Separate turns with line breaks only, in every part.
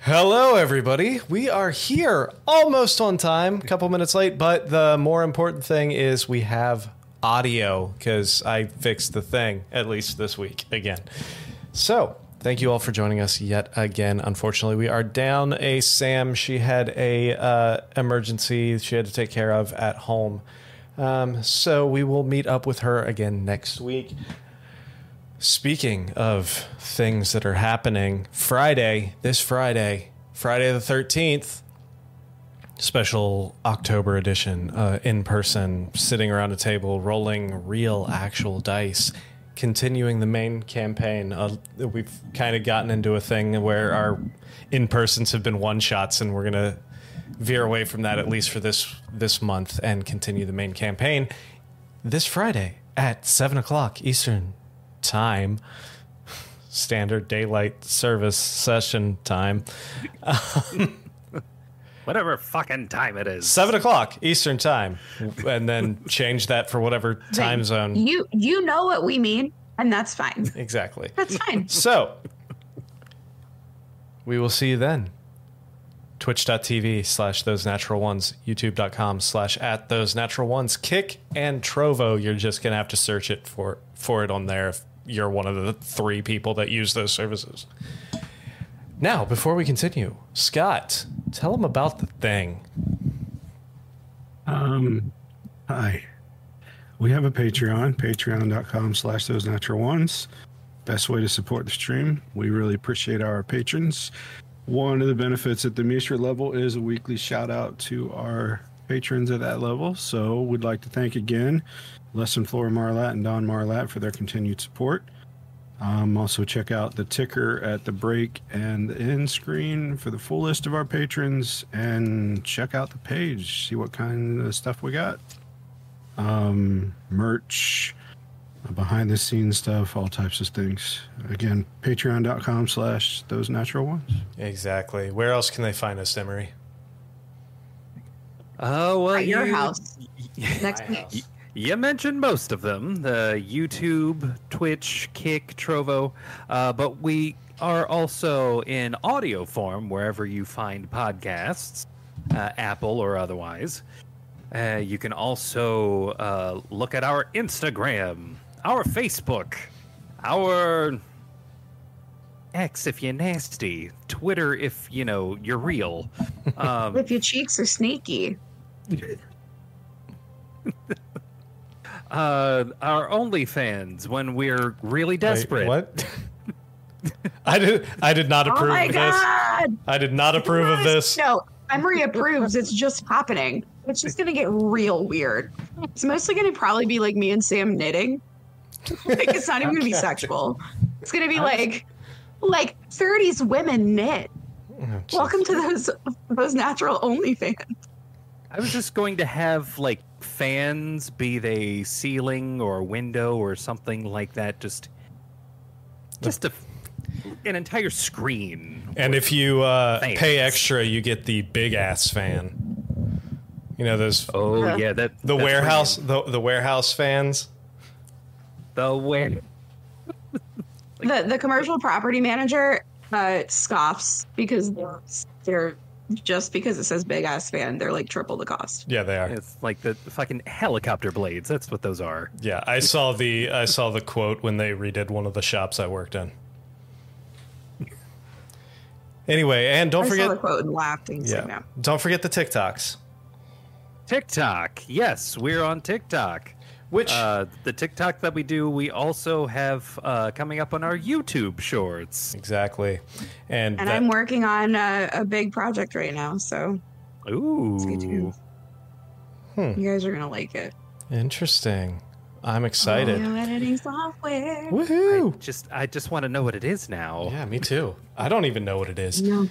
Hello, everybody. We are here almost on time, a couple minutes late, but the more important thing is we have audio because I fixed the thing, at least this week again. So, thank you all for joining us yet again. Unfortunately, we are down a Sam. She had a uh, emergency she had to take care of at home. Um, so, we will meet up with her again next week. Speaking of things that are happening, Friday, this Friday, Friday the 13th, special October edition, uh, in person, sitting around a table, rolling real, actual dice, continuing the main campaign. Uh, we've kind of gotten into a thing where our in persons have been one shots, and we're going to veer away from that at least for this this month and continue the main campaign this Friday at seven o'clock Eastern time, standard daylight service session time,
Whatever fucking time it is.
seven o'clock Eastern time, and then change that for whatever time zone
You you know what we mean, and that's fine.
exactly.
That's fine.
So we will see you then. Twitch.tv slash those natural ones, youtube.com slash at those natural ones, kick and trovo. You're just gonna have to search it for for it on there if you're one of the three people that use those services. Now, before we continue, Scott, tell them about the thing.
Um, hi. We have a Patreon, patreon.com slash those natural ones. Best way to support the stream. We really appreciate our patrons. One of the benefits at the Mishra level is a weekly shout out to our patrons at that level. So we'd like to thank again Lesson Flora Marlat and Don Marlat for their continued support. Um, also, check out the ticker at the break and the end screen for the full list of our patrons and check out the page, see what kind of stuff we got. Um, merch, uh, behind the scenes stuff, all types of things. Again, patreon.com slash those natural ones.
Exactly. Where else can they find us, Emery?
Oh well,
At your
you-
house. Next week.
house.
You mentioned most of them: the YouTube, Twitch, Kick, Trovo, uh, but we are also in audio form wherever you find podcasts, uh, Apple or otherwise. Uh, you can also uh, look at our Instagram, our Facebook, our X if you're nasty, Twitter if you know you're real. Um,
If your cheeks are sneaky,
uh, our OnlyFans when we're really
Wait,
desperate.
what? I did I did not
oh
approve
my
of this.
god!
I did not approve of this.
No, Emery approves. It's just happening. It's just gonna get real weird. It's mostly gonna probably be like me and Sam knitting. like it's not even gonna be sexual. It's gonna be like like 30s women knit.
Oh, geez.
Welcome to those those natural only fans.
I was just going to have like fans, be they ceiling or window or something like that. Just, just a, an entire screen.
And if you uh,
Fans.
pay extra, you get the big ass fan. You know those
Oh
Yeah.
yeah, that
the
that's
warehouse
brilliant.
the, the warehouse fans.
The ware.
the the commercial property manager uh, scoffs because they're, they're just because it says big ass fan, they're like triple the cost.
Yeah, they are.
It's like the fucking helicopter blades. That's what those are.
Yeah, I saw the I saw the quote when they redid one of the shops I worked in. Anyway, and don't
I
forget
saw the quote and laughed and was like,
yeah,
no.
don't forget the TikToks,
TikTok. Yes, we're on TikTok.
which
Uh, the TikTok that we do, we also have uh, coming up on our YouTube Shorts.
exactly, and,
And
that-
I'm working on a, a big project right now, so
Ooh. Hmm.
you guys are gonna like it.
interesting. I'm excited.
New editing software.
Woohoo!
Just I just want to know what it is now.
Yeah, me too. I don't even know what it is.
No,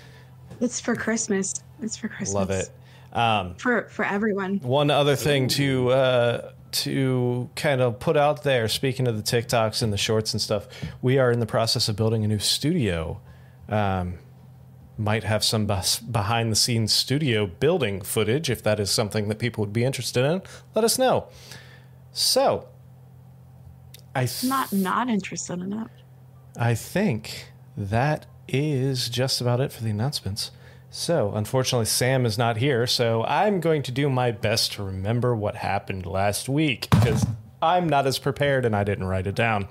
it's for Christmas. It's for Christmas.
Love it. Um,
for for everyone.
One other thing to uh, to kind of put out there, speaking of the TikToks and the shorts and stuff, we are in the process of building a new studio. Um, might have some bes- behind the scenes studio building footage if that is something that people would be interested in. Let us know. So, I th-
Not not interested in it.
I think that is just about it for the announcements. So, unfortunately, Sam is not here, so I'm going to do my best to remember what happened last week because I'm not as prepared and I didn't write it down.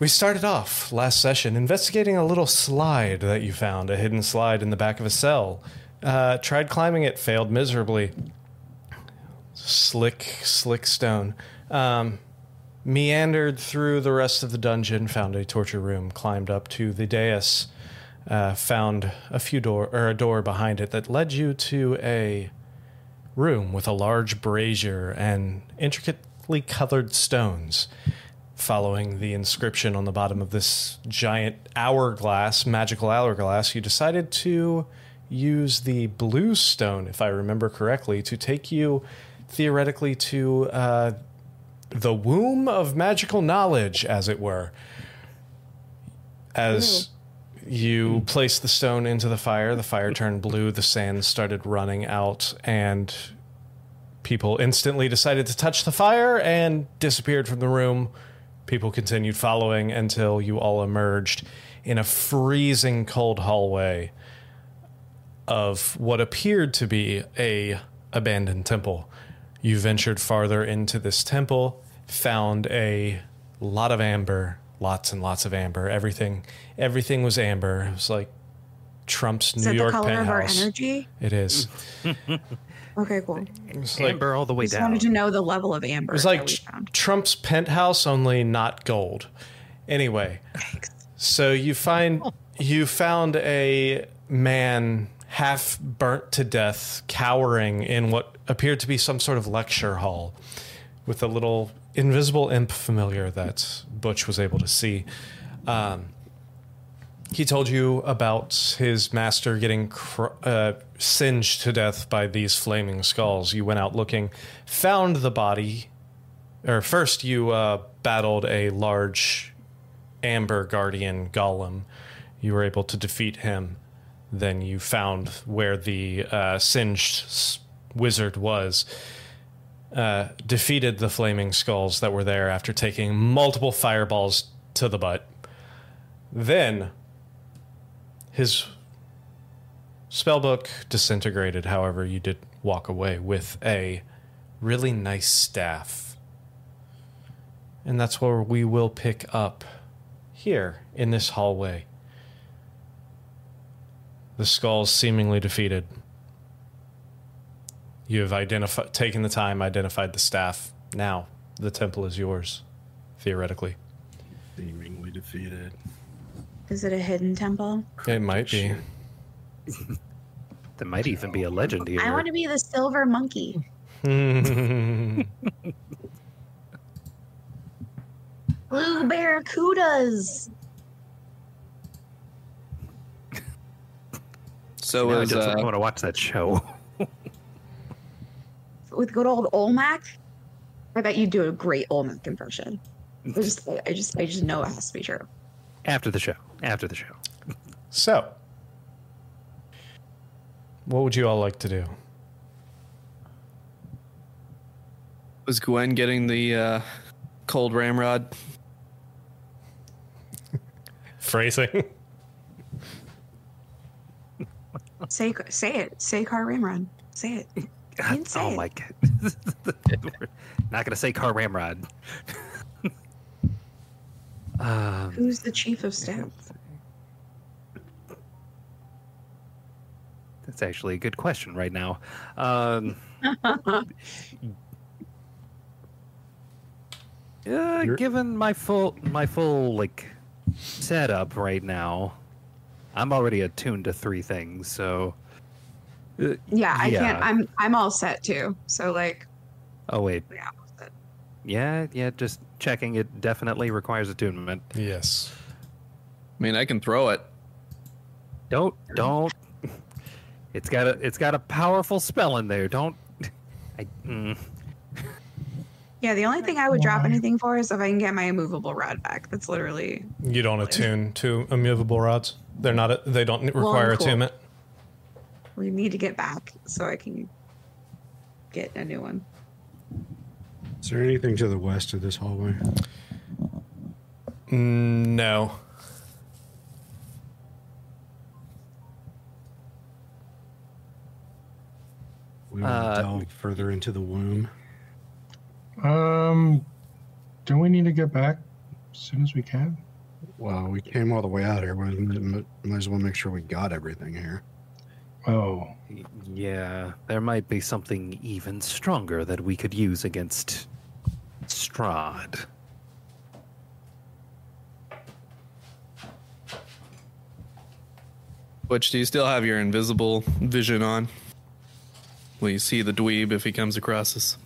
We started off last session investigating a little slide that you found, a hidden slide in the back of a cell. Uh, tried climbing it, failed miserably. Slick, slick stone. Um, meandered through the rest of the dungeon, found a torture room, climbed up to the dais, uh, found a few door or a door behind it that led you to a room with a large brazier and intricately colored stones. Following the inscription on the bottom of this giant hourglass, magical hourglass, you decided to use the blue stone, if I remember correctly, to take you theoretically to uh, the womb of magical knowledge, as it were. As you placed the stone into the fire, the fire turned blue, the sand started running out, and people instantly decided to touch the fire and disappeared from the room. People continued following until you all emerged in a freezing cold hallway of what appeared to be a abandoned temple. You ventured farther into this temple, found a lot of amber, lots and lots of amber. Everything, everything was amber. It was like Trump's
Is
New
that
York
the color of our
penthouse.
energy? Mm-hmm.
It is.
Okay, cool.
It was like,
Amber all the way
Just
down.
wanted to know the level of amber.
it was
that
like
we found.
Trump's penthouse, only not gold. Anyway, so you find
Oh.
you found a man half burnt to death, cowering in what appeared to be some sort of lecture hall, with a little invisible imp familiar that Butch was able to see. Um, He told you about his master getting cr- uh, singed to death by these flaming skulls. You went out looking, found the body, or first you uh, battled a large amber guardian golem. You were able to defeat him. Then you found where the uh, singed s- wizard was. Uh, defeated the flaming skulls that were there after taking multiple fireballs to the butt. Then his spellbook disintegrated. However, you did walk away with a really nice staff. And that's where we will pick up here in this hallway. The skulls seemingly defeated. You have identified, taken the time, identified the staff. Now, the temple is yours, theoretically.
Seemingly defeated.
Is it a hidden temple?
It might be.
There might even be a legend here.
I want to be the silver monkey. Blue barracudas.
So
Now I
is
just
uh,
want to watch that show.
with good old Olmac. I bet you do a great Olmac impression. I just, I just, I just know it has to be true.
After the show. After the show.
So, what would you all like to do?
was Gwen getting the uh, cold ramrod?
Phrasing.
Say, say it. Say Car Ramrod. Say it. You didn't say
oh
it.
my god. Not gonna say car ramrod. um,
Who's the chief of staff?
that's actually a good question right now. Um, uh, given my full my full like setup right now, I'm already attuned to three things. So,
Yeah, I
Yeah.
can't. I'm, I'm all set too. So like,
oh wait,
yeah, I'm all set.
yeah, yeah, just checking. It definitely requires attunement.
Yes.
I mean, I can throw it.
Don't don't. It's got a it's got a powerful spell in there. Don't. I, mm,
yeah. The only thing I would drop anything for is if I can get my immovable rod back. That's literally
You don't attune to immovable rods. They're not. They don't require
cool.
attunement.
we need to get back so I can get a new one.
Is there anything to the west of this hallway?
No.
We want
Uh,
to delve further into the womb.
Um, don't we need to get back as soon as we can?
Well, we came all the way out here. We might might as well make sure we got everything here.
Oh,
Yeah, there might be something even stronger that we could use against Strahd.
Which do you still have your invisible vision on? Will you see the dweeb if he comes across us?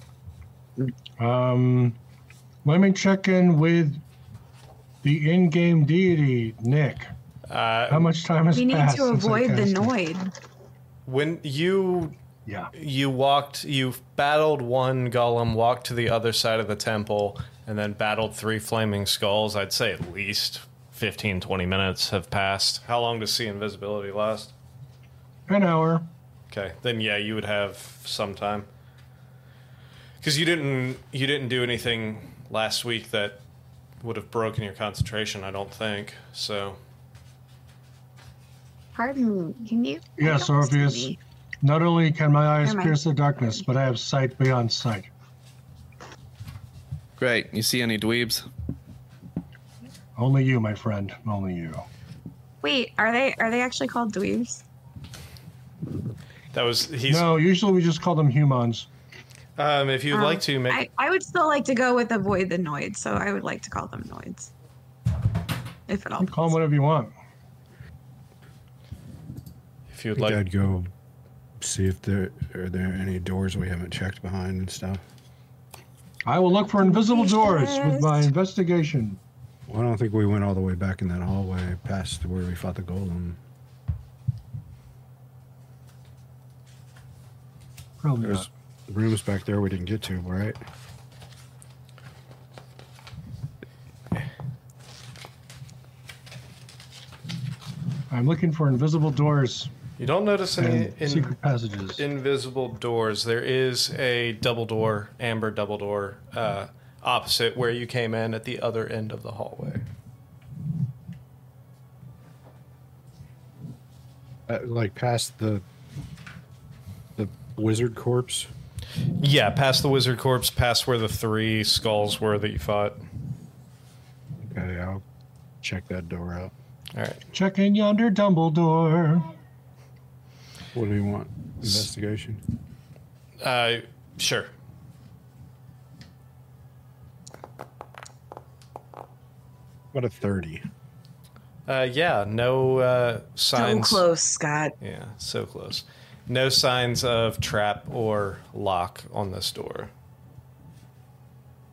um, let me check in with the in-game deity, Nick. How
Uh,
much time has
We need
passed?
to
since I
avoid the
cast it?
Noid.
when you
Yeah.
you walked, you battled one golem, walked to the other side of the temple, and then battled three flaming skulls. I'd say at least 15, 20 minutes have passed. How long does see invisibility last?
An hour.
Okay, then yeah, you would have some time. Because you didn't you didn't do anything last week that would have broken your concentration, I don't think. So
Pardon me. Can you?
Yeah,
you
so if you-
see me?
Not only can my eyes
Never mind.
pierce the darkness, but I have sight beyond sight.
Great. You see any dweebs?
Only you, my friend. Only you.
Wait, are they are they actually called dweebs?
that was he's.
no, usually we just call them humans.
Um, if you'd
Um,
like to make
I, I would still like to go with avoid the Noid, so I would like to call them Noids. If at all.
Call them whatever you want.
if you'd
I think
like
I'd go see if there are there any doors we haven't checked behind and stuff.
I will look for invisible doors with my
Yes.
investigation.
Well, I don't think we went all the way back in that hallway past where we fought the golem.
Probably
There's
not.
rooms back there we didn't get to, right?
I'm looking for invisible doors
you don't notice any
and
in,
secret passages.
invisible doors. There is a double door, amber double door, uh, opposite where you came in at the other end of the hallway.
Uh, like past the the wizard corpse.
Yeah, past the wizard corpse, past where the three skulls were that you fought.
Okay, I'll check that door out.
All right.
Check in yonder Dumbledore.
What do we want? Investigation.
Uh, sure.
What a thirty.
Uh, yeah, no uh,
So
signs.
close, Scott.
Yeah, so close. No signs of trap or lock on this door.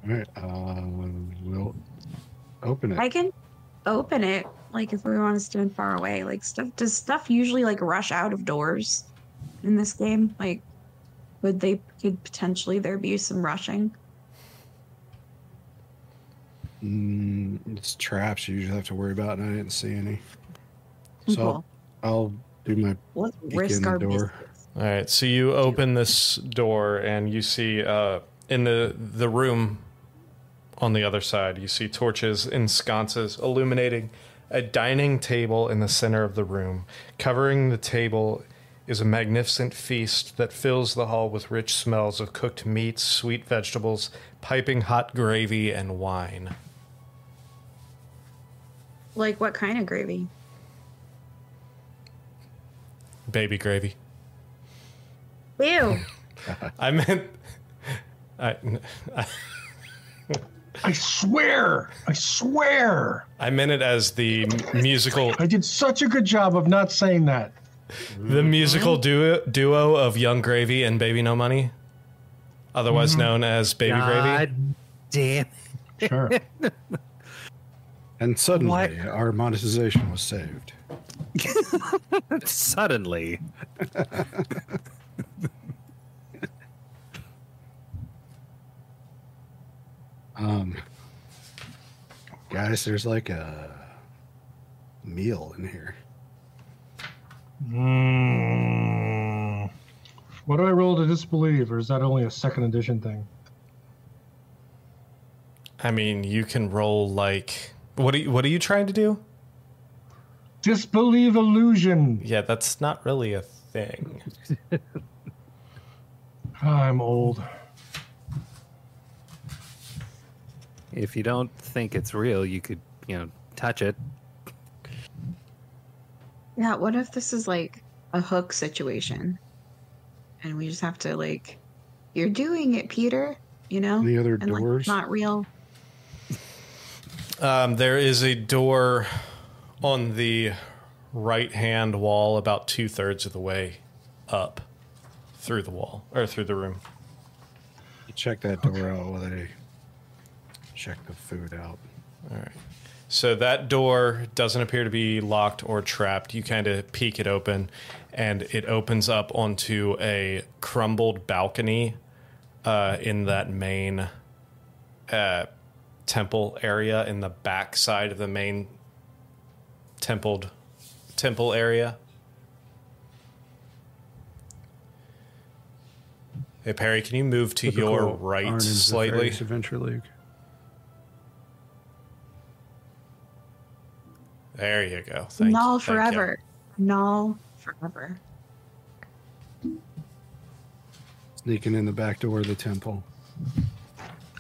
All right. Um, we'll open it.
I can open it, like if we want to stand far away. Like stuff does stuff usually like rush out of doors in this game? Like would they could potentially there be some rushing?
Mm, it's traps you usually have to worry about, and I didn't see any. So
Hmm, Cool.
I'll, I'll do my.
Let's
peek in
risk
the
our
door.
business.
All right, so you open this door and you see uh, in the the room on the other side, you see torches in sconces illuminating a dining table in the center of the room. Covering the table is a magnificent feast that fills the hall with rich smells of cooked meats, sweet vegetables, piping hot gravy, and wine.
Like what kind of gravy?
Baby gravy.
Ew.
I meant. I,
I swear, I swear,
I meant it as the musical
I did such a good job of not saying that.
the musical duo, duo of Young Gravy and Baby No Money, otherwise known as Baby Gravy.
damn.
Sure.
And suddenly,
What?
our monetization was saved.
Suddenly.
Um, guys, there's like a meal in here.
Mm. What do I roll to disbelieve, or is that only a second edition thing?
I mean, you can roll like what? Are you, what are you trying to do?
Disbelieve illusion.
Yeah, that's not really a thing.
I'm old.
If you don't think it's real, you could, you know, touch it.
Yeah, what if this is like a hook situation? And we just have to like you're doing it, Peter, you know?
Any other
and, like,
doors?
not real.
Um, there is a door on the right hand wall, about two thirds of the way up through the wall or through the room.
Check that door out while they check the food out.
So that door doesn't appear to be locked or trapped. You kind of peek it open, and it opens up onto a crumbled balcony uh, in that main uh, temple area in the back side of the main templed temple area. Hey Perry, can you move to your
Typical Arnon
right
Zephyrius
slightly?
Adventure League.
There you go. Thank you.
Null
Thank you.
forever. Null forever.
Sneaking in the back door of the temple.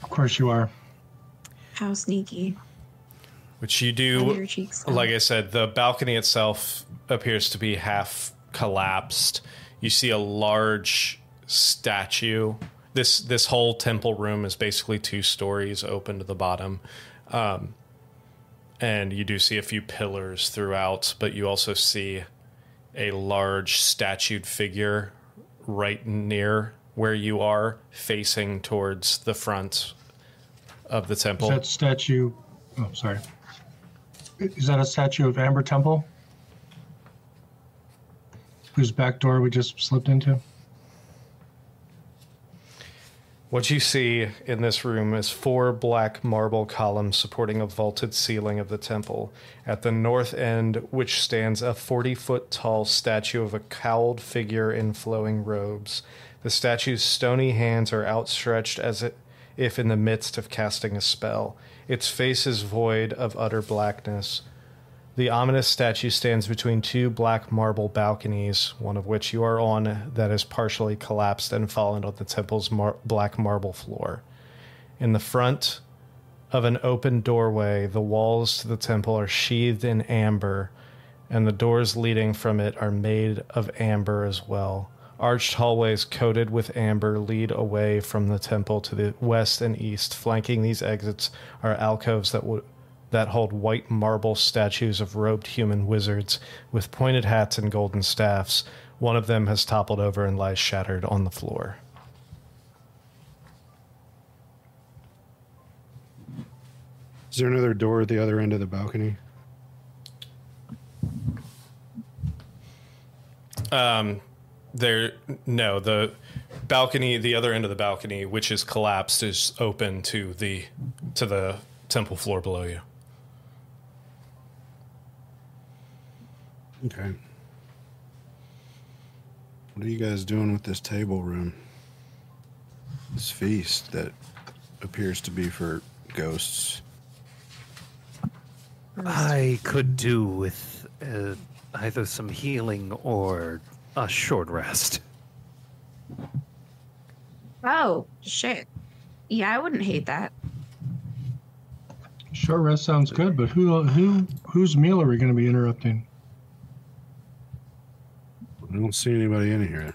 Of course you are.
How sneaky.
Which you
Under your
do
cheeks.
like I said, the balcony itself appears to be half collapsed. You see a large statue. This this whole temple room is basically two stories open to the bottom. Um, and you do see a few pillars throughout, but you also see a large statued figure right near where you are, facing towards the front of the temple.
Is that statue? Oh, sorry. Is that a statue of Amber Temple? Whose back door we just slipped into?
What you see in this room is four black marble columns supporting a vaulted ceiling of the temple. At the north end, which stands a 40 foot tall statue of a cowled figure in flowing robes. The statue's stony hands are outstretched as it, if in the midst of casting a spell. Its face is void of utter blackness. The ominous statue stands between two black marble balconies, one of which you are on, that is partially collapsed and fallen on the temple's mar- black marble floor. In the front of an open doorway, the walls to the temple are sheathed in amber, and the doors leading from it are made of amber as well. Arched hallways coated with amber lead away from the temple to the west and east. Flanking these exits are alcoves that would that hold white marble statues of robed human wizards with pointed hats and golden staffs. One of them has toppled over and lies shattered on the floor.
Is there another door at the other end of the balcony?
There, no, the balcony, the other end of the balcony, which is collapsed, is open to the to the temple floor below you.
Okay. What are you guys doing with this table room? This feast that appears to be for ghosts.
I could do with uh, either some healing or a short rest.
Oh shit. Yeah, I wouldn't hate that.
Short rest sounds good, but who who whose meal are we going to be interrupting?
I don't see anybody in here.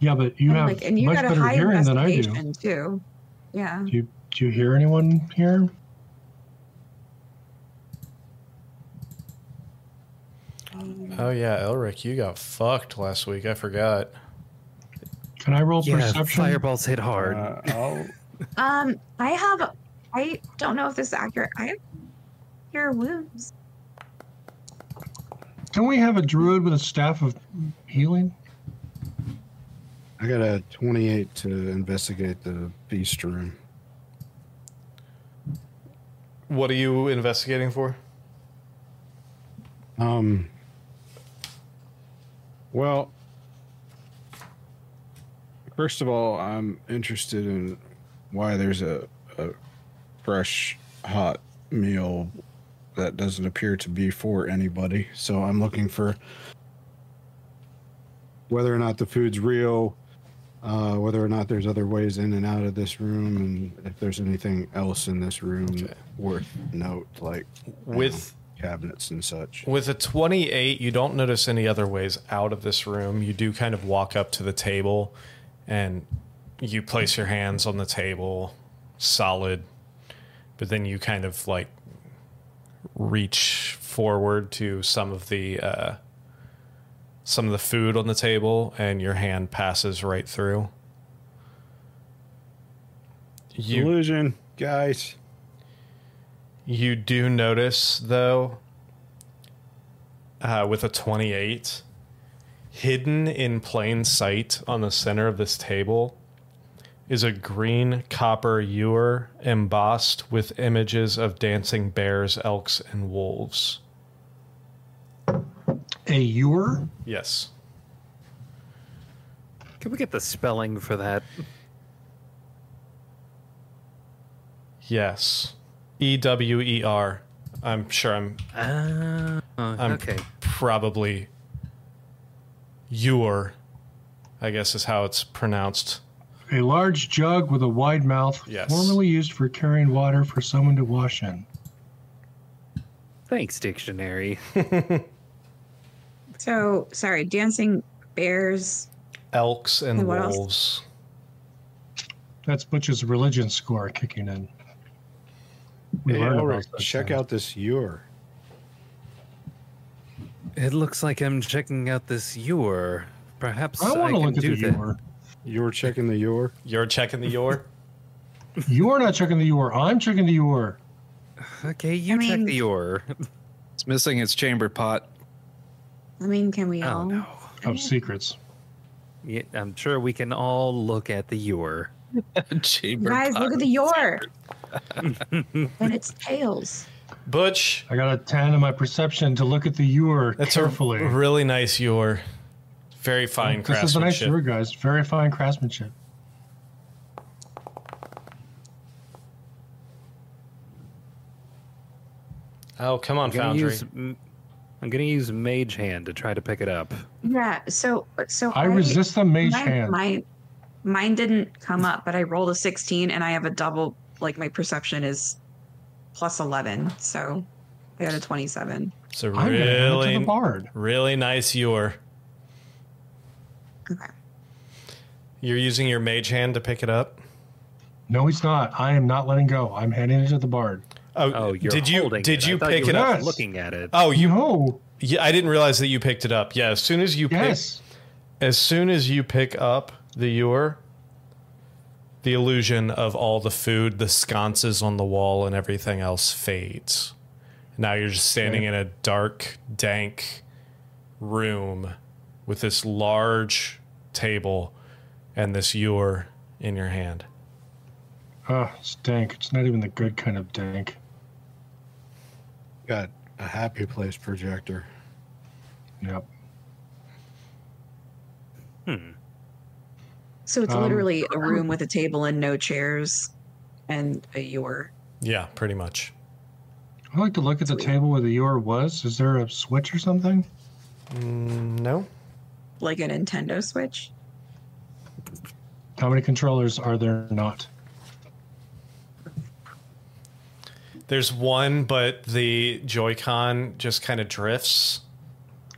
Yeah, but you
I'm
have
like, and you
much
got a
better
high
hearing than I do.
investigation too. Yeah.
Do you, do you hear anyone here?
Oh yeah, Elric, you got fucked last week. I forgot.
Can I roll
Yeah,
perception?
fireballs hit hard.
Uh, I'll,
Um, I have. I don't know if this is accurate. I have your wounds.
Can we have a druid with a staff of healing?
I got a 28 to investigate the feast room.
What are you investigating for?
Um. Well, first of all, I'm interested in why there's a, a fresh, hot meal that doesn't appear to be for anybody. So I'm looking for whether or not the food's real, uh, whether or not there's other ways in and out of this room, and if there's anything else in this room worth note, like you know,
With-
cabinets and such.
With a 28, you don't notice any other ways out of this room. You do kind of walk up to the table and you place your hands on the table, solid, but then you kind of like reach forward to some of the uh, some of the food on the table and your hand passes right through. You
Illusion, guys.
You do notice, though, uh, with a 28, hidden in plain sight on the center of this table is a green copper ewer embossed with images of dancing bears, elks, and wolves.
A ewer?
Yes.
Can we get the spelling for that?
Yes. E W E R. I'm sure I'm
Uh,
I'm
okay.
probably ewer, I guess is how it's pronounced.
A large jug with a wide mouth,
Yes.
formerly used for carrying water for someone to wash in.
Thanks, dictionary.
So sorry, dancing bears.
Elks and
And what else?
wolves.
That's Butch's religion score kicking in. We
Hey,
learned about
Ulrich,
that
check
thing.
out this ewer.
It looks like I'm checking out this ewer. Perhaps
I
I,
want to
can
look at
do
the
that.
ewer.
You were checking the ewer.
You're checking the your.
You're not checking the ewer. I'm checking the ewer.
Okay, you
I
check
mean-
the ewer.
It's missing its chamber pot.
I mean, can we
Oh
all?
no.
Of secrets.
Yeah, I'm sure we can all look at the ewer.
chamber
Guys, look at the yor. and its tails.
Butch,
I got a 10 on my perception to look at the ewer
that's
carefully.
a really nice your. Very fine
this is a nice
craftsmanship.
ewer, guys. Very fine craftsmanship.
oh, come on,
I'm gonna,
Foundry.
use, m- I'm gonna use mage hand to try to pick it up.
Yeah. So so
I resist the mage hand.
My, mine didn't come up, but I rolled a 16 and I have a double, like my perception is plus 11. So I got a 27.
It's a
I'm going to hand it to
really,
the bard.
really nice your.
Okay.
You're using your mage hand to pick it up.
No, he's not. I am not letting go. I'm handing it to the bard.
Oh, you're
did you
holding it.
did
I
you
thought
pick
were
it up?
not.
just Looking at it.
Oh, you.
No.
Yeah, I didn't realize that you picked it up. Yeah, as soon as you
Yes.
pick, as soon as you pick up the your, the illusion of all the food, the sconces on the wall, and everything else fades. Now you're just standing in a dark, dank room with this large table and this ewer in your hand.
Ugh, Ah, it's dank. It's not even the good kind of dank.
Got a happy place projector.
Yep.
So it's
Um,
literally a room with a table and no chairs and a ewer.
Yeah, pretty much.
I like to look at the table where the ewer was. Is there a switch or something?
No.
Like a Nintendo Switch?
How many controllers are there not?
There's one, but the Joy-Con just kind of drifts.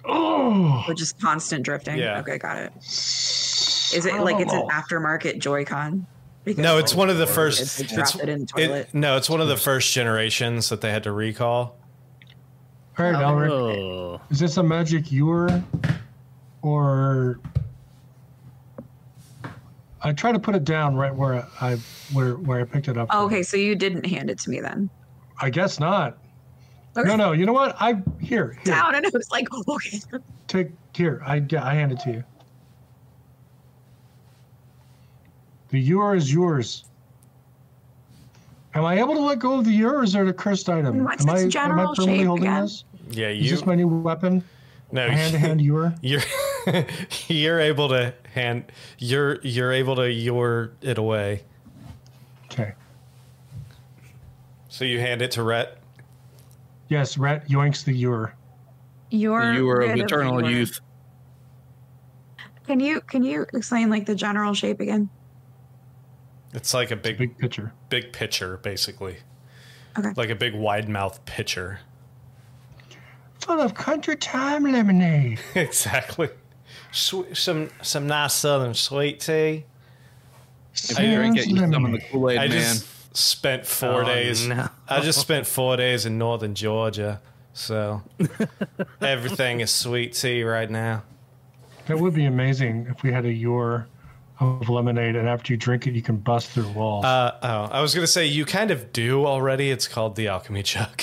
Oh,
Or just constant drifting?
Yeah.
Okay, got it. Is it like it's an aftermarket Joy-Con? Because
No, it's one of the first.
It's, they
it's-
dropped it in the
it-
toilet.
no, it's one of the first generations that they had to recall.
All right, Albert.
Oh.
Is this a magic ewer? Or. I try to put it down right where I where where I picked it up.
oh,
from.
okay, so you didn't hand it to me then.
I guess not.
Okay.
No, no. You know what? I here, here
Down and I was like, okay.
take here. I yeah, I hand it to you. The ewer is yours. Am I able to let go of the ewer? Or is it a cursed item?
What's
am
its
I am I
general
firmly
shape
holding
again?
this?
Yeah,
Is
you
this my new weapon?
no,
Hand to hand ewer.
you're you're able to hand you're you're able to your it away.
Okay.
So you hand it to Rhett.
Yes, rat yoinks the ewer.
You're
You are
rid
of eternal
your-
youth.
Can you can you explain like the general shape again?
It's like a big,
Big picture.
big pitcher, basically.
Okay.
Like a big wide mouth pitcher.
Full of country time lemonade.
exactly. Swe some some nice southern sweet tea.
If you drink it, you summon the
lemonade.
Kool Aid
I
Man.
just spent four
Oh,
days.
no.
I just spent four days in northern Georgia, so everything is sweet tea right now.
That would be amazing if we had a your of lemonade, and after you drink it, you can bust through walls.
Uh, oh, I was gonna say you kind of do already. It's called the alchemy jug.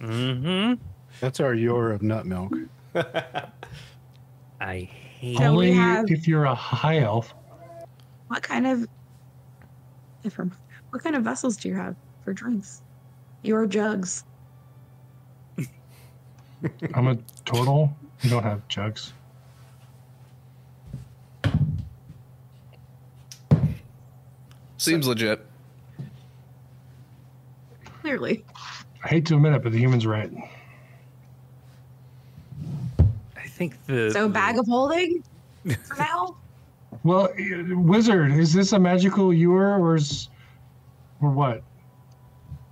That's our your of nut milk.
I hate
So we
Only
have-
if you're a high elf.
What kind of different? What kind of vessels do you have for drinks? Your jugs.
I'm a total. You don't have jugs.
Seems legit.
Clearly,
I hate to admit it, but the human's right.
I think the
so
the-
bag of holding for now.
Well, uh, wizard, is this a magical ewer or is or what?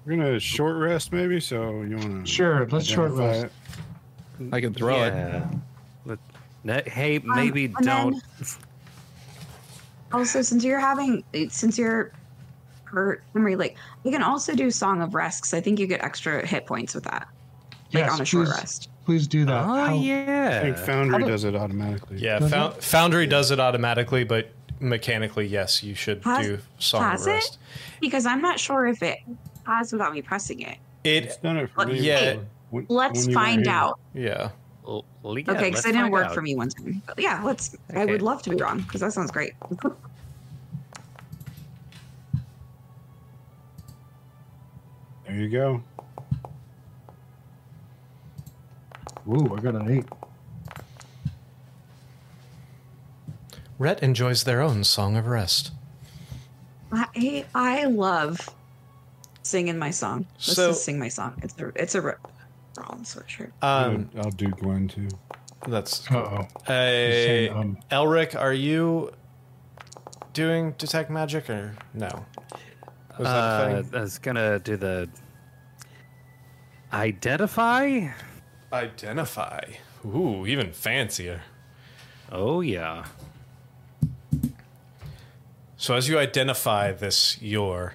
We're gonna short rest maybe, so you wanna
Sure, let's short
identify
rest.
it?
I can throw it.
yeah. Let- ne- hey, maybe
Um, and
don't.
Also, since you're having, since you're hurt, memory, like you can also do Song of Rest because I think you get extra hit points with that, like
Yes,
on a short
please.
rest.
Please do
Oh
that. How-
I think
yeah.
Foundry does it automatically.
Yeah,
Does
Found- Foundry does it automatically, but mechanically, yes, you should
Has-
do song
has
of
it?
rest.
Because I'm not sure if it has without me pressing it.
It,
It's done it for
Let-
me.
yeah.
before. When-
Let's
when you were
find
here.
out.
yeah.
L- well, yeah,
Okay,
let's
because it didn't
find
work
out.
for me one time. But yeah, let's. I
Okay.
would love to be wrong because that sounds great.
There you go.
Ooh, I got an eight.
Rhett enjoys their own song of rest.
I I love singing my song. Let's
So-
just sing my song. It's a it's a re- wrong sweatshirt.
Um,
I'll do Gwen too.
that's
Uh oh.
Uh,
saying, um,
Elric, are you doing detect magic or no? Was that a
Uh,
thing?
I was gonna do the identify.
Identify. Ooh, even fancier.
Oh yeah.
So as you identify this your,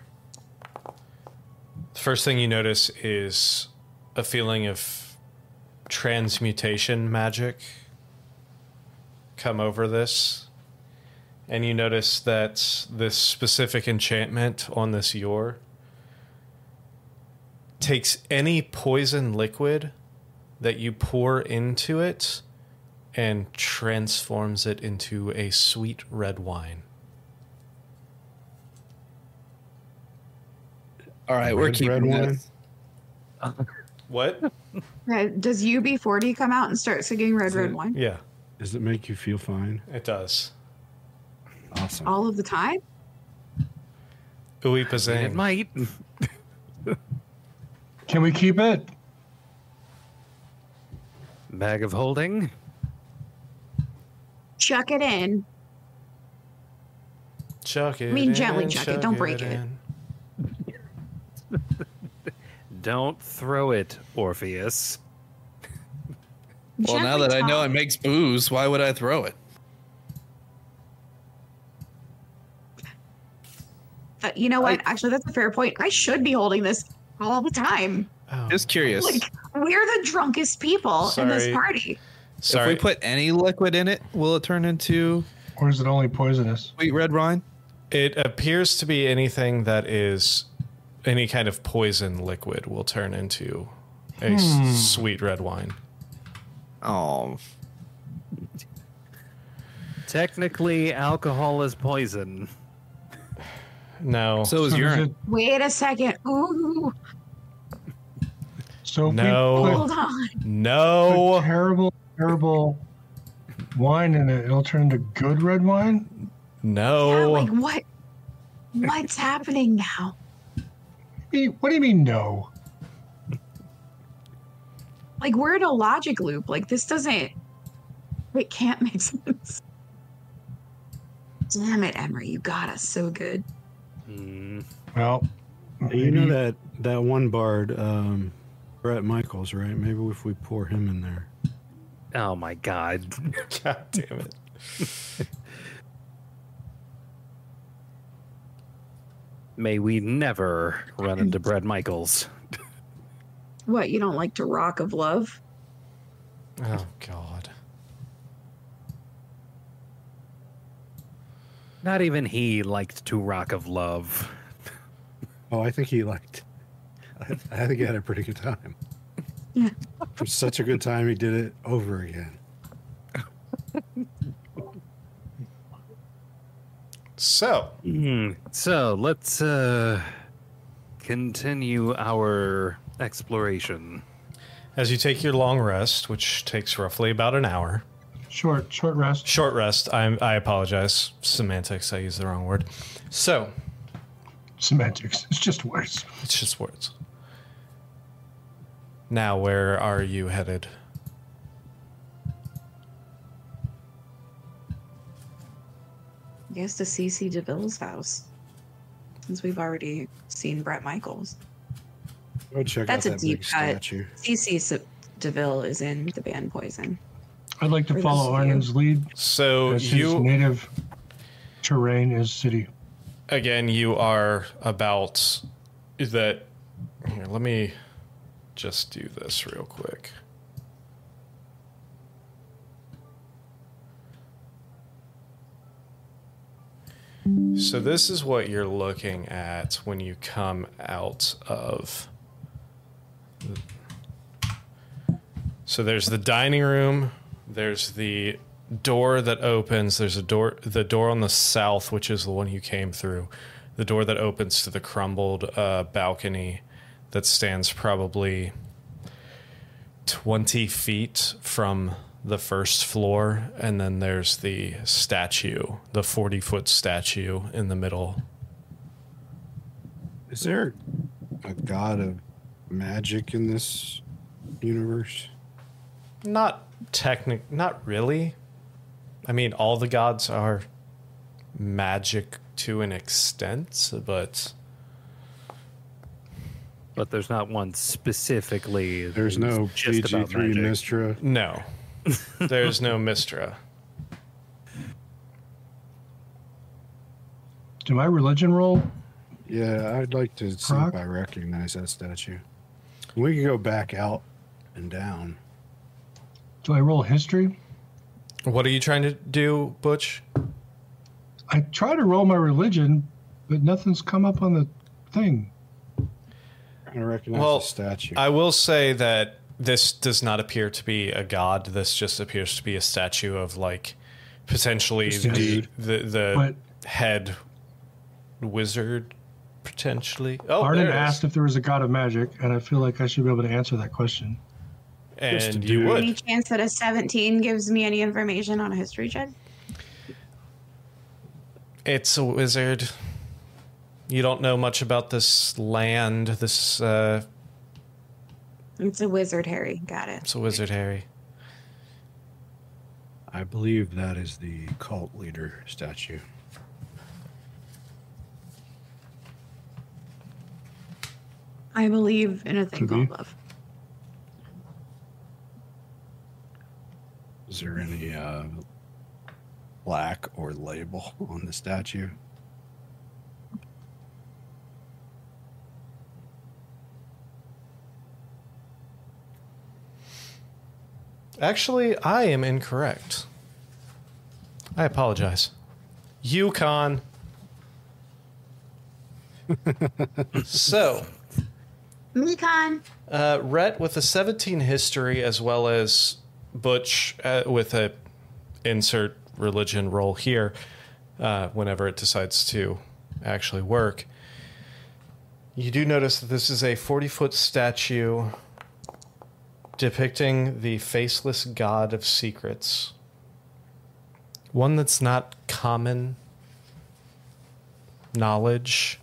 the first thing you notice is a feeling of transmutation magic come over this. And you notice that this specific enchantment on this your takes any poison liquid that you pour into it and transforms it into a sweet red wine.
All right, we're
Red-
keeping
red
that.
wine?
What?
Okay, Uh, Does UB40 come out and start singing Red Red Wine
Yeah,
Does it make you feel fine?
it does.
Awesome.
all of the time?
Uipa
It
Zane.
might.
Can we keep it?
Bag of holding.
Chuck it in.
Chuck it.
I mean, gently
in,
chuck it, don't break it.
in.
Don't throw it, Orpheus.
Well, now
Gently
that I know it
tap.
makes booze, why would I throw it?
Uh, you know what? Actually, that's a fair point. I should be holding this all the time.
Oh,
Just curious.
Like we're the drunkest people in this
Sorry.
party.
sorry.
If we put any liquid in it, will it turn into
Or is it only poisonous?
sweet red wine?
it appears to be anything that is any kind of poison liquid will turn into a s- sweet red wine.
Oh,
Technically, alcohol is poison.
No.
so is
So does
urine.
it-
Wait a second. Ooh,
So if we
No.
put
hold on.
no.
terrible, terrible wine in it, it'll turn into good red wine.
Yeah,
No.
like what? What's happening now?
E- What do you mean no?
Like we're in a logic loop. Like this doesn't. It can't make sense. Damn it, Emery, you got us so good.
Mm.
Well,
You know
maybe-
that that one bard, um, Brett Michaels, right? Maybe if we pour him in there.
Oh my god.
God damn it.
May we never run into Brad Michaels.
What, you don't like to rock of love?
Oh God.
Not even he liked to rock of love.
Oh, I think he liked. I, I think he had a pretty good time.
Yeah.
For such a good time, he did it over again.
So
Hmm. So let's uh continue our exploration.
as you take your long rest, which takes roughly about an hour,
short short rest.
short rest. I I apologize. Semantics. I used the wrong word. So
Semantics. It's just words.
it's just words. Now where are you headed?
I guess to CC DeVille's house. Since we've already seen Brett Michaels.
Go check
That's
out
a
that
deep
big
cut.
statue.
CC S- DeVille is in the band Poison.
I'd like to
Where
follow
does he-
Arnon's lead.
So
As his
you
native terrain is city.
again you are about is that here let me just do this real quick so this is what you're looking at when you come out of so there's the dining room there's the door that opens there's a door the door on the south which is the one you came through the door that opens to the crumbled uh, balcony that stands probably 20 feet from the first floor and then there's the statue the 40 foot statue in the middle
Is there a god of magic in this universe?
not technic not really i mean all the gods are magic to an extent but
But there's not one specifically.
There's no
just about
PG3
magic.
Mistra.
No. There's no Mistra.
Do my religion roll?
Yeah, I'd like to see
Croc?
if I recognize that statue. We could go back out and down.
Do I roll history?
What are you trying to do, Butch?
I try to roll my religion, but nothing's come up on the thing.
I recognize
Well,
the statue.
I will say that this does not appear to be a god. This just appears to be a statue of like potentially
Just a
the
dude.
the, the head wizard potentially. Oh,
Arnon
there it is.
asked if there was a god of magic, and I feel like I should be able to answer that question.
just a
and you
dude.
would.
Any chance that a 17 gives me any information on a history check?
It's a wizard. You don't know much about this land. This uh,
It's a wizard, Harry. Got it.
it's a wizard, Harry.
I believe that is the cult leader statue.
I believe in a thing
Could be.
called love.
Is there any uh, plaque or label on the statue?
Actually, I am incorrect. I apologize. Yukon. so,
Mekon.
uh, Rhett with a 17 history, as well as Butch uh, with a insert religion role here, uh, whenever it decides to actually work. You do notice that this is a 40 foot statue depicting the faceless god of secrets. One that's not common knowledge.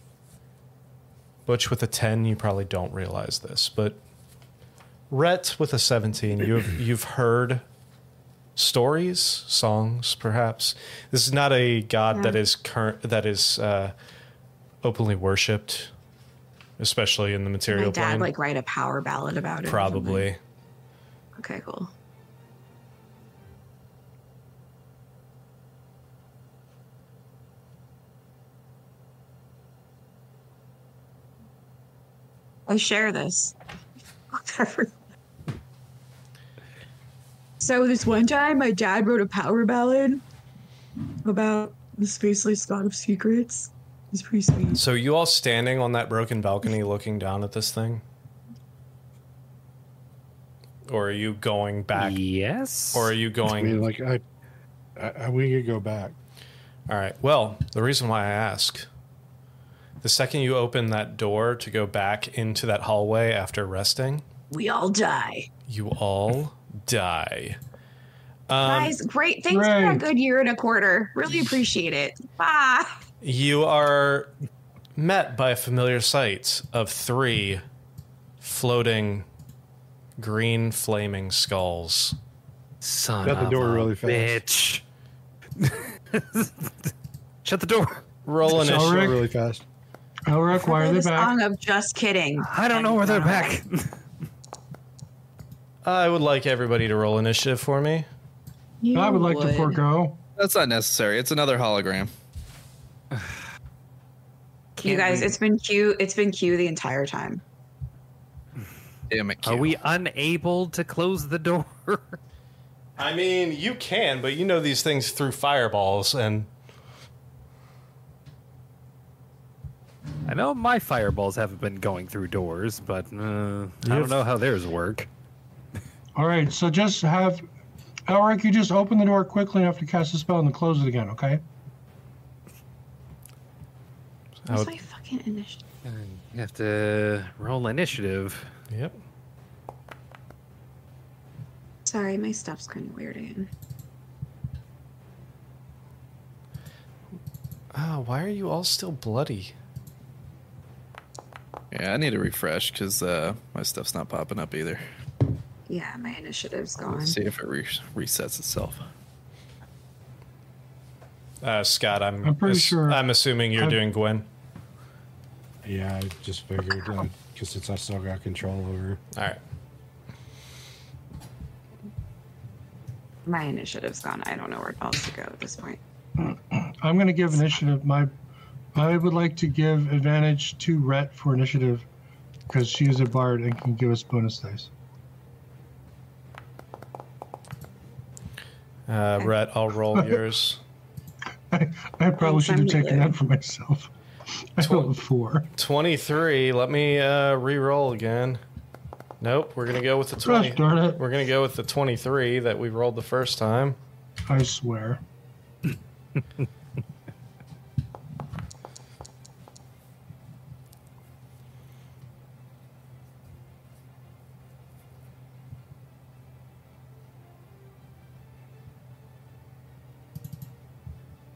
Butch with a 10, you probably don't realize this, but Rhett with a 17, you've, you've heard stories, songs, perhaps. This is not a god that
Yeah.
is current that is uh, openly worshipped, especially in the
My
material
dad
plane.
like write a power ballad about it. or
Probably.
something. Okay, cool. I share this. so this one time, my dad wrote a power ballad about the spaceless god of secrets. It's pretty sweet.
So you all standing on that broken balcony looking down at this thing? Or are you going back?
Yes.
Or are you
I
going
mean, like I, I, I we could go back.
All right. Well, the reason why I ask the second you open that door to go back into that hallway after resting,
We all die.
you all die.
Guys, great. Thanks for a
Great.
good year and a quarter. Really appreciate it. Bye.
You are met by a familiar sight of three floating green flaming skulls.
Son
Shut the
of
door
a
really fast.
Bitch. Shut the door.
Roll
Shut
initiative.
Rick.
really fast.
Elric, why are they
the
back?
song of just kidding.
I don't know where they're back.
I would like everybody to roll initiative for me.
You
I would like to forego.
That's not necessary. It's another hologram.
You guys, it's been Q. It's been Q the entire time.
Damn it.
Are
Q.
we unable to close the door?
I mean, you can, but you know these things through fireballs and
I know my fireballs haven't been going through doors, but uh, I don't
You've-
know how theirs work.
All right, so just have Elric, you just open the door quickly enough to cast a spell and then close it again, okay?
I
What's
would-
my fucking initiative?
You have to roll initiative.
Yep.
Sorry, my stuff's kind of weird again.
Ah, why are you all still bloody?
Yeah, I need to refresh because uh, my stuff's not popping up either.
Yeah, my initiative's gone.
See if it re- resets itself.
Uh, Scott, I'm
I'm pretty
ass-
sure-
I'm assuming you're
I'm-
doing Gwen.
Yeah, I just figured because it's I still got control over.
All right.
My initiative's gone. I don't know where else to go at this point.
I'm going to give initiative. My, I would like to give advantage to Rhett for initiative because she is a bard and can give us bonus dice.
Uh, Rhett, I'll roll yours.
I probably
Thanks,
should
I'm
have taken
neither.
that for myself. I rolled a four.
23. Let me uh, re roll again. Nope. We're going to go with the
Gosh
20.
darn it!
We're going to go with the 23 that we rolled the first time.
I swear.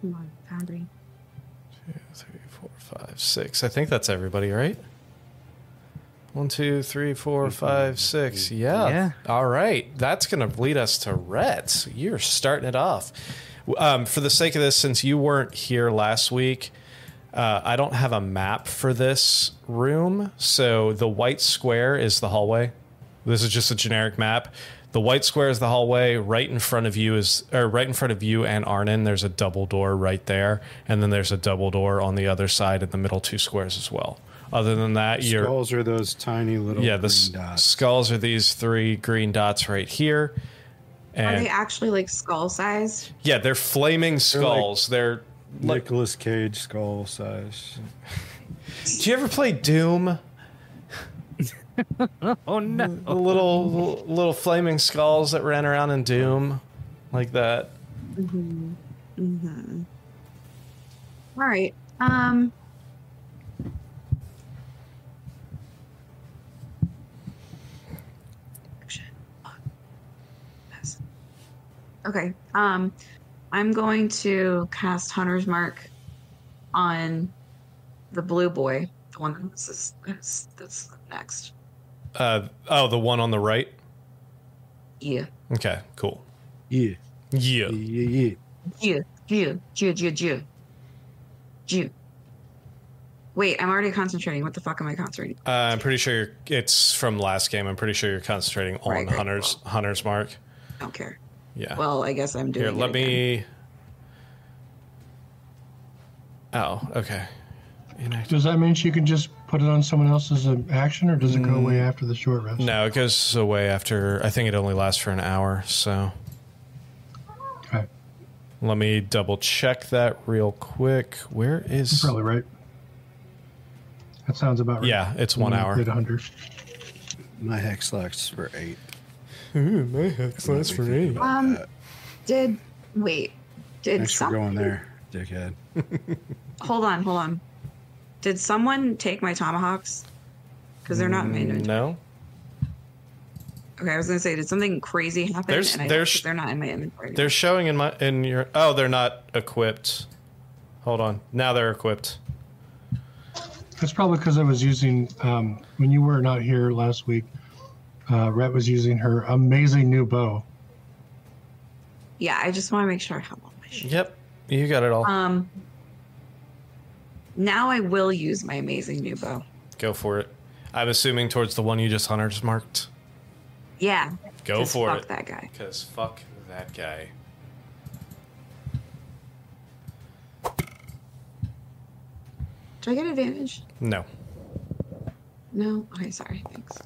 Come on, Foundry.
Two, three, four, five, six. I think that's everybody, right? One, two, three, four, five, six. Yeah.
Yeah.
All right. That's going to lead us to Rhett. You're starting it off. Um, for the sake of this, since you weren't here last week, uh, I don't have a map for this room. So the white square is the hallway. This is just a generic map. The white square is the hallway. Right in front of you is, or right in front of you and Arnon, there's a double door right there, and then there's a double door on the other side in the middle two squares as well. Other than that, you're
Skulls are those tiny little
yeah, the
green
s-
dots.
skulls are these three green dots right here.
Are
And
they actually like skull sized?
yeah, they're flaming skulls. They're like,
Nicholas Cage skull size.
do you ever play Doom?
Oh no!
Mm.
The little little flaming skulls that ran around in Doom, like that.
All right. Um. shit. Fuck. Yes. Okay. Um, I'm going to cast Hunter's Mark on the blue boy, the one that's this, that's, that's next.
Uh, oh, the one on the right.
Yeah.
Okay, cool.
Yeah.
Yeah.
Yeah, yeah.
Jew, Jew, Jew, Jew, Jew, Jew. Wait, I'm already concentrating. What the fuck am I concentrating?
Uh, I'm pretty sure you're, it's from last game. I'm pretty sure you're concentrating on
Right, right.
Hunter's Hunter's mark.
I don't care.
Yeah.
Well, I guess I'm doing.
Here,
it
let
again.
me. Oh, okay. Inact-
Does that mean she can just put it on someone else as an action, or does it go away after the short rest?
Mm. No, it goes away after. I think it only lasts for an hour. So
Okay,
let me double check that real quick. Where is?
probably right. That sounds about right.
Yeah, it's one
When I
hour.
Did 100.
My hex lasts for eight.
Ooh, my hex lasts for eight.
Um, did wait? Did
Thanks for
some?
going there, dickhead.
Hold on, hold on. Did someone take my tomahawks? Because they're not
Mm.
in my inventory.
No,
Okay, I was gonna say, did something crazy happen?
There's-
and I
there's-
they're not in my inventory.
they're showing in my in your. Oh, they're not equipped. Hold on. Now they're equipped.
That's probably because I was using um, when you were not here last week. Uh, Rhett was using her amazing new bow.
Yeah, I just want to make sure I have all my shit.
Yep, you got it all.
Um, now I will use my amazing new bow.
Go for it. I'm assuming towards the one you just hunters marked.
Yeah.
Go
'cause
for
fuck
it.
that guy.
Because fuck that guy.
Do I get advantage?
No.
No. Okay, sorry. Thanks.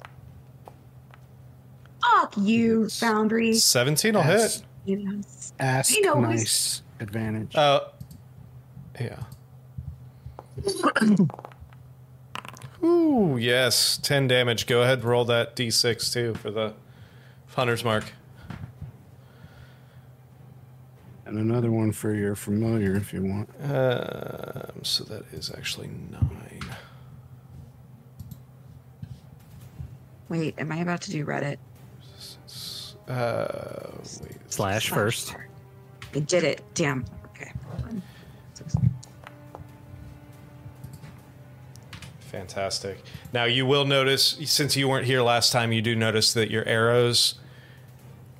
Fuck you, boundary.
17 will
Yes.
hit.
Yes.
Ask
I know, but
nice advantage.
Uh, yeah. Ooh, yes. 10 damage. Go ahead, roll that d6 too for the hunter's mark.
and another one for your familiar if you want.
Um, so that is actually 9.
Wait, am I about to do Reddit?
Uh, wait.
Slash first.
I did it. Damn. Okay.
Fantastic. Now you will notice, since you weren't here last time, you do notice that your arrows,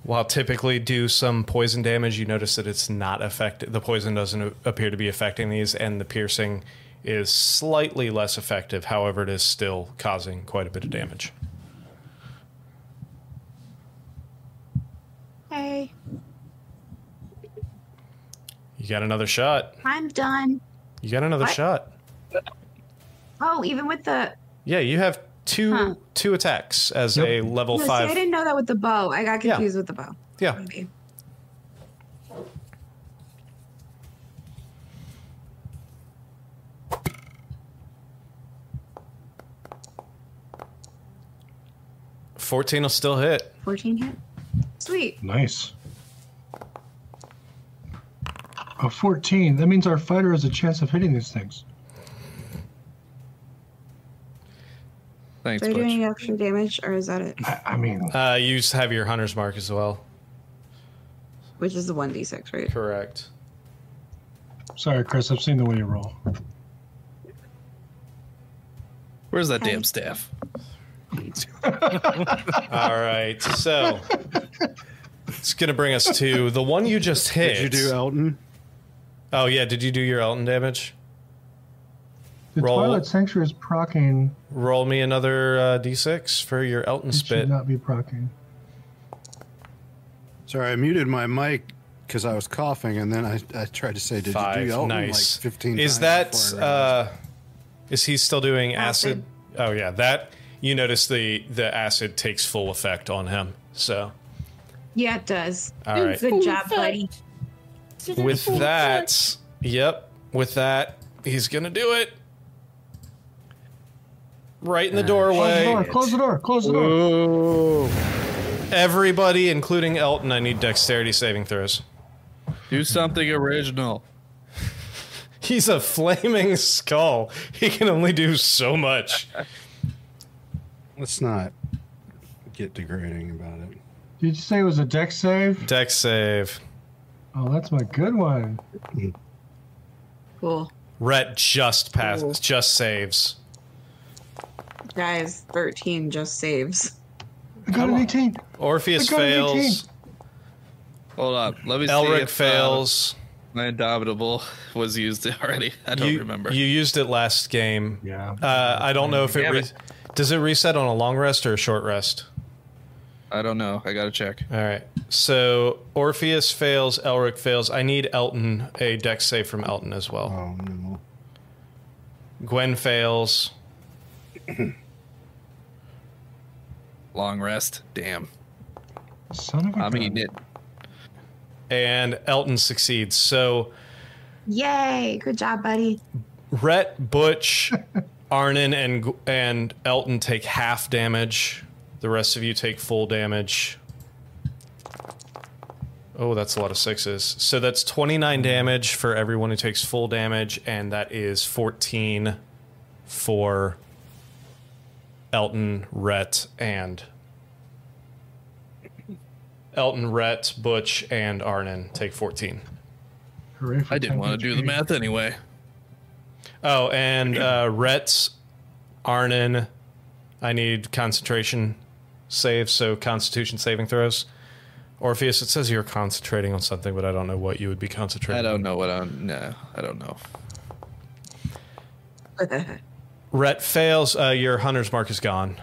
while typically do some poison damage, you notice that it's not affected. The poison doesn't a- appear to be affecting these, and the piercing is slightly less effective. However, it is still causing quite a bit of damage.
Hey,
You got another shot.
I'm done.
You got another
What?
shot.
Oh, even with the
Yeah, you have two
Huh.
two attacks as a level
no, see, I
Oh, five.
didn't know that with the bow. I got
Yeah.
confused with the bow.
Yeah,
Maybe.
fourteen will still hit.
14 hit. Sweet.
Nice. A 14. That means our fighter has a chance of hitting these things.
Thanks,
Are you doing
Butch.
extra damage or is that it?
I, I mean,
Uh, you s- have your hunter's mark as well.
Which is the 1d6, right?
Correct.
sorry, Chris. I've seen the way you roll.
Where's that
Okay.
damn staff?
All right, so it's gonna bring us to the one you just hit.
Did you do Elton?
Oh yeah, did you do your Elton damage?
The
Roll.
Twilight Sanctuary is procking.
Roll me another uh, d6 for your Elton
It
spit.
should not be procking.
Sorry, I muted my mic because I was coughing, and then I, I tried to say, "Did you
Five,
do Elton?"
nice.
Like Fifteen.
is
times
that
before I realized.
uh, is he still doing acid?
Acid.
Oh yeah, that you notice the the acid takes full effect on him. So
Yeah, it does.
all right,
Good job, buddy.
with that, yep, with that, he's gonna do it. Right in the
Close the
doorway.
door. Close the door. Close the door.
Everybody, including Elton, I need dexterity saving throws.
Do something original.
He's a flaming skull. He can only do so much.
Let's not get degrading about it.
Did you say it was a deck save?
Dex save.
Oh, that's my good one.
Cool.
Rhett just passed, just saves.
Guys, 13 just saves.
I got an 18.
Orpheus
I got an
fails.
Hold up. Let me see.
Elric
if, uh,
fails.
my Indomitable was used already. I don't
you,
remember.
You used it last game.
Yeah.
Uh, I don't know if it,
Damn
re-
it.
does it reset on a long rest or a short rest.
I don't know. I gotta check.
All right. So Orpheus fails. Elric fails. I need Elton a dex save from Elton as well.
Oh no.
Gwen fails.
Long rest. Damn.
Son of a
I'm
gun.
eating it.
and Elton succeeds. So
Yay! Good job, buddy.
Rhett, Butch, Arnon, and and Elton take half damage. The rest of you take full damage. Oh, that's a lot of sixes. So that's 29 damage for everyone who takes full damage, and that is 14 for Elton, Rhett, and. Elton, Rhett, Butch, and Arnon take 14.
Hooray for
I didn't
10
want to do
HP.
the math anyway.
Oh, and uh, Rhett's Arnon. I need concentration saves, so constitution saving throws. Orpheus, it says you're concentrating on something, but I don't know what you would be
I
concentrating on.
don't know what I'm. No, I don't know.
Rhett fails. Uh, your hunter's mark is gone.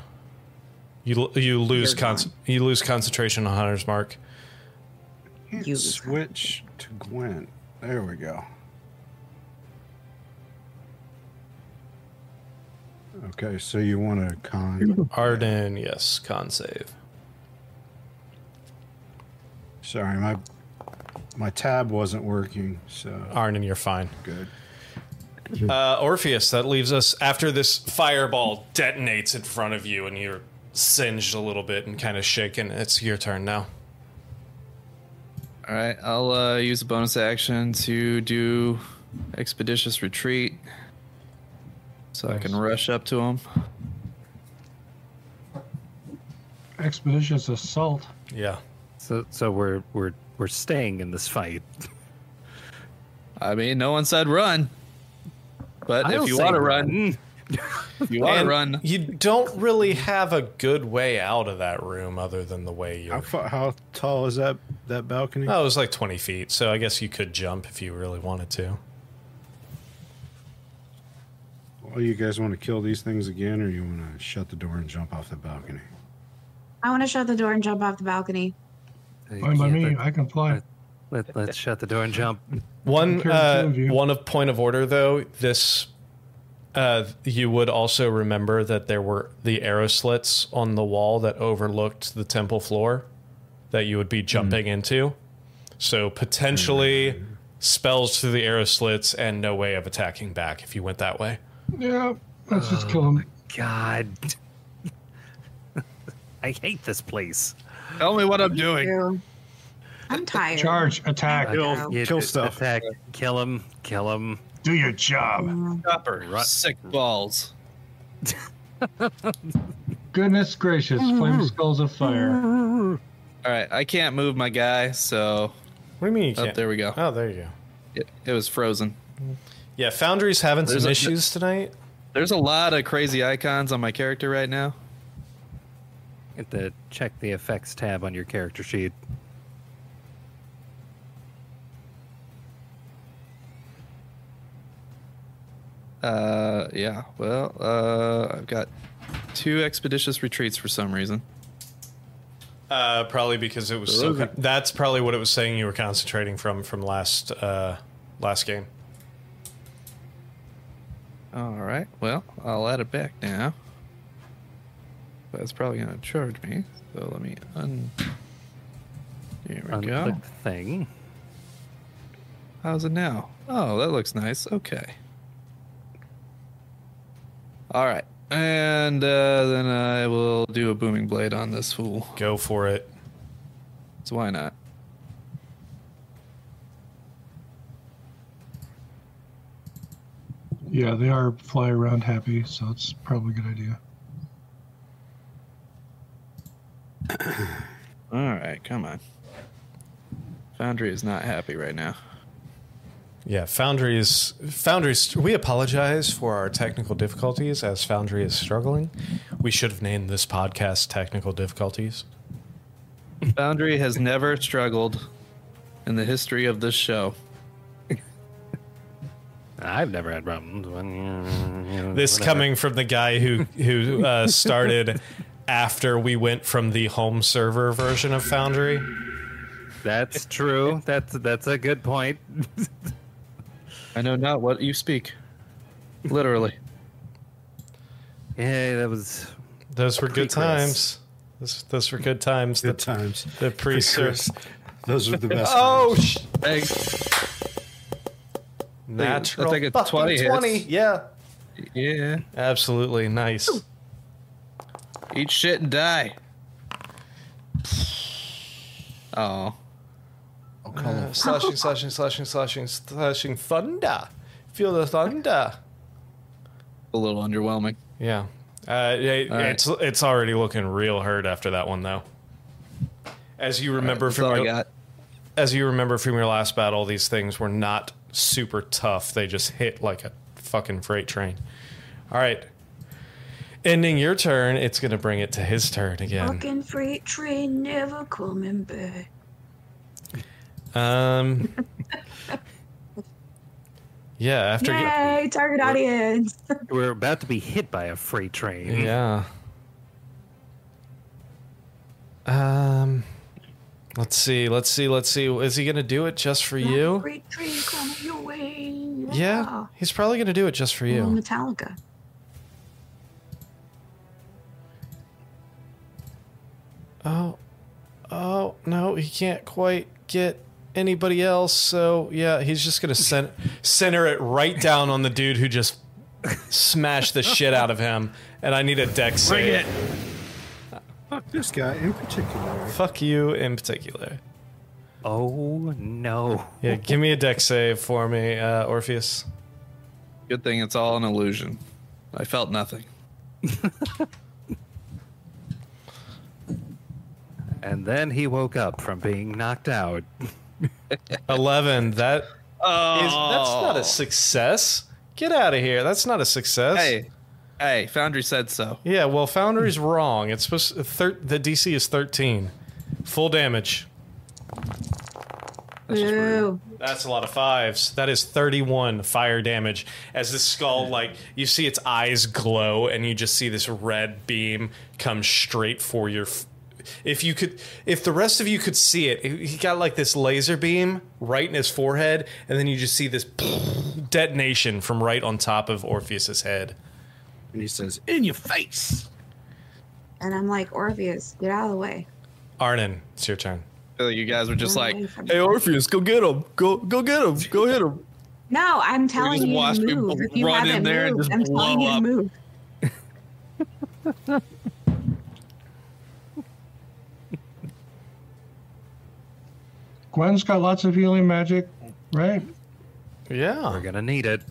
You l- you lose
They're gone.
con- you lose concentration on hunter's mark.
You-
Switch to Gwen. There we go. Okay, so you want to con.
Arden, yes, con save.
Sorry, my my tab wasn't working, so
Arnon, you're fine.
good.
Uh, Orpheus, that leaves us after this fireball detonates in front of you, and you're singed a little bit and kind of shaken. It's your turn now.
All right, I'll uh, use a bonus action to do expeditious retreat, so I can rush up to him.
Expeditious assault.
Yeah.
So, so we're we're we're staying in this fight.
I mean, no one said run, but if you want to run, if you want to
And
run.
You don't really have a good way out of that room other than the way you're.
How fa- how tall is that that balcony?
Oh, it was like 20 feet, so I guess you could jump if you really wanted to.
Well, Oh, you guys want to kill these things again, or you want to shut the door and jump off the balcony?
I want to shut the door and jump off the balcony.
Fine by
Yeah,
me.
but
I can fly.
Let, let's shut the door and jump.
One,
care of two
uh,
of you.
one of point of order, though, this. Uh, you would also remember that there were the arrow slits on the wall that overlooked the temple floor that you would
Hmm.
be jumping into. So potentially spells through the arrow slits and no way of attacking back if you went that way.
Yeah. Let's just kill him.
uh, God, I hate this place.
Tell me what I'm doing.
I'm tired.
Charge. Attack.
Kill-
Yeah,
kill stuff.
Attack. Kill him. Kill him.
Do your job.
Copper, sick balls.
Goodness gracious. Flame skulls of fire.
All right, I can't move my guy, so
What do you mean you
oh,
can't?
there we go.
Oh, there you go.
It, it was frozen.
Yeah, Foundry's having
There's
some
a-
issues tonight.
There's a lot of crazy icons on my character right now.
Get the check the effects tab on your character sheet.
Uh, yeah. Well, uh, I've got two expeditious retreats for some reason.
Uh, probably because it was so.
Okay.
That's probably what it was saying you were concentrating from from last uh, last game.
All right. Well, I'll add it back now. That's probably gonna charge me. So let me un. Here we go.
Unclick the thing.
How's it now? Oh, that looks nice. Okay. All right. And uh, then I will do a booming blade on this fool.
Go for it.
So why not?
Yeah, they are fly around happy, so it's probably a good idea.
All right, come on. Foundry is not happy right now.
Yeah, Foundry is Foundry's. We apologize for our technical difficulties as Foundry is struggling. We should have named this podcast "Technical Difficulties."
Foundry has never struggled in the history of this show.
I've never had problems. When,
This
whatever.
coming from the guy who who uh, started after we went from the home server version of Foundry.
That's true. That's that's a good point.
I know not what you speak. Literally.
Yeah, that was
Those were good
Pre-Chris.
times. Those, those were good times.
Good
The,
times.
the pre
Chris, those were the best.
Oh,
times.
sh-
Hey,
natural.
I think it's
fucking
20 hits.
Yeah. Uh,
yeah.
Absolutely nice.
Eat shit and die. Oh.
Oh, come on.
slashing, slashing, slashing, slashing, slashing thunder. Feel the thunder.
A little underwhelming.
Yeah. Uh, it-
All right.
It's it's already looking real hurt after that one though. As you remember
That's all
from
I
your,
got.
as you remember from your last battle, these things were not super tough. They just hit like a fucking freight train. All right. Ending your turn, it's gonna bring it to his turn again.
Fucking freight train never coming back.
Um. yeah. After.
Yay, target audience.
we're about to be hit by a freight train.
Yeah. Um let's see, let's see, let's see. Is he gonna do it just for you?
Freight train coming your way.
Yeah. He's probably gonna do it just for
Little
you.
Metallica.
Oh oh no, he can't quite get anybody else, so yeah, he's just gonna cent- center it right down on the dude who just smashed the shit out of him. And I need a deck save.
Fuck this guy in particular.
Fuck you in particular.
Oh no.
Yeah, give me a deck save for me, uh, Orpheus.
Good thing it's all an illusion. I felt nothing.
And then he woke up from being knocked out.
11 that is
Oh,
that's not a success get out of here that's not a success
Hey, hey, Foundry said so.
yeah well foundry's wrong it's supposed to, thir- the dc is 13 full damage
Ooh.
that's a lot of fives that is 31 fire damage as this skull like you see its eyes glow and you just see this red beam come straight for your f- if you could if the rest of you could see it he he got like this laser beam right in his forehead and then you just see this detonation from right on top of orpheus's head
And he says, in your face.
And I'm like, Orpheus, get out of the way.
Arnon, it's your turn.
I feel like you guys were just
Get
like,
away from me.
"Hey, Orpheus, go get him! Go, go get him! Go hit him!"
No, I'm telling
just
you
watched me
to move. If you
run in
haven't
there and
moved,
just
I'm telling
blow
you to
up.
move.
Gwen's got lots of healing magic, right?
We're
Yeah.
gonna need it.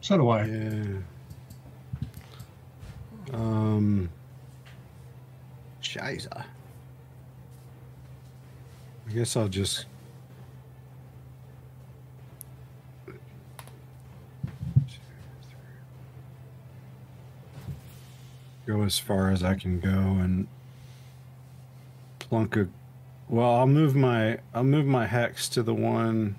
So do I.
Yeah. Um. Shiza. I guess I'll just. Go as far as I can go and plunk a. Well, I'll move my I'll move my hex to the one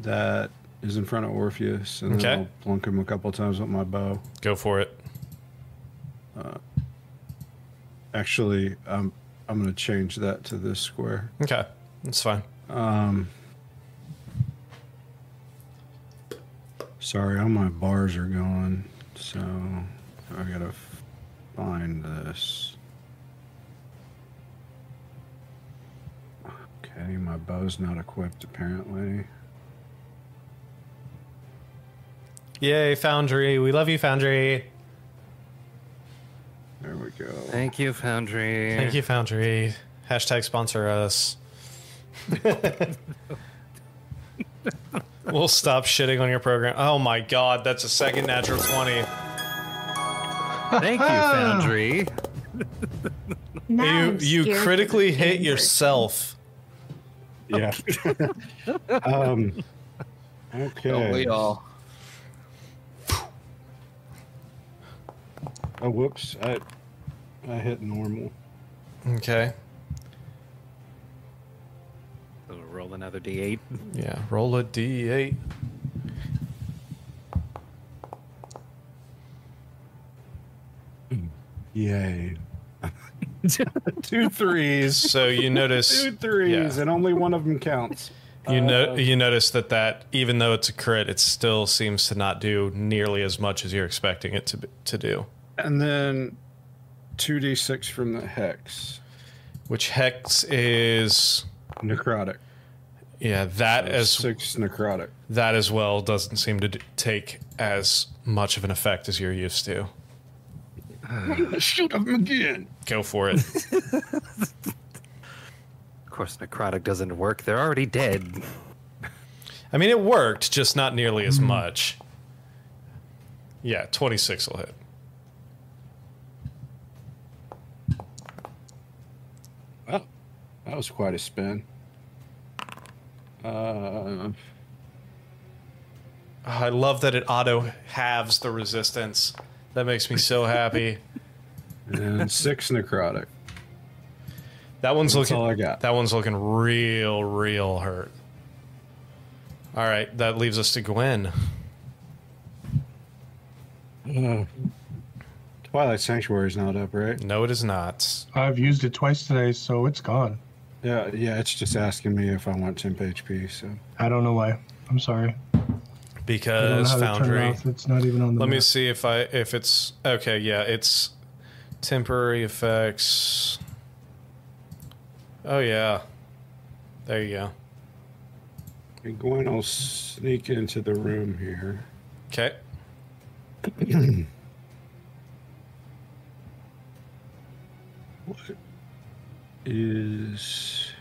that is in front of Orpheus, and
Okay.
then I'll plunk him a couple times with my bow.
Go for it.
Actually, um, I'm going to change that to this square.
Okay. That's fine.
Sorry, all my bars are gone, so I gotta f- find this. Okay, my bow's not equipped apparently.
Yay, Foundry. We love you, Foundry.
There we go.
Thank you, Foundry.
Thank you, Foundry. Hashtag sponsor us. we'll stop shitting on your program. Oh my god, that's a second natural 20.
Thank you,
Ah.
Foundry.
Now
You
I'm
you
scared.
critically hit
Injured.
yourself.
Yeah. um,
Don't
okay.
we all?
Oh, whoops! I I hit normal.
Okay.
roll another d8.
Yeah, roll a d8.
Yay. Two threes.
So you notice
Two threes,
Yeah.
and only one of them counts.
uh,
you know you notice that that even though it's a crit, it still seems to not do nearly as much as you're expecting it to be- to do.
And then 2d6 from the hex.
Which hex is
Necrotic.
yeah that as
Six necrotic.
that as well doesn't seem to d- take as much of an effect as you're used to.
Shoot him again.
Go for it.
Of course, necrotic doesn't work. They're already dead.
I mean, it worked, just not nearly as much. Yeah, 26 will hit.
Well, that was quite a spin. Uh,
Oh, I love that it auto halves the resistance. That makes me so happy.
and six necrotic.
That one's
That's
looking.
all I got.
That one's looking real, real hurt. All right, that leaves us to Gwen.
Twilight Sanctuary is not up, right?
No, it is not.
I've used it twice today, so it's gone.
Yeah, yeah. It's just asking me if I want temp HP. So
I don't know why. I'm sorry. I
Uh,
don't know
Because
how to turn it
Foundry.
off. It's not even on the
Let me
map.
see if I if it's okay. Yeah, it's temporary effects. Oh yeah, there you go.
And Gwen will sneak into the room here.
Okay.
What is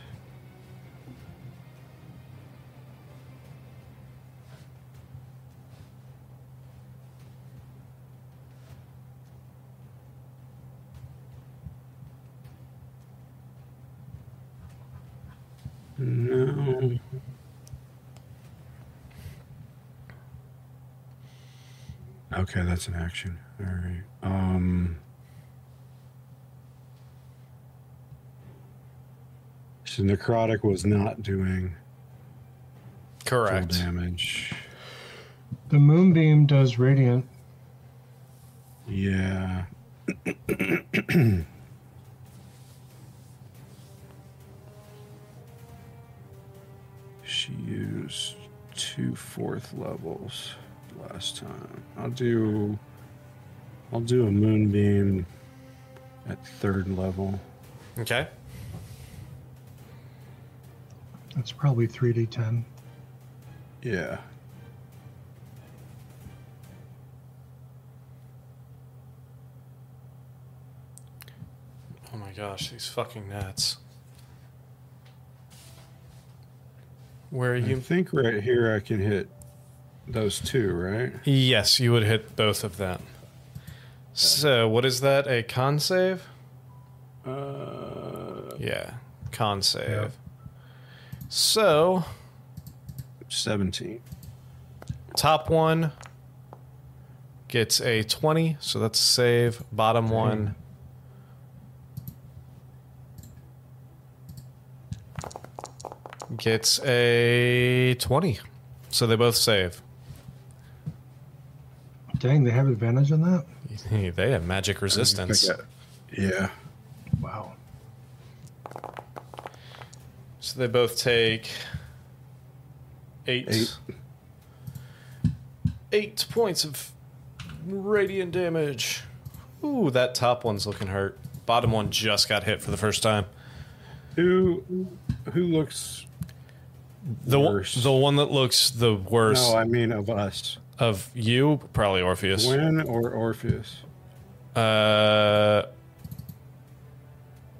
no Okay, that's an action. All right. Um So necrotic was not doing full
Correct.
damage.
The moonbeam does radiant.
Yeah. she used two fourth levels last time. I'll do I'll do a moonbeam at third level.
Okay.
That's probably 3d10.
Yeah.
Oh my gosh, these fucking gnats. Where are
You
you?
think right here I can hit those two, right?
Yes, you would hit both of them. So, what is that? A con save?
Uh,
Yeah, con save. So,
17.
top one gets a 20, so that's a save. Bottom one. Gets a 20. So they both save.
Dang, they have advantage on that?
Hey, they have magic resistance.
I got- Yeah.
Wow.
So they both take eight, eight
Eight.
points of radiant damage. Ooh, that top one's looking hurt. Bottom one just got hit for the first time.
Who who looks
The one,
Worse.
the one that looks the worst
No, I mean of us.
of you, probably Orpheus.
Gwen or Orpheus?
Uh,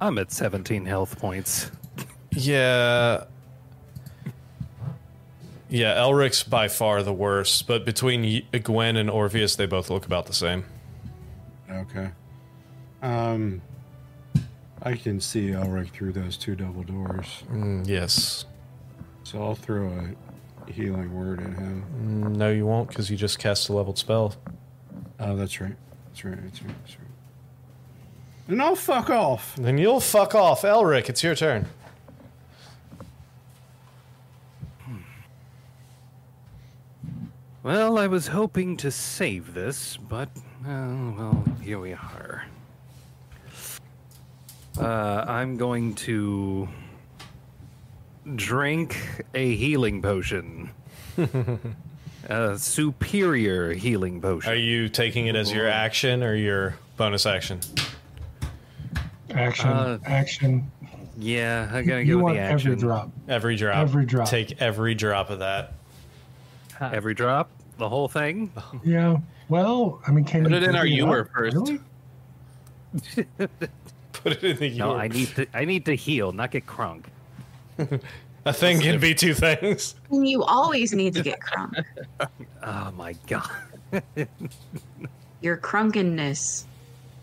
I'm at 17 health points.
yeah. Yeah, Elric's by far the worst, but between y- Gwen and Orpheus, they both look about the same.
Okay. Um I can see Elric through those two double doors.
Mm, yes.
So I'll throw a healing word at him.
No, you won't, because you just cast a leveled spell.
Oh, that's right. That's right. That's right. That's right. And I'll fuck off.
Then you'll fuck off, Elric. It's your turn.
Well, I was hoping to save this, but uh, well, here we are. Uh, I'm going to drink a healing potion. a superior healing potion.
Are you taking it as your action or your bonus action?
Action,
Uh,
action.
yeah, I'm gonna go
You
with
want
the
every
action.
drop.
Every drop.
Every drop.
Take every drop of that.
Every drop, the whole thing.
Yeah. Well, I mean, can
Put
you
it in
give
our
me
humor
up?
first.
Really?
Put it in the
No,
ewer.
I need to. I need to heal, not get crunk.
A thing can be two things.
And you always need to get crunk.
Oh my god.
Your crunkenness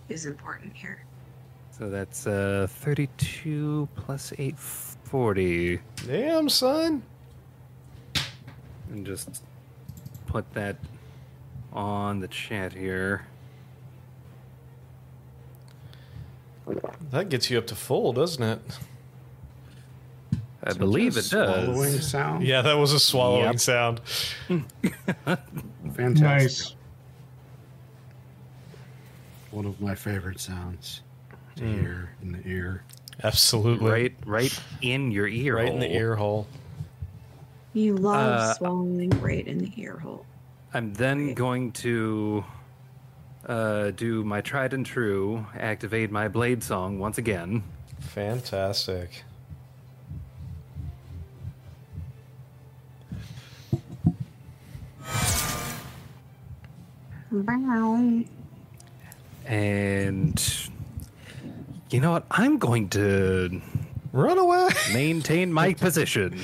is important here.
So that's uh 32 plus 8, 40.
Damn, son.
And just put that on the chat here.
That gets you up to full, doesn't it?
I believe it
Swallowing
does.
sound.
Yeah, that was a swallowing
Yep.
sound.
Fantastic.
Nice.
One of my favorite sounds. To
Mm.
hear in the ear.
Absolutely.
Right right in your ear.
Right in the
hole.
ear hole.
You love
Uh,
swallowing right in the ear hole.
I'm then going to uh, do my tried and true, activate my blade song once again.
Fantastic.
Wow.
And you know what? I'm going to
Run away.
maintain my position.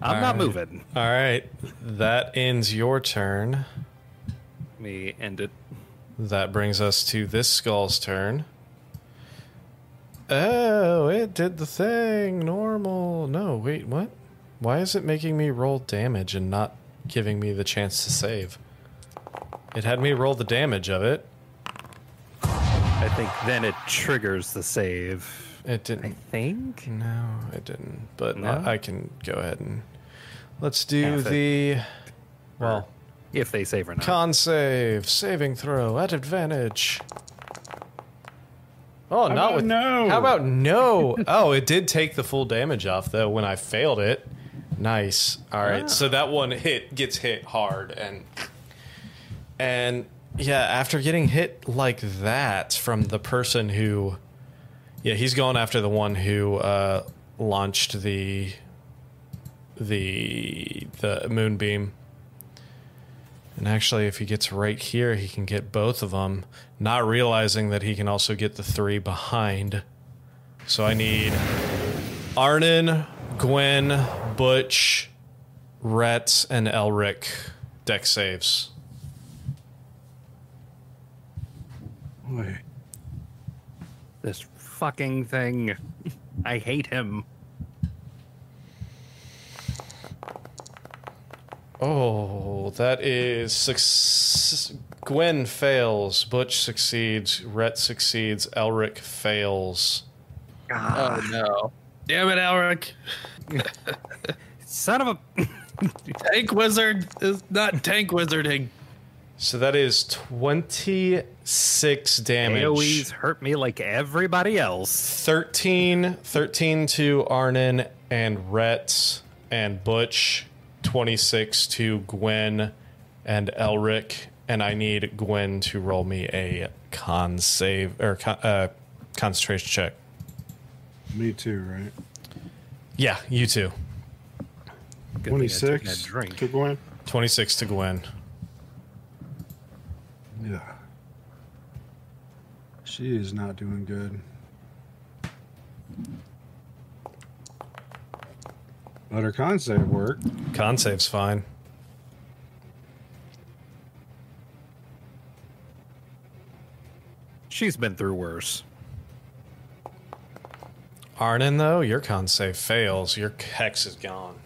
I'm not
Alright.
moving.
All right. That ends your turn.
Let me end it.
That brings us to this skull's turn. Oh, it did the thing. Normal. No, wait, what? Why is it making me roll damage and not giving me the chance to save? It had me roll the damage of it.
I think then it triggers the save.
It
I
didn't.
think.
No, it didn't. But
No?
I, I can go ahead and. Let's do
Half it.
the. Well,
If they save or not.
con save, saving throw at advantage. Oh, not
How about
with
no?
How about no? oh, it did take the full damage off though when I failed it. Nice. All right, so that one hit gets hit hard and and yeah, after getting hit like that from the person who, yeah, he's going after the one who uh, launched the the the moonbeam. And actually, if he gets right here, he can get both of them, not realizing that he can also get the three behind. So I need Arnon, Gwen, Butch, Rhett, and Elric deck saves.
Boy,
This fucking thing. I hate him.
Oh, that is success. Gwen fails, Butch succeeds, Rhett succeeds, Elric fails.
Oh no! Damn it, Alric!
Son of a.
Tank wizard is not tank wizarding.
So that is 26 damage.
AoEs hurt me like everybody else.
13, 13 to Arnon and Rhett and Butch, 26 to Gwen and Elric. And I need Gwen to roll me a con save or con, uh, concentration check.
me too, right?
Yeah, you too.
Good thing I took
Twenty six.
that drink.
Took one.
26 to Gwen.
Yeah. She is not doing good. But her con save worked.
Con save's fine.
She's been through worse.
Arnon, though, your con save fails. Your hex is gone.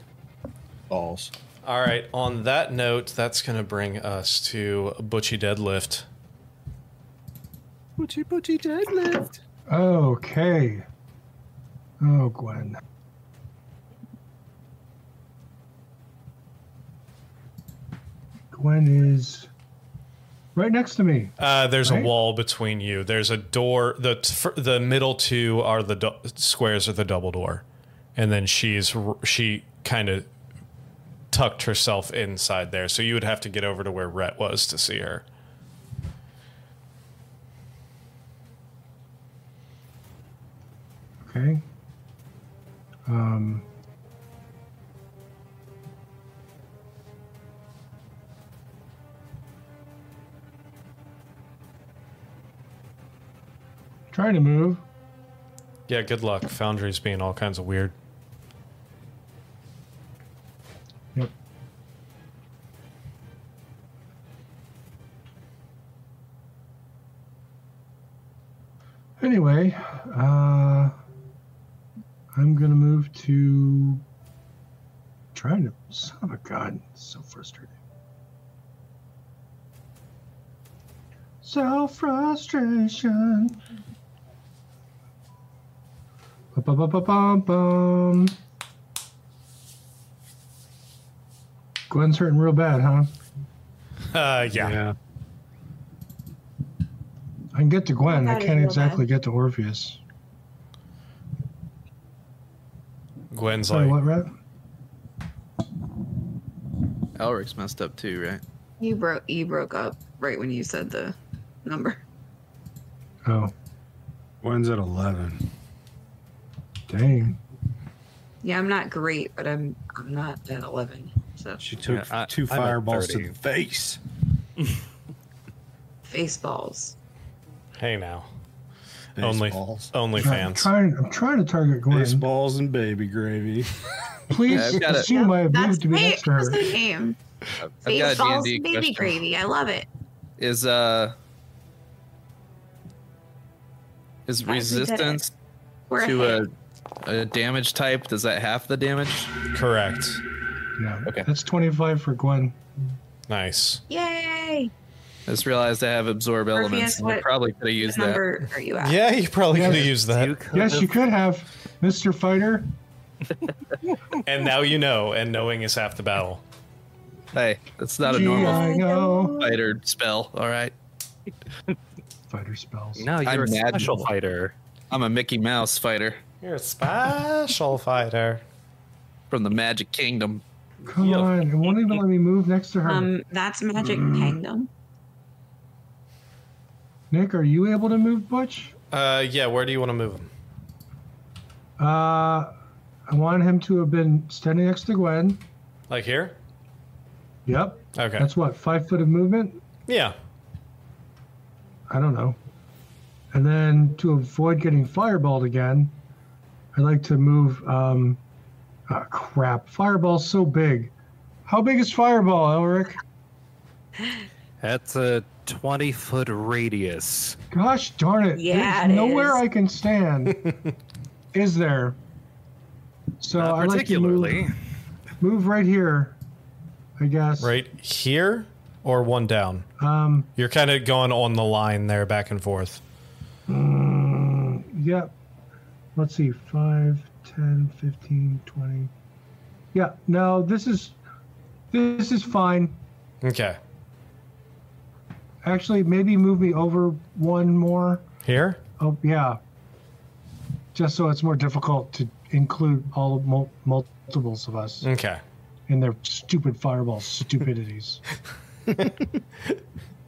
Balls.
All right, on that note, that's going to bring us to Butchie Deadlift.
Butchie butchie deadlift.
Okay. Oh, Gwen. Gwen is right next to me.
Uh, there's
Right?
a wall between you. There's a door. The t- fir- the middle two are the dou- squares are the double door, and then she's r- she kind of tucked herself inside there. So you would have to get over to where Rhett was to see her.
Okay. Um, trying to move.
Yeah, good luck. Foundry's being all kinds of weird.
Yep. Anyway, uh, I'm gonna move to trying to. Son of a god, it's so frustrating. So frustration. Ba-ba-ba-ba-bum. Gwen's hurting real bad, huh?
Uh, yeah.
Yeah.
I can get to Gwen. I
That is
can't
real
exactly get to Orpheus.
Gwen's
Sorry,
like,
what, Rhett?
Elric's messed up too, right?
You broke. You broke up right when you said the number.
Oh,
When's at 11?
dang.
Yeah, I'm not great, but I'm I'm not at eleven. So
She took
Yeah, I-
two
I'm at
fireballs to
30.
the face.
face balls.
hey now, only
Baseballs.
only
I'm
fans.
trying, I'm trying to target Gwen.
Baseballs and baby gravy.
Yeah,
Please
I've got it.
assume I have
That's
moved to be
hey,
next to
that's
her.
the name.
I've, I've
Face
got a
balls,
D&D
and baby
question.
gravy. I love it.
Is uh is
How'd we get it?
resistance
We're
to uh,
ahead.
a, a damage type? Does that half the damage?
Correct.
Yeah,
Okay.
that's 25 for Gwen.
Nice.
Yay!
I just realized I have absorb
Orpheus,
elements. and I
what
probably could have
What
used that.
number are you at?
Yeah, you probably
Yeah.
could have used that.
You could
Yes, you
have-
could have, Mr. Fighter.
And now you know, and knowing is half the battle.
Hey, that's not a
Gee,
normal
I know.
fighter spell. All right,
Fighter spells.
No, you're
I'm
a
mad
special
now.
fighter.
I'm a Mickey Mouse fighter
You're a special fighter.
from the Magic Kingdom.
Come
Yeah.
on, it won't even let me move next to her.
Um, that's Magic
Mm.
Kingdom.
Nick, are you able to move Butch?
Uh, yeah. Where do you want to move him?
Uh, I want him to have been standing next to Gwen.
Like here?
Yep.
Okay.
That's what, five foot of movement?
yeah.
I don't know. And then to avoid getting fireballed again, I'd like to move. Um, ah, crap. Fireball's so big. How big is Fireball, Elric?
That's a 20 foot radius.
Gosh darn it.
Yeah,
There's
it
nowhere
is.
I can stand. is there? So
Not
Oh, I like to move,
particularly.
move right here, I guess.
Right here or one down?
Um,
You're kind of going on the line there, back and forth.
Mm, yep. Let's see. 5, 10, 15, 20. Yeah, no, this is this is fine.
Okay.
Actually, maybe move me over one more.
Here?
Oh, yeah. Just so it's more difficult to include all mul- multiples of us
Okay.
in their stupid fireball stupidities.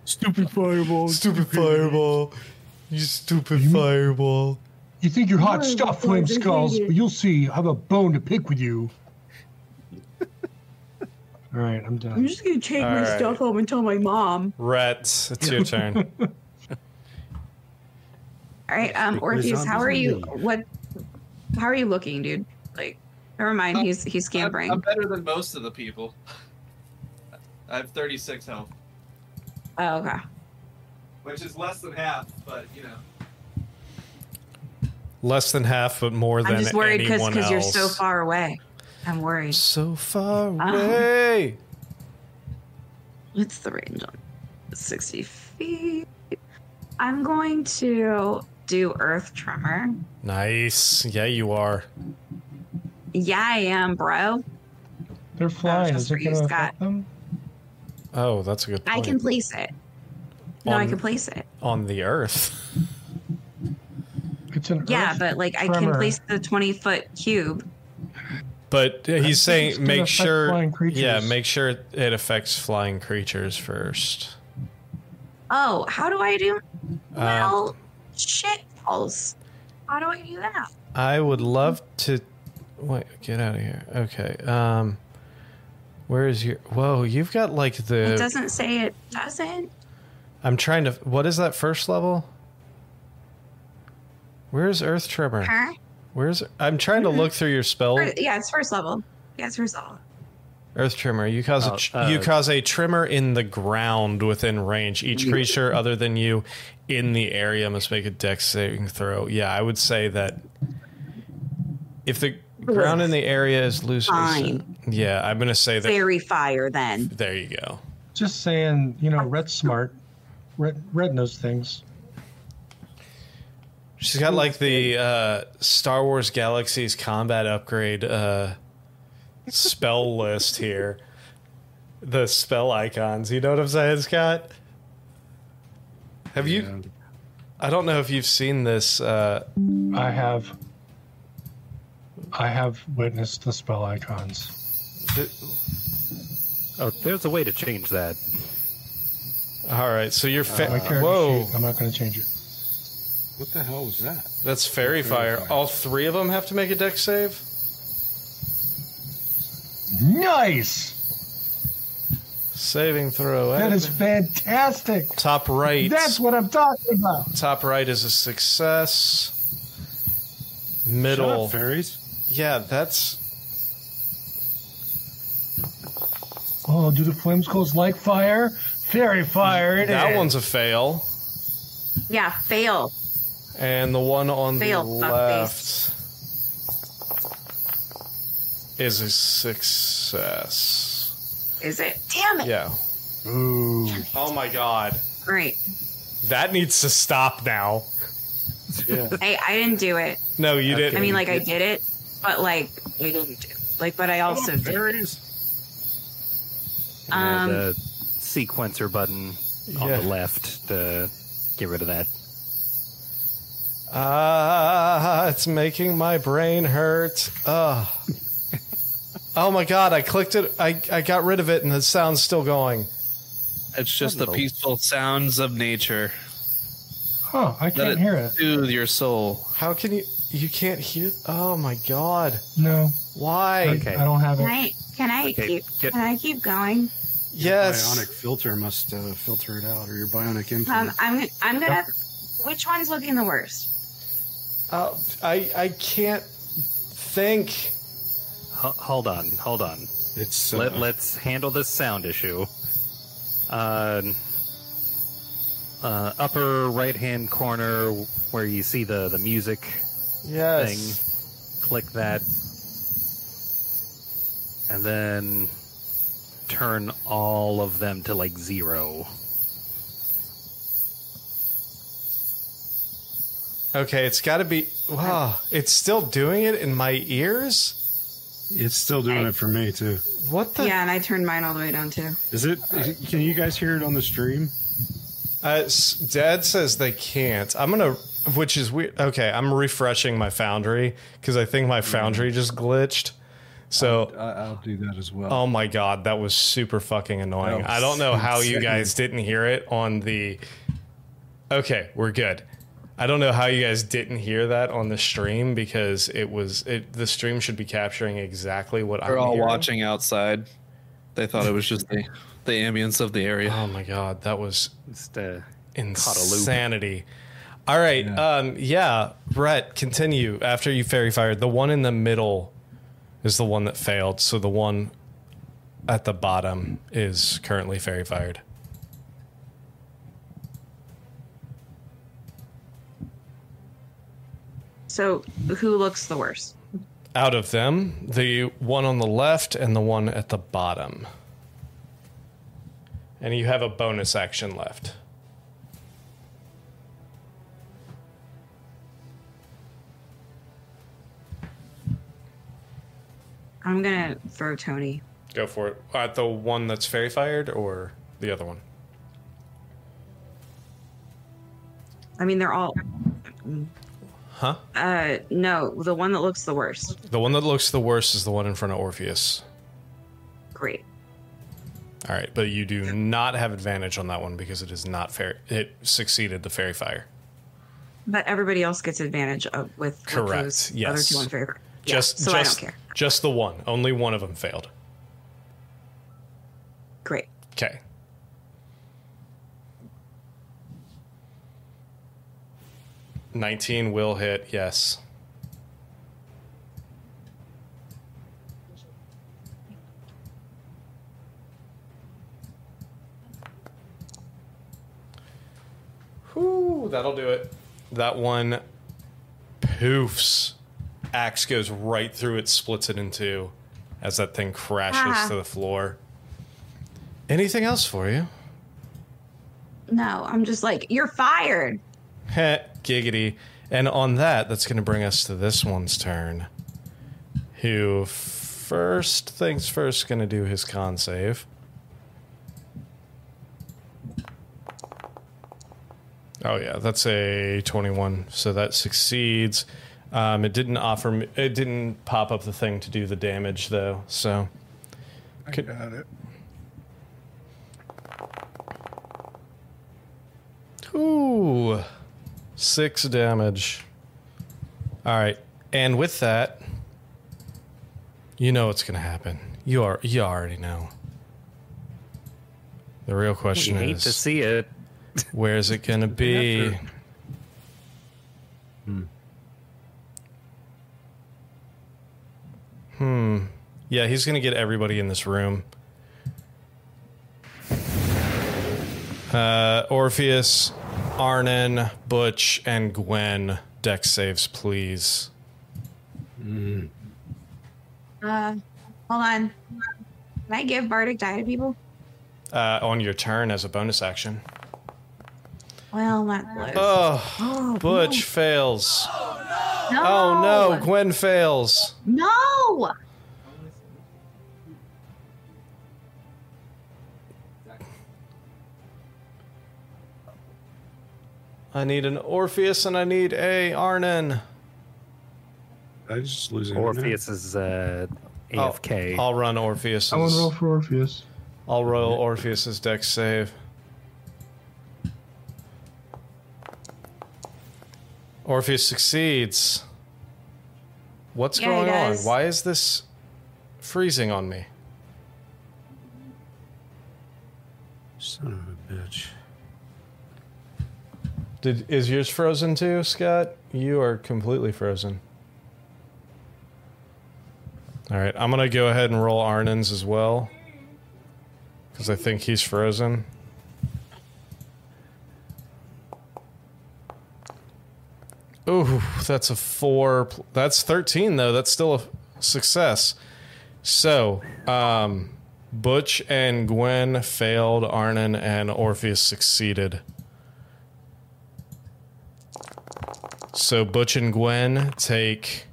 Stupid fireball.
Stupid fireball. You stupid fireball.
you think you're hot
No,
stuff,
I
Flame
just
Skulls,
hate it.
but you'll see. I have a bone to pick with you. all right, I'm done.
I'm just gonna take
All
my
right.
stuff home and tell my mom.
Rhett, it's your turn.
All right, um,
Speak with
Orpheus, how
zombies
are
and
you?
leave.
What? How are you looking, dude? Like, never mind.
Uh,
He's he's scampering.
better than most of the people. I have 36 health,
Oh, okay.
which is less than half, but you know.
Less than half, but more than
I'm just worried because
anyone
you're
else.
so far away. I'm worried.
So far
Ah.
away.
What's the range on? 60 feet. I'm going to do Earth Tremor.
Nice. Yeah, you are.
Yeah, I am, bro.
They're flying.
just
Is it
for you,
going to
Scott.
affect them?
Uh, Oh, that's a good point.
I can place it. No, I
On-
can place it.
on the earth.
It's an
Yeah,
Earth
but like I can
tremor.
place the 20 foot cube.
But he's
it's
saying
gonna
make
affect
sure
flying creatures.
Yeah, make sure it affects flying creatures first.
Oh, how do I do?
Um,
well, shit balls. How do I do that?
I would love to wait, get out of here. Okay. Um where is your Whoa, you've got like
It
the
doesn't say it doesn't.
I'm trying to what is that first level? Where's Earth Tremor?
Huh?
Where's I'm trying to look through your spell.
Or- Yeah, it's first level. Yeah, it's first level.
Earth tremor. You cause a
Oh,
tr-
uh,
you cause a tremor in the ground within range. Each creature other than you in the area must make a dex saving throw. Yeah, I would say that if the ground in the area is loose.
Fine.
Yeah, I'm gonna say that.
Fairy fire then.
There you go.
Just saying, you know, Red's smart. Red, Red knows things.
She's got like the uh, Star Wars Galaxy's combat upgrade uh, spell list here. The spell icons. You know what I'm saying, Scott? Have you?
Yeah.
I don't know if you've seen this. Uh,
I have. I have witnessed the spell icons.
th-
Oh, there's a way to change that.
all right, so you're fa-
Uh, My character
whoa.
sheet, I'm not going to change it.
What the hell was that?
That's fairy
Fairy
fire.
fire.
All three of them have to make a deck save.
Nice.
Saving throw. eh?
That is fantastic.
top right.
That's what I'm talking about.
top right is a success.
Shut
Middle.
up, fairies.
yeah, that's
Oh, do the flames close like fire? Fairy fire. It
that
is.
one's a fail,
Yeah, fail.
and the one on
Fail,
the left is a success.
Is it? Damn it.
Yeah.
Ooh.
Oh my god,
Great.
that needs to stop now.
Yeah.
I, I didn't do it.
No, you
Okay.
didn't.
I mean, like I did it, but like I didn't do. Like, but I also did.
fairies.
Yeah,
Um,
the sequencer button on
Yeah.
the left to get rid of that.
Ah, it's making my brain hurt. Ugh. oh my god, I clicked it. I, I got rid of it and the sound's still going.
It's just the
Hello.
peaceful sounds of nature.
Huh, I
Let
can't hear
it
it.
soothe your soul.
How can you. You can't hear. Oh my god.
No,
Why?
Okay.
I don't have
can
it.
I? Can I
Okay,
keep?
get-
Can I keep going?
Yes.
Bionic filter must uh, filter it out, or your bionic
Um,
implant.
I'm. I'm gonna. Which one's looking the worst?
Uh, I, I can't think.
Ho- hold on, hold on.
it's uh,
Let, let's handle this sound issue. Uh, uh, upper right hand corner where you see the, the music
Yes.
thing, click that. And then turn all of them to like zero.
Okay, it's gotta be. Wow. It's still doing it in my ears?
it's still doing it for me too.
What the.
yeah, and I turned mine all the way down too.
Is it? is- can you guys hear it on the stream?
Uh, s- Dad says they can't. I'm gonna, which is weird. Okay, I'm refreshing my Foundry because I think my Foundry just glitched. So,
I, Uh, I'll do that as well.
oh my god, that was super fucking annoying.
That
I don't
was
know how you
insane.
guys didn't hear it on the. Okay, we're good. I don't know how you guys didn't hear that on the stream because it was it. The stream should be capturing exactly what
They're
I'm
all
hearing.
watching outside. They thought it was just the, the ambience of the area.
Oh my god, that was
Just, uh, loop.
insanity. All right, yeah. um, yeah, Brett, continue after you fairy fired. The one in the middle is the one that failed, so the one at the bottom is currently fairy fired.
So who looks the worst?
Out of them, the one on the left and the one at the bottom. And you have a bonus action left.
I'm gonna throw Tony.
Uh, Go for it. At the one that's fairy fired, or the other one.
I mean, they're all.
Huh?
Uh, no, the one that looks the worst.
The one that looks the worst is the one in front of Orpheus.
Great.
All right, but you do not have advantage on that one because it is not fair. It succeeded the fairy fire.
But everybody else gets advantage of with with
Correct,
those other
yes.
two in favor. Yeah,
Just,
so
just,
I don't care.
just the one. Only one of them failed.
Great.
Okay. Nineteen will hit. Yes. Whew, that'll do it. That one poofs. Axe goes right through it, splits it in two as that thing crashes
Ah.
to the floor. Anything else for you?
No, I'm just like, you're fired.
Heh, giggity. And on that, that's going to bring us to this one's turn. Who first things first going to do his con save. Oh yeah, that's a 21. So that succeeds. Um, it didn't offer me, it didn't pop up the thing to do the damage though. So
I
Could-
got it.
Ooh, six damage. All right, and with that, you know what's gonna happen. You are you already know. The real
We
question
hate to
is,
see it.
where's it gonna be? Hmm. Yeah, he's gonna get everybody in this room. Uh, Orpheus, Arnon, Butch, and Gwen. Deck saves, please.
Uh, hold on. Can I give Bardic Die to people?
Uh, on your turn as a bonus action.
Well, not close.
Oh,
oh,
Butch fails.
No.
Oh no, Gwen fails.
No.
I need an Orpheus and I need a Arnon.
Oh. I just lose it.
Orpheus is uh,
I'll-
AFK.
I'll, run Orpheus's.
I want to roll for Orpheus.
I'll roll Orpheus's deck save. Orpheus succeeds. What's
Yeah, he
going on?
does.
Why is this freezing on me?
Son of a bitch.
Did is yours frozen too, Scott? You are completely frozen. All right, I'm gonna go ahead and roll Arnon's as well, because I think he's frozen. Ooh, that's a four. pl- That's thirteen though. That's still a success. So, um, Butch and Gwen failed. Arnon and Orpheus succeeded. So Butch and Gwen take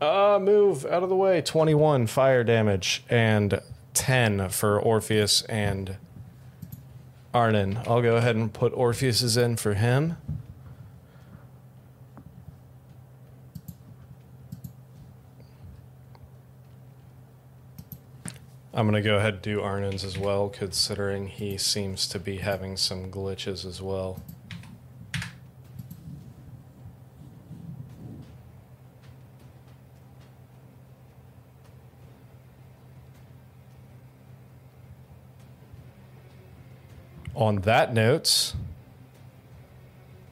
uh move out of the way. 21 fire damage and 10 for Orpheus and Arnon. I'll go ahead and put Orpheus's in for him. I'm going to go ahead and do Arnon's as well, considering he seems to be having some glitches as well. on that note,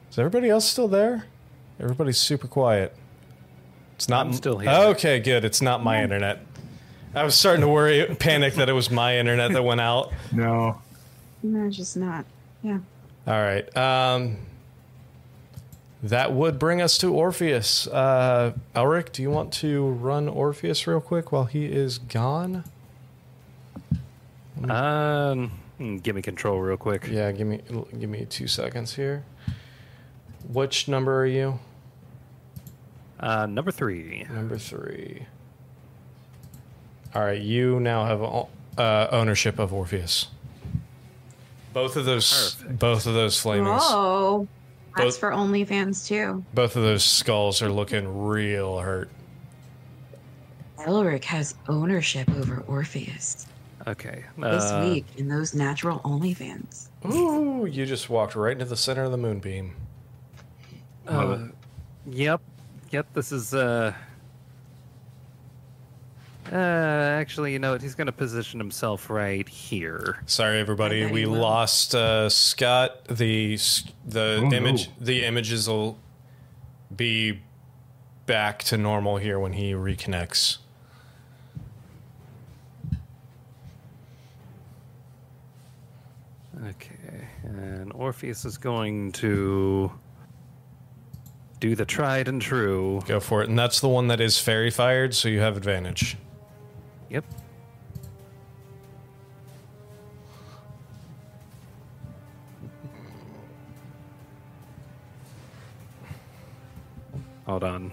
is everybody else still there? Everybody's super quiet. It's not
I'm still here.
Okay, good. It's not my internet. I was starting to worry, panic that it was my internet that went out.
No.
No, just not. Yeah.
All right. Um, that would bring us to Orpheus. Uh, Elric, do you want to run Orpheus real quick while he is gone?
Um, mm, give me control real quick.
Yeah, give me give me two seconds here. Which number are you?
Uh, number three.
Number three. All right, you now have o- uh, ownership of Orpheus. Both of those, both of those flamings,
Oh, that's
Both-
for OnlyFans too.
both of those skulls are looking real hurt.
Elric has ownership over Orpheus
Okay.
this
uh,
week in those natural OnlyFans.
Ooh, you just walked right into the center of the moonbeam.
uh, yep. Yep. This is. Uh, uh, actually, you know what? He's going to position himself right here.
Sorry, everybody,
I bet
we
he will.
lost uh, Scott. The s- the
Oh,
image
no.
the images will be back to normal here when he reconnects.
Okay. And Orpheus is going to do the tried and true.
Go for it, and that's the one that is fairy fired, so you have advantage.
Yep. Hold on.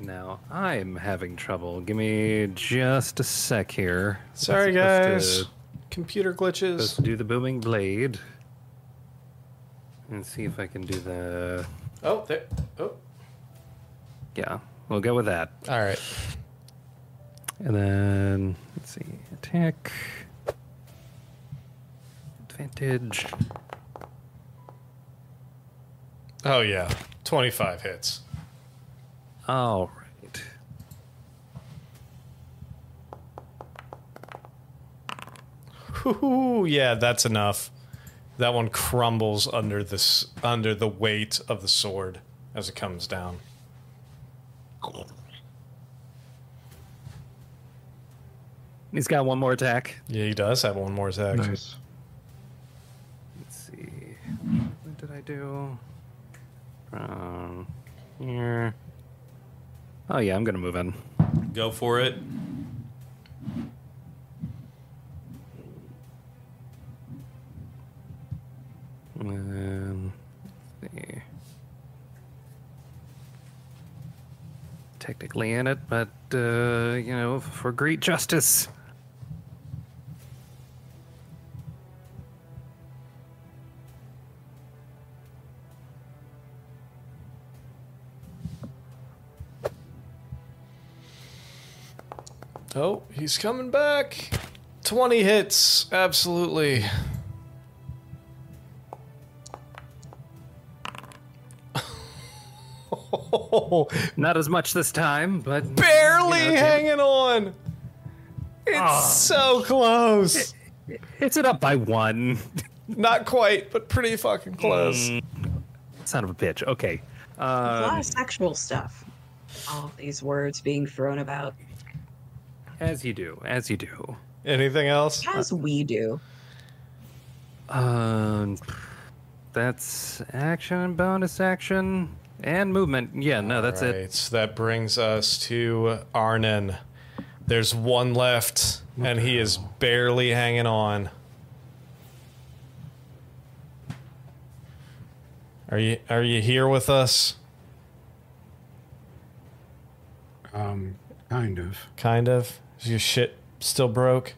Now I'm having trouble. Give me just a sec here.
Sorry,
I'm
guys,
supposed
computer
to-
glitches.
supposed to do the booming blade. And see if I can do the
Oh, there. Oh,
yeah, we'll go with that.
all right.
And then let's see, attack, advantage.
Oh yeah, twenty five hits.
All right.
Ooh, yeah, that's enough. That one crumbles under this under the weight of the sword as it comes down.
He's got one more attack.
Yeah, he does have one more attack.
Nice.
Let's see. What did I do? From here. Oh yeah, I'm gonna move in.
Go for it.
Um, let's see. Technically in it, but uh, you know, for great justice.
Oh, he's coming back. 20 hits. Absolutely. Oh,
Not as much this time, but
Barely
You know, Ah.
hanging on. It's so close.
It's it up by one.
Not quite, but pretty fucking close.
Mm. Son of a bitch. Okay.
a lot
Uh,
um,
of sexual stuff. All these words being thrown about,
as you do, as you do.
Anything else?
as we do.
Um, that's action, bonus action, and movement. Yeah, no, that's
All
it.
right, so that brings us to Arnon. There's one left, and he is barely hanging on. Are you are you here with us?
Um, kind of.
Kind of. Is your shit still broke?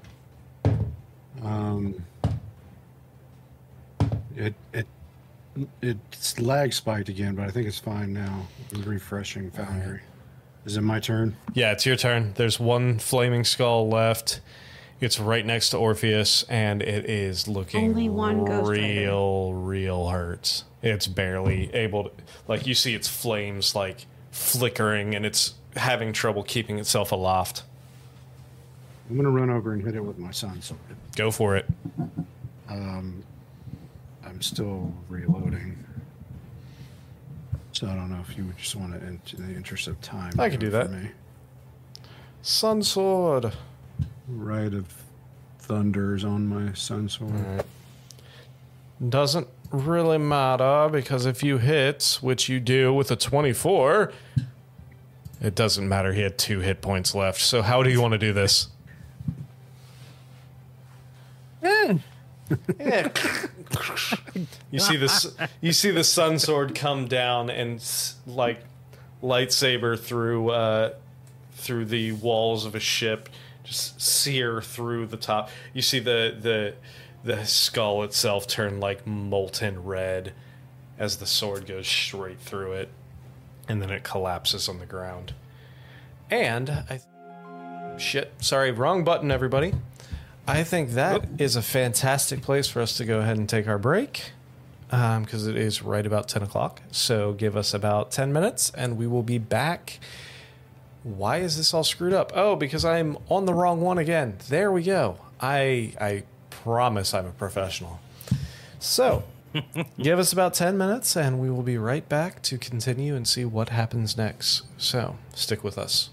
Um, it it it's lag spiked again, but I think it's fine now. I'm refreshing Foundry. Is it my turn?
Yeah, it's your turn. There's one flaming skull left. It's right next to Orpheus, and it is looking
Only one Ghost Rider.
real, real hurt. It's barely able to, like you see its flames like flickering, and it's having trouble keeping itself aloft.
I'm gonna run over and hit it with my sun sword.
Go for it.
I'm still reloading, so I don't know if you would just want to, in the interest of time,
I can do
it for
that.
me.
Sun sword.
Right of thunders on my sun sword.
Doesn't really matter because if you hit, which you do with a 24, it doesn't matter. He had two hit points left. So, how do you want to do this? you see this you see the sun sword come down and s- like lightsaber through uh, through the walls of a ship just sear through the top. You see the the the skull itself turn like molten red as the sword goes straight through it, and then it collapses on the ground. And I shit, sorry, wrong button, everybody. I think that is a fantastic place for us to go ahead and take our break because it is right about 10 o'clock. So give us about 10 minutes and we will be back. Why is this all screwed up? Oh, because I'm on the wrong one again. There we go. I, I promise I'm a professional. So give us about 10 minutes and we will be right back to continue and see what happens next. So stick with us.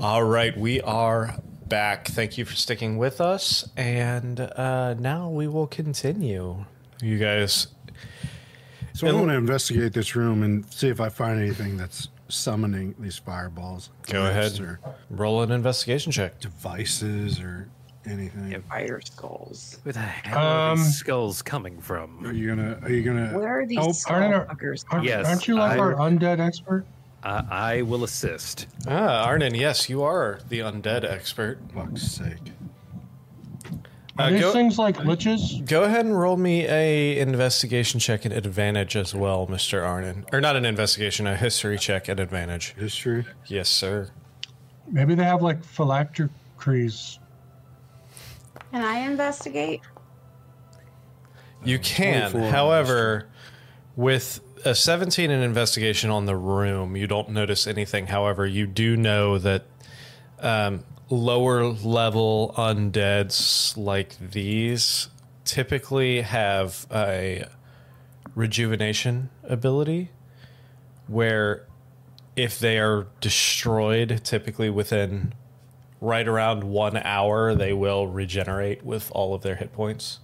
All right, we are back. Thank you for sticking with us. And uh, now we will continue. You guys.
So I want to investigate this room and see if I find anything that's summoning these fireballs.
Go ahead.
Or
Roll an investigation check.
devices or anything.
Fire skulls.
Where the hell are
Um,
these skulls coming
Are
from?
you gonna? Are you gonna?
Where are these
Oh, aren't it-
skullfuckers?
Aren't,
Yes,
aren't you like
I-
our undead expert?
Uh, I will assist.
Ah, Arnon, yes, you are the undead expert.
Fuck's sake!
Uh,
Are these
go-
things like liches?
Go ahead and roll me a investigation check at advantage as well, Mr. Arnon. Or not an investigation, a history check at advantage.
History.
Yes, sir.
Maybe they have like phylacteries.
Can I investigate?
You can.
24
However, with a 17 in investigation on the room, you don't notice anything. However, you do know that um, lower level undeads like these typically have a rejuvenation ability where if they are destroyed, typically within right around one hour, they will regenerate with all of their hit points.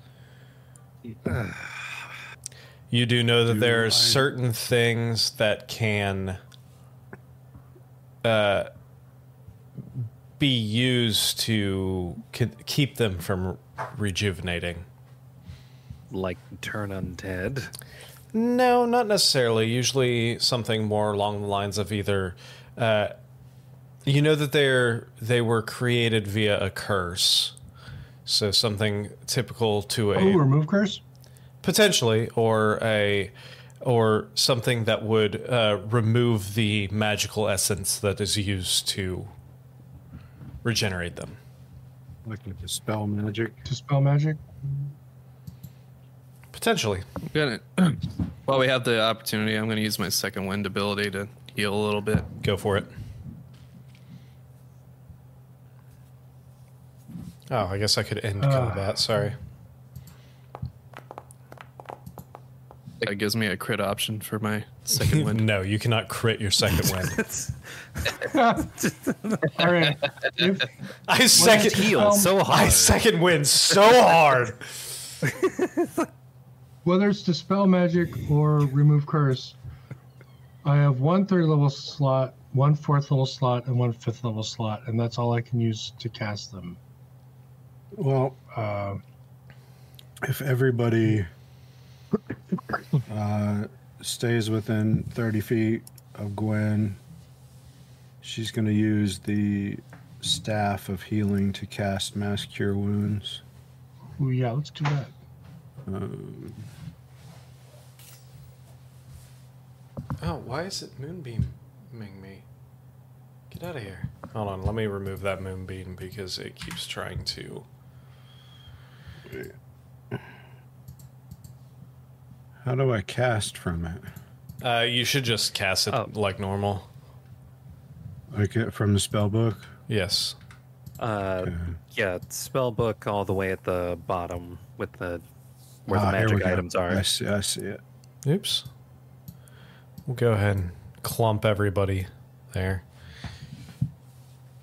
You do know that there
I-
are certain things that can uh, be used to c- keep them from rejuvenating.
Like turn undead.
No, not necessarily. Usually something more along the lines of either uh, you know that they're they were created via a curse. So something typical to a
Oh, remove curse?
potentially or a or something that would uh, remove the magical essence that is used to regenerate them.
Like with the spell magic.
Dispel magic?
Potentially.
Gonna, while we have the opportunity, I'm going to use my second wind ability to heal a little bit.
Go for it. Oh, I guess I could end combat. Sorry.
That gives me a crit option for my second wind.
no, you cannot crit your second wind.
All right. If,
I second
Heal
um,
so hard.
I second wind so hard.
whether it's dispel magic or remove curse, I have one third level slot, one fourth level slot, and one fifth level slot, and that's all I can use to cast them.
Well,
Uh,
if everybody uh, stays within 30 feet of Gwen, she's going to use the staff of healing to cast mass cure wounds.
ooh, yeah, let's do that.
Um,
Oh, why is it moonbeaming me? Get out of here. Hold on, let me remove that moonbeam because it keeps trying to.
how do I cast from it?
Uh, you should just cast it
Oh.
like normal.
Like it from the spell book?
Yes.
Uh,
Okay.
yeah, spell book all the way at the bottom with the where
Ah,
the
here we
magic
go.
items are.
I see, I see it.
Oops. We'll go ahead and clump everybody there.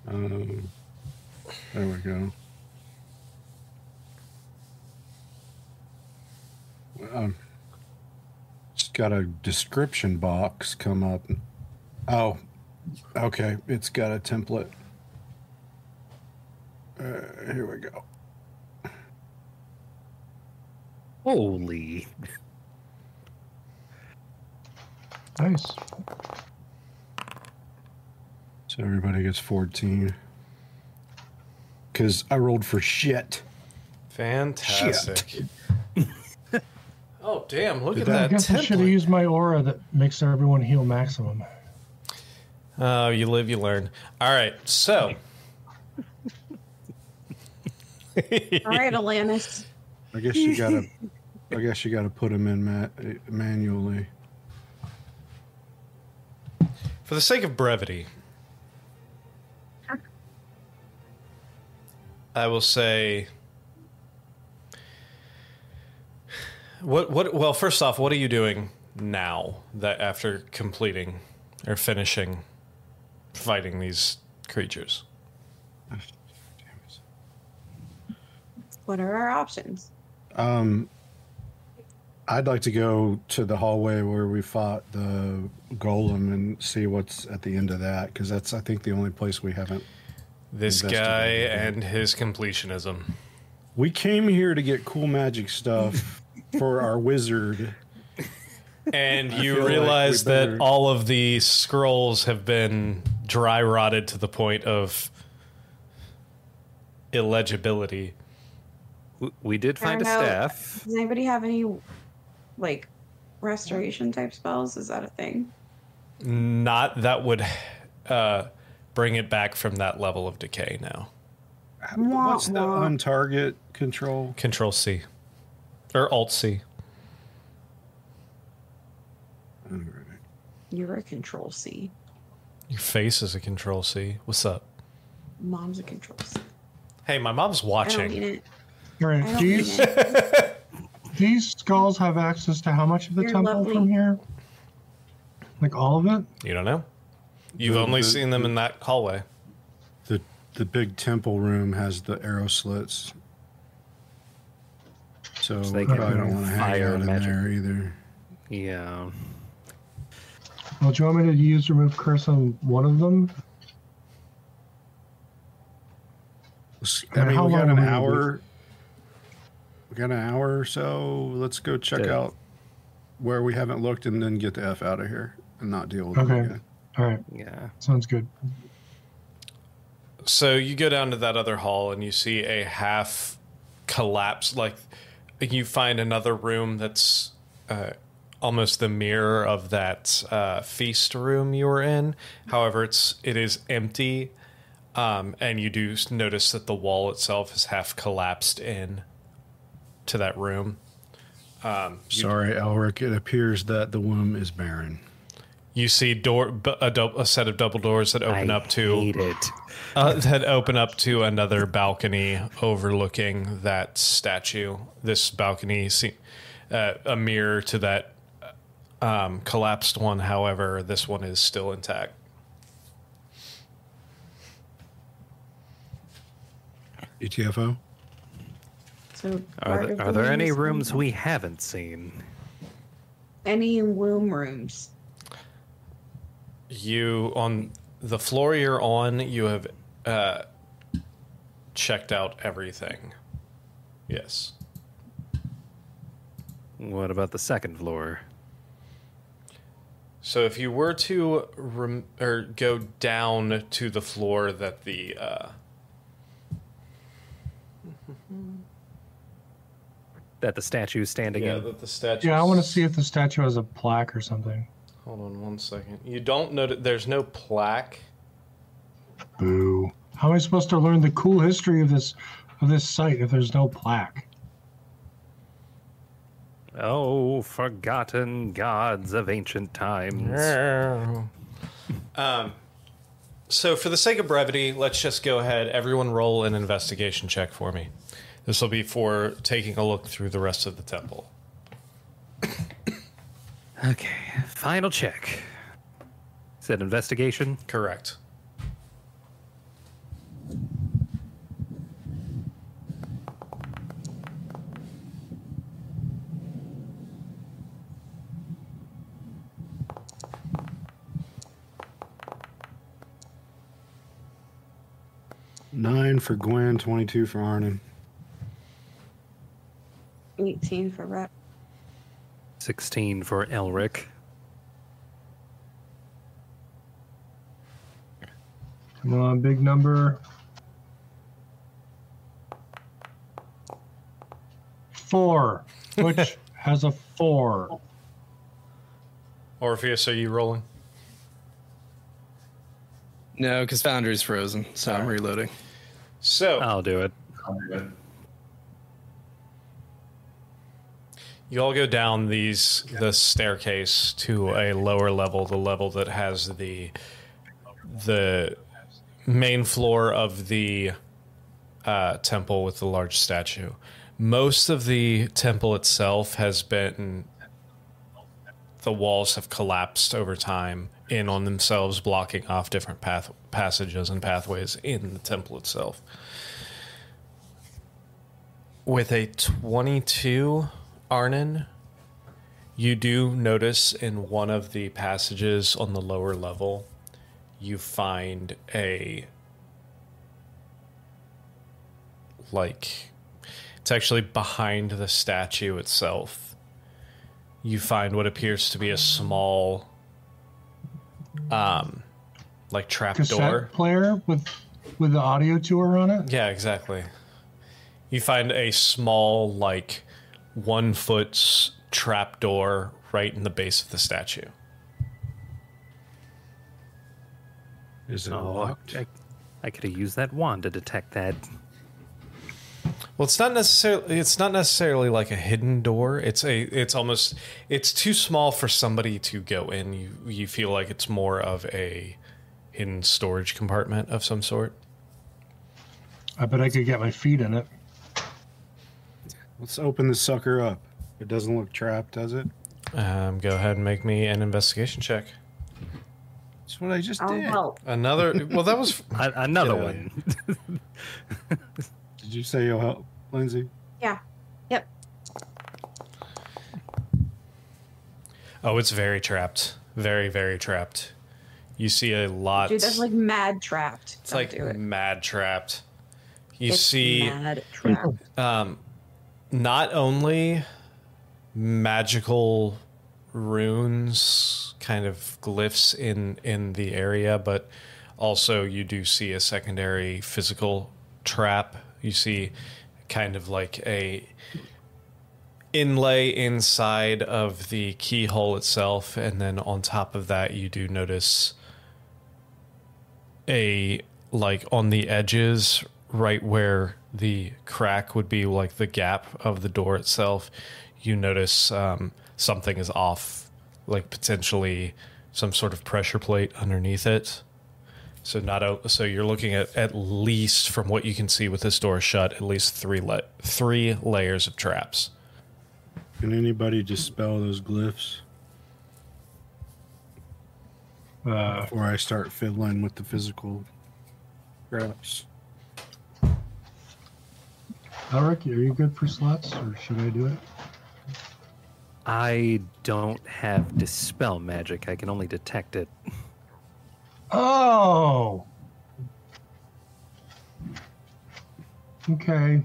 Um, there we go. Um, it's got a description box come up. Oh, okay. It's got a template. Uh, here we go.
Holy!
Nice.
So everybody gets 14. Because I rolled for shit.
Fantastic. oh damn! Look
Did
at
I
that,
guess I should have
template.
used my aura that makes everyone heal maximum.
Oh, you live, you learn. All right, so
All right, Alanis.
I guess you gotta. I guess you gotta put them in ma- manually.
for the sake of brevity, I will say. What? What? Well, first off, what are you doing now that after completing or finishing fighting these creatures?
What are our options?
Um, I'd like to go to the hallway where we fought the golem and see what's at the end of that because that's I think the only place we haven't.
This guy
Investigate.
and his completionism.
We came here to get cool magic stuff for our wizard.
And
feel
you
like we
realize
better-
that all of the scrolls have been dry rotted to the point of illegibility.
W- We did
I
find a
don't know.
staff.
Does anybody have any like restoration type spells? Is that a thing?
Not that would uh, bring it back from that level of decay now.
What's the um, on target control?
Control C or Alt C.
You're a control C.
Your face is a Control C. What's up?
Mom's a control C.
Hey, my mom's
I don't mean
watching.
it.
All
I
right,
don't mean
these
it.
these skulls have access to how much of the
You're
temple
lovely.
from here? Like all of it?
You don't know? You've
The-
only
the-
seen them in that hallway.
The the big temple room has the arrow slits. So
So they
we
can
probably don't want to hang
fire
out in
magic.
there either.
Yeah.
Well, do you want me to use remove curse on one of them?
I
And
mean,
how
we got
long
an
will we
hour. We got an hour or so. Let's go check
Yeah.
out where we haven't looked, and then get the f out of here and not deal with
Okay.
it again.
All right,
Yeah.
sounds good.
So you go down to that other hall and you see a half collapse. Like you find another room that's uh, almost the mirror of that uh, feast room you were in. However, it's it is empty, um, and you do s- notice that the wall itself is half collapsed in to that room.
Sorry, Elric. It appears that the womb is barren.
You see door b- a, dou- a set of double doors that open
I
up to
hate it.
uh, that open up to another balcony overlooking that statue. This balcony, se- uh, a mirror to that um, collapsed one. However, this one is still intact.
E ETFO.
So
Are,
part
th-
of
are
the
there any
is-
rooms we haven't seen?
Any womb rooms?
You on the floor you're on. You have uh, checked out everything. Yes.
What about the second floor?
So if you were to rem- or go down to the floor that the uh,
That the statue's standing
yeah
in?
that the statue
Yeah, I want to see if the statue has a plaque or something.
Hold on one second. You don't notice there's no plaque.
Boo.
How am I supposed to learn the cool history of this of this site if there's no plaque?
Oh, forgotten gods of ancient times.
um, so for the sake of brevity, let's just go ahead. Everyone, roll an investigation check for me. This will be for taking a look through the rest of the temple.
Okay, final check. Said investigation.
Correct.
Nine for Gwen. Twenty-two for Arnon.
18 for rep.
16 for Elric.
Come on, big number. Four. Which has a four.
Orpheus, are you rolling?
No, because Foundry's frozen, so I'm reloading.
So
I'll do it.
you all go down these the staircase to a lower level, the level that has the the main floor of the uh, temple with the large statue. Most of the temple itself has been the walls have collapsed over time in on themselves, blocking off different path passages and pathways in the temple itself. With a 22 Arnon, you do notice in one of the passages on the lower level, you find a like it's actually behind the statue itself you find what appears to be a small um like trap
Cassette
door
player with with the audio tour on it.
yeah exactly you find a small like one foot s- trap door right in the base of the statue
Is it
Oh,
locked?
I, I could have used that wand to detect that.
Well, it's not necessarily it's not necessarily like a hidden door. It's a it's almost it's too small for somebody to go in. You you feel like it's more of a hidden storage compartment of some sort.
I bet I could get my feet in it.
Let's open the sucker up. It doesn't look trapped, does it?
Um, go ahead and make me an investigation check.
That's what I just
I'll
did.
help.
Another well that was
A- another
Get out
one.
Did you say you'll help, Lindsay?
Oh, it's very trapped. Very very trapped. You see a lot
Dude, that's like mad trapped.
it's
Don't
like
do it.
mad trapped. You
It's
see
mad trapped.
not only magical runes kind of glyphs in in the area but also you do see a secondary physical trap you see kind of like a inlay inside of the keyhole itself and then on top of that you do notice a like on the edges right where the crack would be like the gap of the door itself you notice um, something is off like potentially some sort of pressure plate underneath it so not o- so you're looking at at least from what you can see with this door shut at least three la- three layers of traps
Can anybody dispel those glyphs
Uh,
before I start fiddling with the physical traps?
Alric, are you good for slots, or should I do it?
I don't have dispel magic. I can only detect it.
Oh. Okay.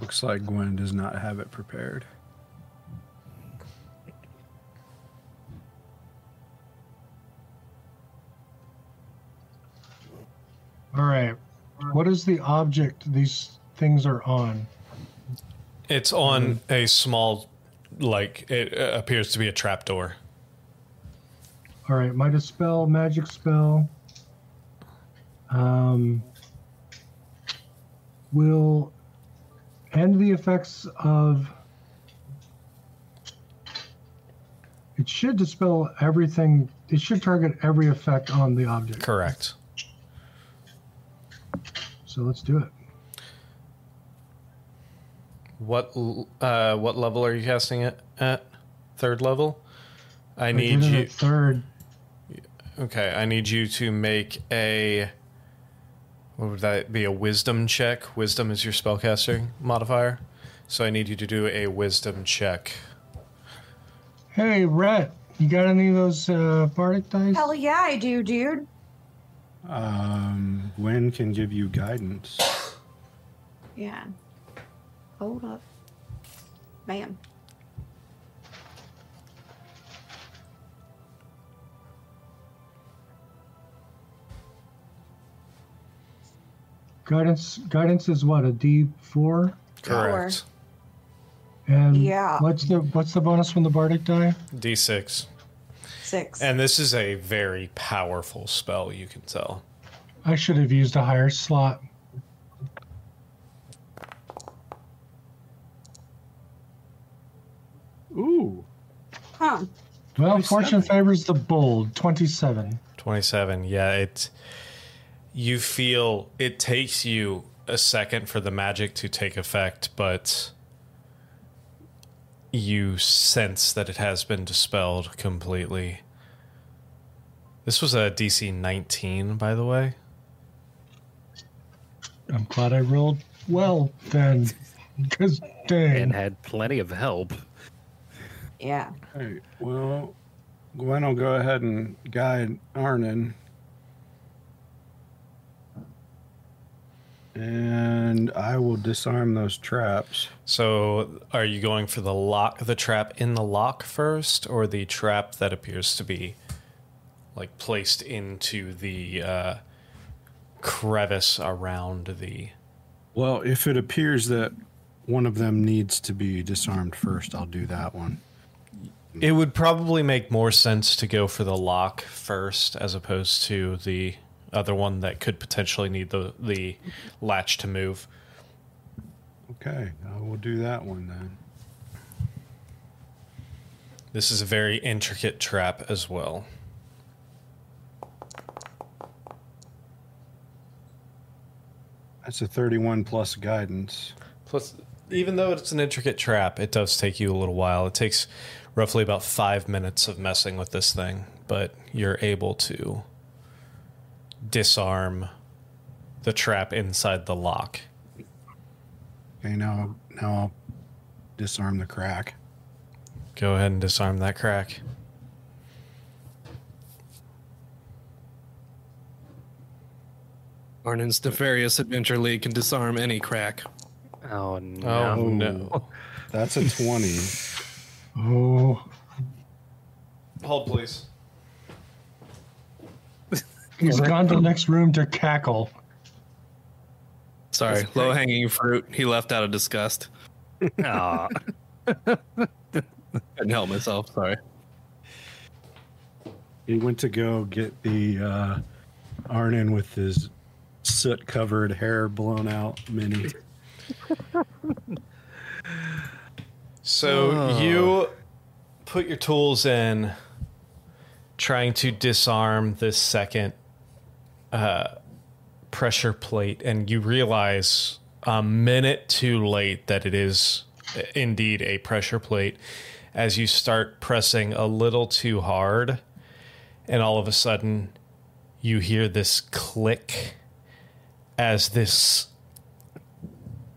Looks like Gwen does not have it prepared.
All right. What is the object these things are on?
it's on a small like it uh, appears to be a trap door
All right, my dispel magic spell. Um, will end the effects of. It should dispel everything. It should target every effect on the object.
correct
So let's do it.
What l- uh, what level are you casting it at? Third level. I
I
need
did it
you.
at third.
Okay, I need you to make a. What would that be? A wisdom check. Wisdom is your spellcaster modifier, so I need you to do a wisdom check.
Hey, Rhett, you got any of those uh, bardic dice?
Hell yeah, I do, dude.
Um, Gwen can give you guidance.
Yeah. Hold up. Bam.
Guidance guidance is what a D four,
Correct.
and
Yeah.
What's the what's the bonus from the bardic die?
D6.
Six.
And this is a very powerful spell, you can tell.
I should have used a higher slot.
Ooh.
huh.
Well, fortune favors the bold. Twenty-seven.
27. Yeah, it you feel it takes you a second for the magic to take effect, but you sense that it has been dispelled completely. This was a DC 19, by the way.
I'm glad I rolled well then, because
And
dang.
had plenty of help.
Yeah.
All right. Well, Gwen will go ahead and guide Arnon. And I will disarm those traps.
So, are you going for the lock, the trap in the lock first, or the trap that appears to be like placed into the uh, crevice around the?
Well, if it appears that one of them needs to be disarmed first, I'll do that one.
It would probably make more sense to go for the lock first, as opposed to the other one that could potentially need the the latch to move.
Okay, I will do that one then.
This is a very intricate trap as well.
That's a 31 plus guidance.
Plus, even though it's an intricate trap, it does take you a little while. It takes roughly about five minutes of messing with this thing, but you're able to disarm the trap inside the lock.
Okay, now now I'll disarm the crack.
Go ahead and disarm that crack.
Arnon's Nefarious Adventure League can disarm any crack.
Oh no.
Oh
Ooh.
no!
That's a 20.
Oh,
Hold, please.
he's gone to the next room to cackle.
Sorry, low hanging fruit. He left out of disgust.
Aw.
Couldn't help myself. Sorry.
He went to go get the uh, Arnon with his soot covered hair blown out mini.
So you put your tools in, trying to disarm this second uh, pressure plate, and you realize a minute too late that it is uh, indeed a pressure plate as you start pressing a little too hard, and all of a sudden you hear this click as this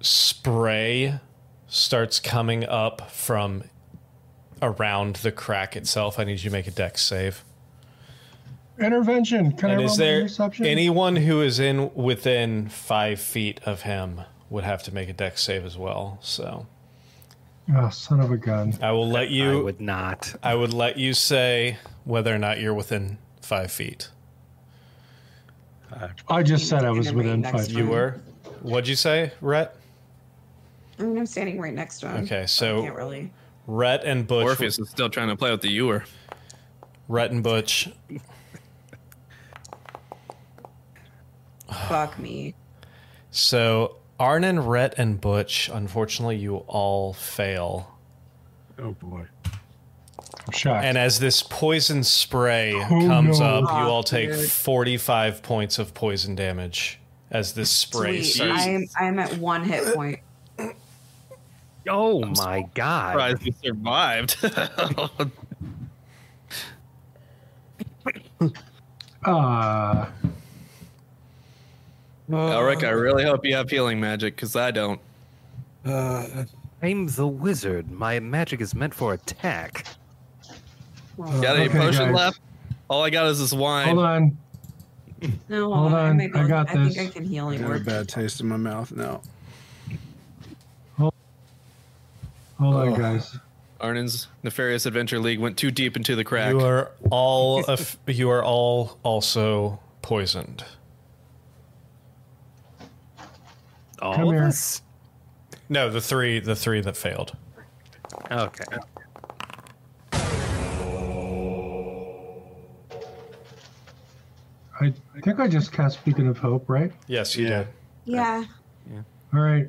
spray starts coming up from around the crack itself. I need you to make a deck save.
Intervention. Can I
And
roll
is
my
there
perception?
anyone who is in within five feet of him would have to make a deck save as well. So
Oh, son of a gun.
I will let
I
you.
would not.
I would let you say whether or not you're within five feet.
I just said I
You're
was
gonna
within
read next
five.
You
Mm-hmm.
feet.
were. What'd you say, Rhett?
I mean, I'm standing right next to him.
Okay,
Can't
so
really.
Rhett and Butch.
Orpheus is still trying to play with the ewer.
Rhett and Butch.
Fuck me.
So Arnon, Rhett, and Butch. Unfortunately, you all fail.
Oh boy.
I'm shocked.
And as this poison spray
Oh,
comes
no.
up, you all take 45 points of poison damage as this spray
Sweet.
starts.
I'm I'm at one hit point.
Oh my god.
Surprised he survived.
Ah,
Elric, I really hope you have healing magic because I don't.
I'm the wizard. My magic is meant for attack.
Got any
Okay,
potion
guys.
left? All I got is this wine.
hold on.
No,
Hold on,
may be
I
able-
got
I
this.
think I can heal
I got a
you.
bad taste in my mouth now.
Hold on,
Oh.
guys.
Arnon's Nefarious Adventure League went too deep into the crack.
You are all aff- you are all also poisoned.
All
Come
of
here.
us?
No, the three, the three that failed.
Okay.
I think I just cast Beacon of Hope, right?
Yes, you did.
Yeah.
All right.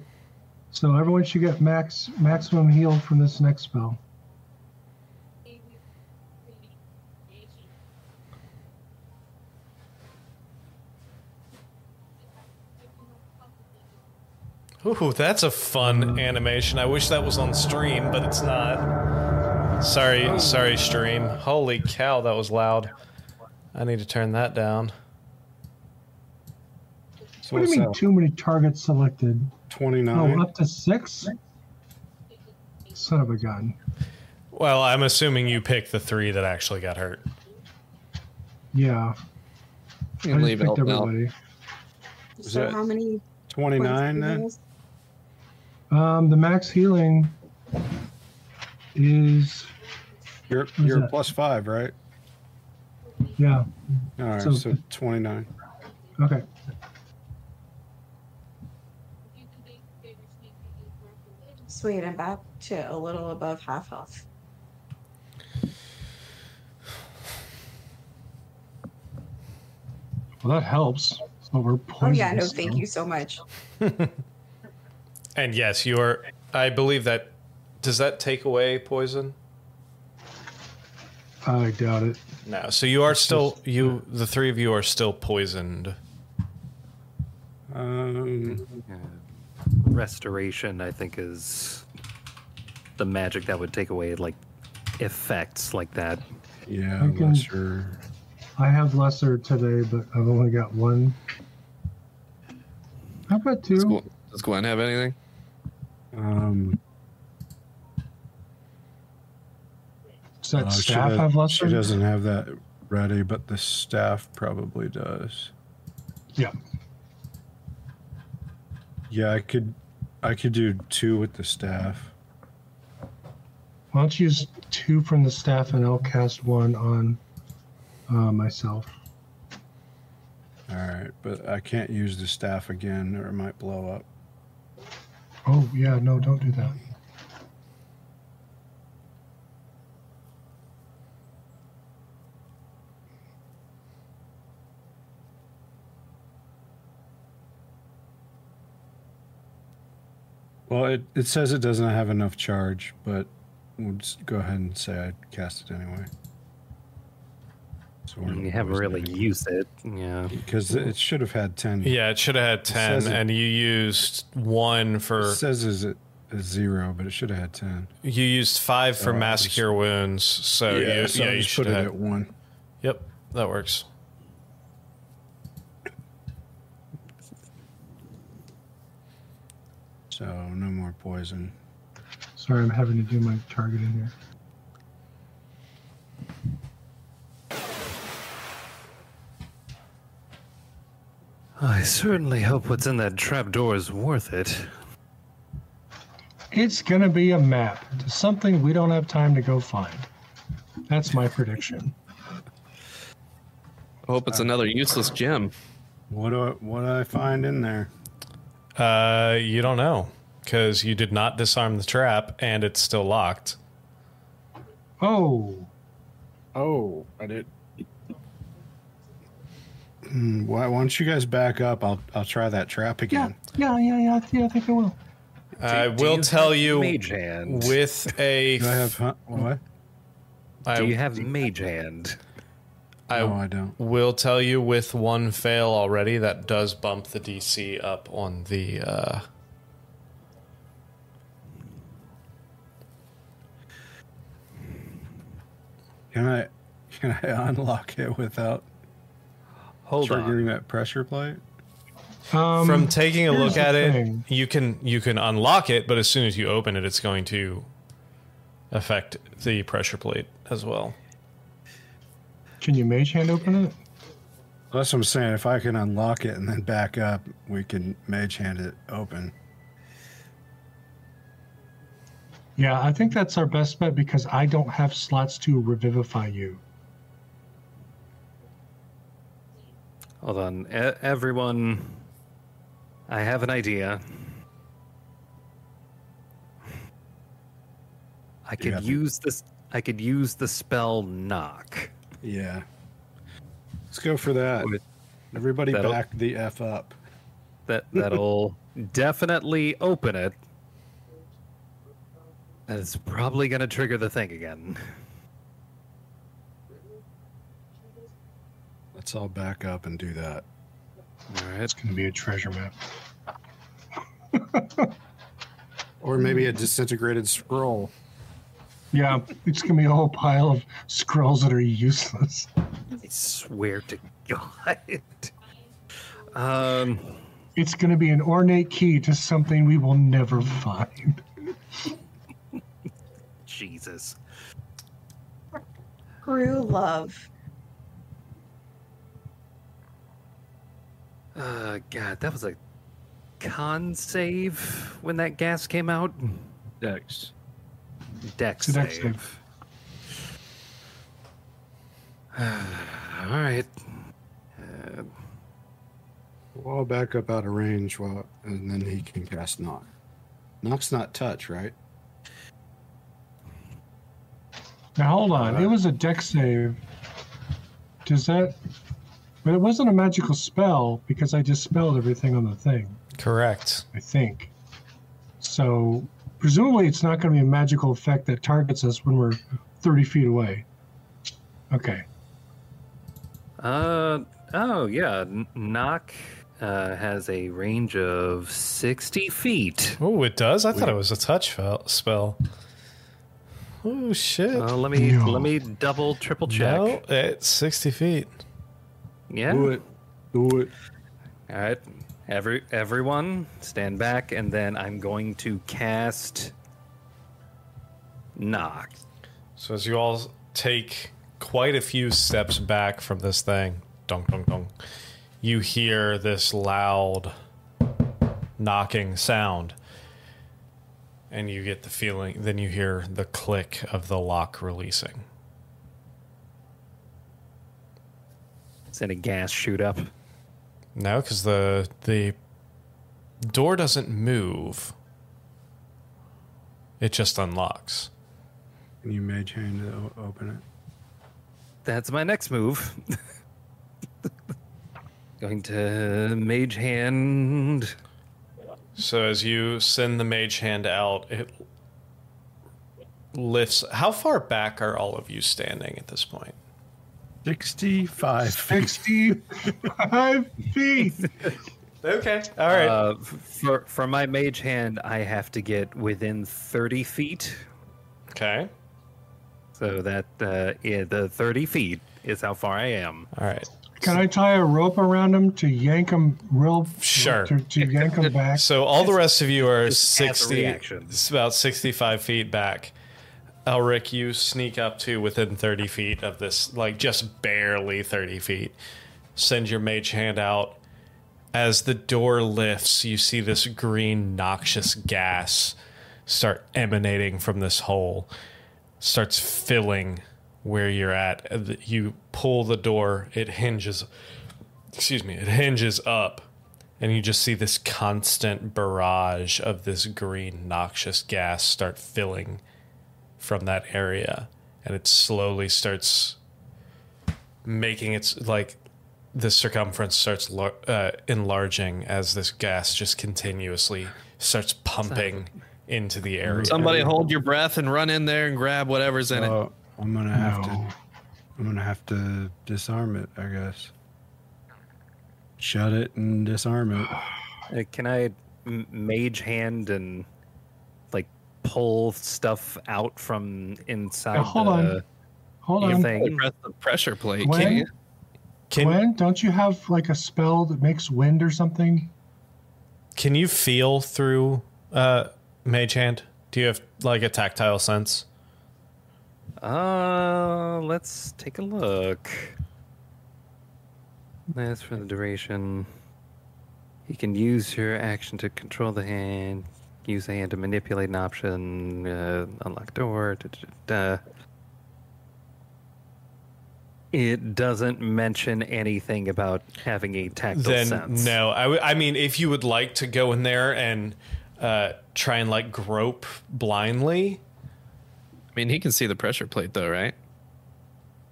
So everyone should get max maximum heal from this next spell.
Ooh, that's a fun animation. I wish that was on stream, but it's not. Sorry, sorry, stream. Holy cow, that was loud. I need to turn that down.
So
What do you mean
what's
too many targets selected?
that,
Oh,
29.
up to six? Son of a gun.
Well, I'm assuming you picked the three that actually got hurt.
You
Yeah. I
can
just
leave it
picked
open. I'll-
everybody.
Is
So
that
how many? points
29
do you
then?
guys-
Um, the max healing is
You're,
is
you're
that?
plus five, right?
yeah.
All right,
So-
so 29.
Okay.
Sweet, I'm back to a little above half health.
Well that helps. So we're
Oh yeah, no,
poisonous
thank
now.
you so much.
And yes, you are. I believe that. Does that take away poison?
I doubt it.
No. So you are still you. The three of you are still poisoned.
Um,
Restoration, I think, is the magic that would take away like effects like that.
yeah,
I
I'm
can-
not sure.
I have lesser today, but I've only got one. How about two?
Does Gwen, does Gwen have anything?
Um,
Does that
uh, she
staff
does-
have lesser?
she doesn't have that ready, but the staff probably does.
Yeah.
Yeah, I could, I could do two with the staff.
Why don't you use two from the staff and I'll cast one on uh, myself.
All right, but I can't use the staff again, or it might blow up.
Oh, yeah, no, don't do that.
Well, it, it says it doesn't have enough charge, but we'll just go ahead and say I cast it anyway. So
You haven't really used it. Yeah.
because it should have had ten.
Yeah, it should have had
says
ten,
it-
and you used one for.
It says is it a zero, but it should have had ten.
You used five for
Oh, I
mass
just-
cure wounds. So Oh, yeah, you,
so
yeah,
I
you
just
should
put it
have.
at one.
Yep, that works.
So no more poison.
Sorry, I'm having to do my target in here.
I certainly hope what's in that trapdoor is worth it.
It's going to be a map to something we don't have time to go find. That's my prediction.
I hope it's another useless gem.
What do I, what do I find in there?
Uh, you don't know because you did not disarm the trap, and it's still locked.
Oh,
Oh, I did.
Hmm, Why, why don't you guys back up? I'll I'll try that trap
yeah,
again.
yeah, yeah, yeah, I- yeah I think I will.
I
Do
will
have
tell you
Mage hand.
with a.
Do I have huh, what?
I-
Do you have mage hand?
I
no, I don't.
will tell you with one fail already that does bump the DC up on the uh
Can I can I unlock it without
Hold
triggering
on.
that pressure plate?
Um,
from taking a
here's
look
the
at
thing.
it you can you can unlock it but as soon as you open it it's going to affect the pressure plate as well.
Can you mage hand open it?
That's what I'm saying. If I can unlock it and then back up, we can mage hand it open.
Yeah, I think that's our best bet because I don't have slots to revivify you.
Hold on. E- everyone, I have an idea. I
Yeah, I
could
think-
use this. I could use the spell knock.
Yeah. Let's go for that.
With-
Everybody
That'll-
back the F up.
That that'll definitely open it. And it's probably gonna trigger the thing again.
Let's all back up and do that.
All right.
It's going to be a treasure map. or maybe a disintegrated scroll.
Yeah, it's gonna be a whole pile of scrolls that are useless.
I swear to God. Um.
It's gonna be an ornate key to something we will never find.
Jesus.
Crew love.
Uh, God, that was a con save when that gas came out.
Dex.
Dex
It's an X
save.
save.
All right.
We'll all back up out of range while, and then he can cast Knock. Knock's not touch, right?
Now hold on, it was a deck save. Does that? But it wasn't a magical spell because I dispelled everything on the thing.
Correct.
I think. So presumably, it's not going to be a magical effect that targets us when we're thirty feet away. Okay.
Uh oh yeah, N- knock uh, has a range of sixty feet.
Oh, it does. I thought it was a touch fel- spell. Oh shit!
Uh, let me
No.
let me double triple check.
no, it's sixty feet.
Yeah.
Do it. Do it.
All right. Every everyone stand back, and then I'm going to cast knock.
So as you all take quite a few steps back from this thing, dong dong dong, you hear this loud knocking sound. And you get the feeling then you hear the click of the lock releasing.
Send a gas shoot up.
No, because the the door doesn't move. It just unlocks.
Can you mage hand to o- open it?
That's my next move. Going to mage hand.
So as you send the mage hand out, it lifts. How far back are all of you standing at this point?
65
Sixty-five feet.
Okay. All right.
Uh, f- for for my mage hand, I have to get within thirty feet.
okay.
So that uh, yeah, the thirty feet is how far I am.
All right.
Can I tie a rope around him to yank him real?
Sure.
To, to yank him back.
So all the rest of you are
Just add the
60,
reaction.
it's about 65 feet back. Elric, you sneak up to within 30 feet of this, like just barely 30 feet. Send your mage hand out. As the door lifts, you see this green, noxious gas start emanating from this hole, starts filling where you're at. Uh, th- You pull the door, it hinges, excuse me, it hinges up and you just see this constant barrage of this green noxious gas start filling from that area and it slowly starts making its like the circumference starts lar- uh, enlarging as this gas just continuously starts pumping into the area
Somebody hold your breath and run in there and grab whatever's in it.
Oh, I'm going to have
No.
to. I'm going to have to disarm it, I guess. Shut it and disarm it.
Uh, can I m- mage hand and like pull stuff out from inside?
Now, hold
the,
on. Hold
you
on.
think-
Press the pressure plate,
When-
can't you?
can,
Gwen, don't you have like a spell that makes wind or something?
can you feel through uh, mage hand do you have like a tactile sense
Uh, let's take a look. That's for the duration. You can use your action to control the hand, use the hand to manipulate an option, uh, unlock door. Da, da, da, da. It doesn't mention anything about having a tactile
then
sense.
no I, w- I mean if you would like to go in there and uh, try and like grope blindly
mean, he can see the pressure plate, though, right?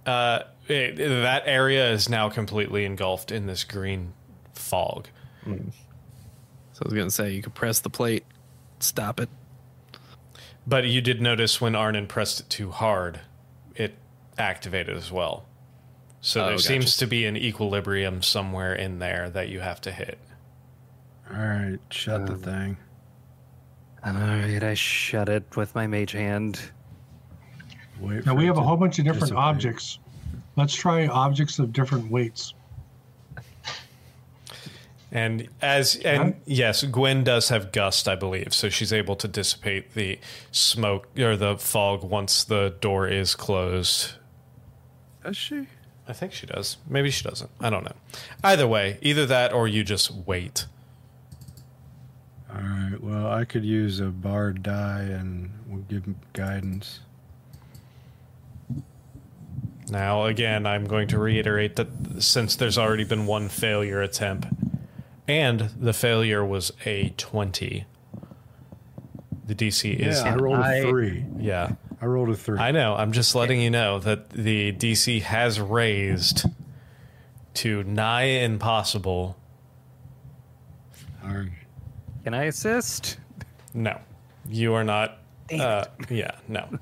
Uh, it- that area is now completely engulfed in this green fog.
So I was going to say, you could press the plate, stop it.
But you did notice when Arnon pressed it too hard, it activated as well. So
Oh,
there
gotcha.
seems to be an equilibrium somewhere in there that you have to hit.
All right, shut
Um,
the thing.
All right, I shut it with my mage hand.
Wait
Now
for
we
it
have a
to
whole bunch of different
dissipate.
objects. Let's try objects of different weights.
And as and yes, Gwen does have gust, I believe, so she's able to dissipate the smoke or the fog once the door is closed.
Does she?
I think she does. Maybe she doesn't. I don't know. Either way, either that or you just wait.
All right. Well, I could use a bard die and we'll give him guidance.
Now, again, I'm going to reiterate that since there's already been one failure attempt, and the failure was a 20, the DC is.
I rolled a
I-
three.
yeah.
I rolled a three.
I know. I'm just letting you know that the DC has raised to nigh impossible.
All right.
Can I assist?
No, you are not. Uh, yeah, no.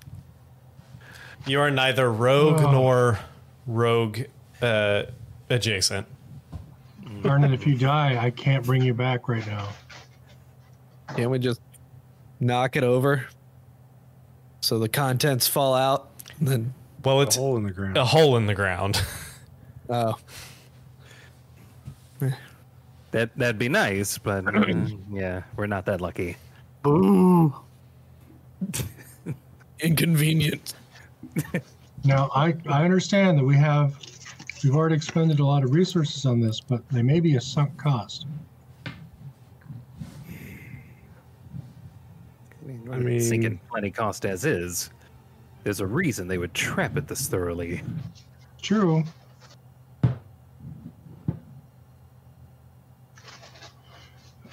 You are neither rogue nor rogue uh, adjacent.
Arnon, if you die, I can't bring you back right now.
Can't we just knock it over so the contents fall out? And then,
Well,
A
it's
hole in the ground.
a hole in the ground.
oh,
That that'd be nice, but mm, yeah, we're not that lucky.
inconvenient.
Now, I, I understand that we have, we've already expended a lot of resources on this, but there may be a sunk cost.
I
It's
mean,
sinking plenty cost as is. There's a reason they would trap it this thoroughly.
True.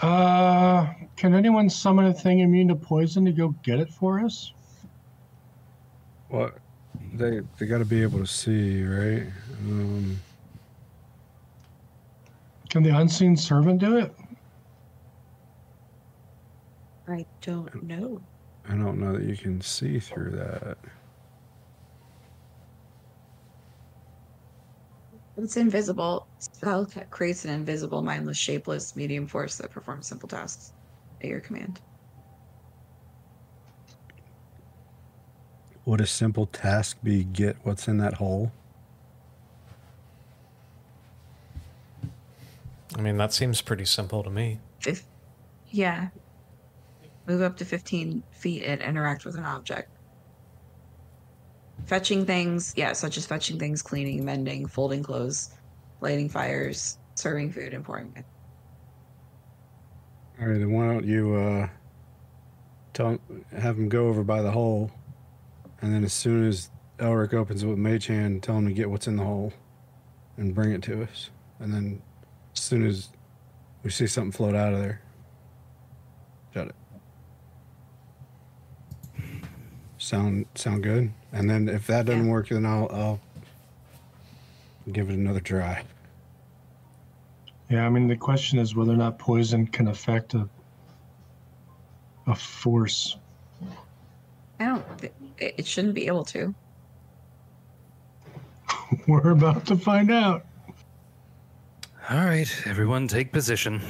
Uh, can anyone summon a thing immune to poison to go get it for us?
what? They they got to be able to see, right? Um,
Can the unseen servant do it?
I don't know.
I don't know that you can see through that.
It's invisible. Spell ca- creates an invisible, mindless, shapeless medium force that performs simple tasks at your command.
Would a simple task be get what's in that hole?
I mean, that seems pretty simple to me.
Fif- yeah. Move up to 15 feet and interact with an object. Fetching things, yeah, such as fetching things, cleaning, mending, folding clothes, lighting fires, serving food, and pouring it.
All right. Then why don't you uh, tell have him go over by the hole, and then as soon as Elric opens it with Mage Hand, tell him to get what's in the hole, and bring it to us. And then as soon as we see something float out of there, shut it. Sound sound good? And then if that doesn't
Yeah.
work, then I'll I'll give it another try.
Yeah, I mean, the question is whether or not poison can affect a, a force.
I don't, thi- it, it shouldn't be able to.
We're about to find out.
All right, everyone, take position.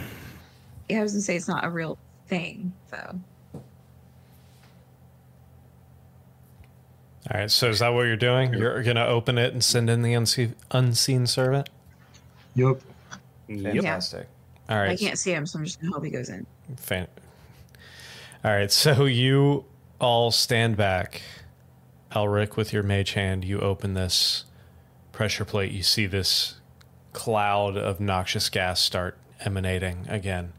Yeah, I was gonna say it's not a real thing, so.
All right, so is that what you're doing? You're going to open it and send in the unseen, unseen servant?
Yep.
Fantastic. All right.
I can't see him, so I'm just gonna hope he goes in.
Fan- all right, so you all stand back. Elric, with your mage hand, you open this pressure plate. You see this cloud of noxious gas start emanating again.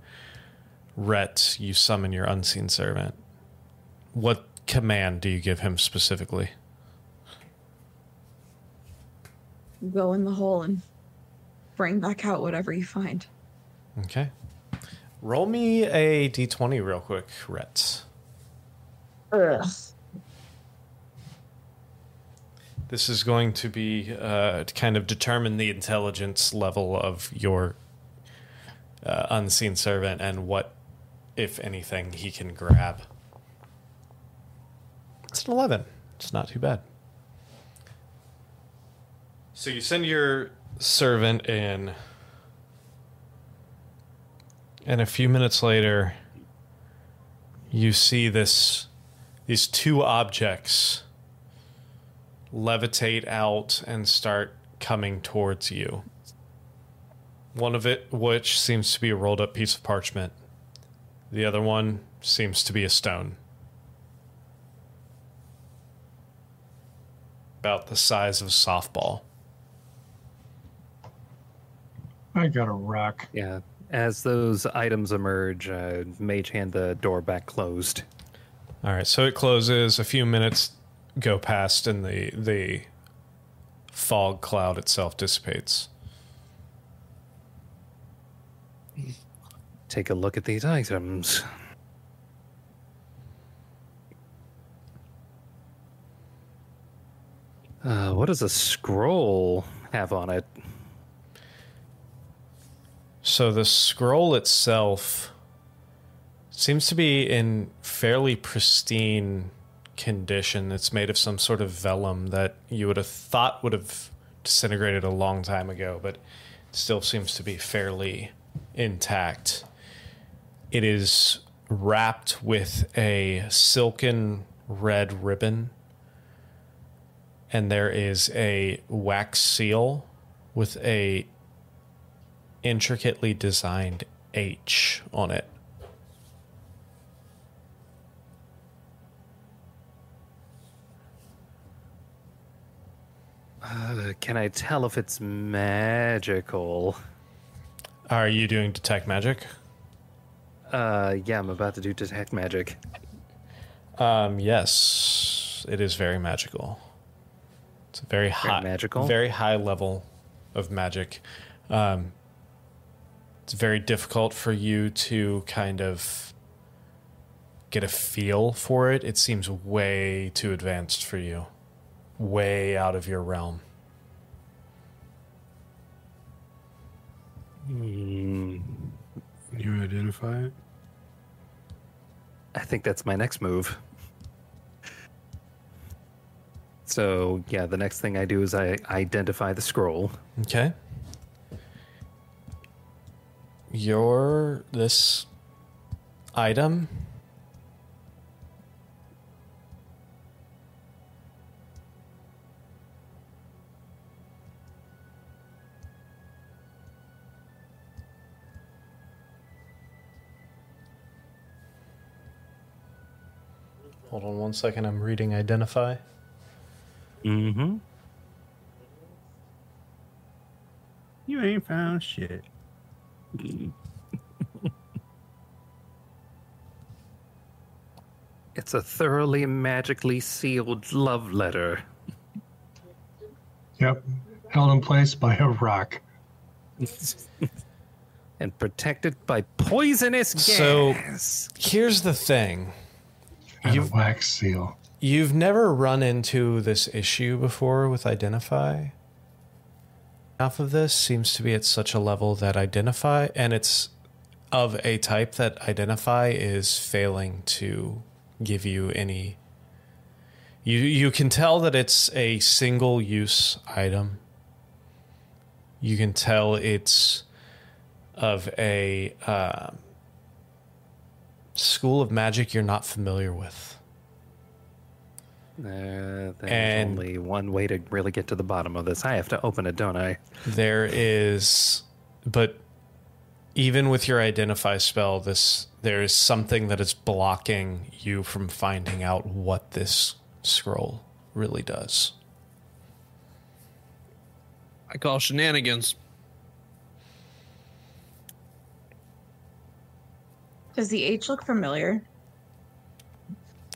Rhett, you summon your unseen servant. What command do you give him specifically?
Go in the hole and bring back out whatever you find.
Okay. Roll me a d20 real quick, Rhett.
Ugh.
This is going to be uh, to kind of determine the intelligence level of your uh, unseen servant and what, if anything, he can grab. It's an 11. It's not too bad. So you send your servant in, and a few minutes later, you see this these two objects levitate out and start coming towards you. One of it, which seems to be a rolled up piece of parchment, the other one seems to be a stone. About the size of a softball.
I got a rock.
Yeah. As those items emerge, uh, mage hand the door back closed.
All right, so it closes. A few minutes go past, and the the fog cloud itself dissipates.
Take a look at these items. Uh, what does a scroll have on it?
So the scroll itself seems to be in fairly pristine condition. It's made of some sort of vellum that you would have thought would have disintegrated a long time ago, but still seems to be fairly intact. It is wrapped with a silken red ribbon, and there is a wax seal with a intricately designed H on it.
Uh, can I tell if it's magical?
Are you doing detect magic?
Uh, yeah, I'm about to do detect magic.
Um, yes, it is very magical. It's a very high,
magical?
very high level of magic. Um, it's very difficult for you to kind of get a feel for it. It seems way too advanced for you, way out of your realm.
You identify it?
I think that's my next move. So, yeah, the next thing I do is I identify the scroll.
Okay. Your this item Hold on one second, I'm reading identify.
Mm-hmm.
You ain't found shit.
It's a thoroughly magically sealed love letter.
Yep. Held in place by a rock.
and protected by poisonous gas.
So- Here's the thing.
And
You've-
a wax seal.
You've never run into this issue before with Identify. Half of this seems to be at such a level that Identify, and it's of a type that Identify is failing to give you any. You, you can tell that it's a single use item. You can tell it's of a uh, school of magic you're not familiar with.
Uh, there's
And-
only one way to really get to the bottom of this. I have to open it, don't I?
There is, but even with your identify spell, this there is something that is blocking you from finding out what this scroll really does.
I call shenanigans.
Does the H look familiar?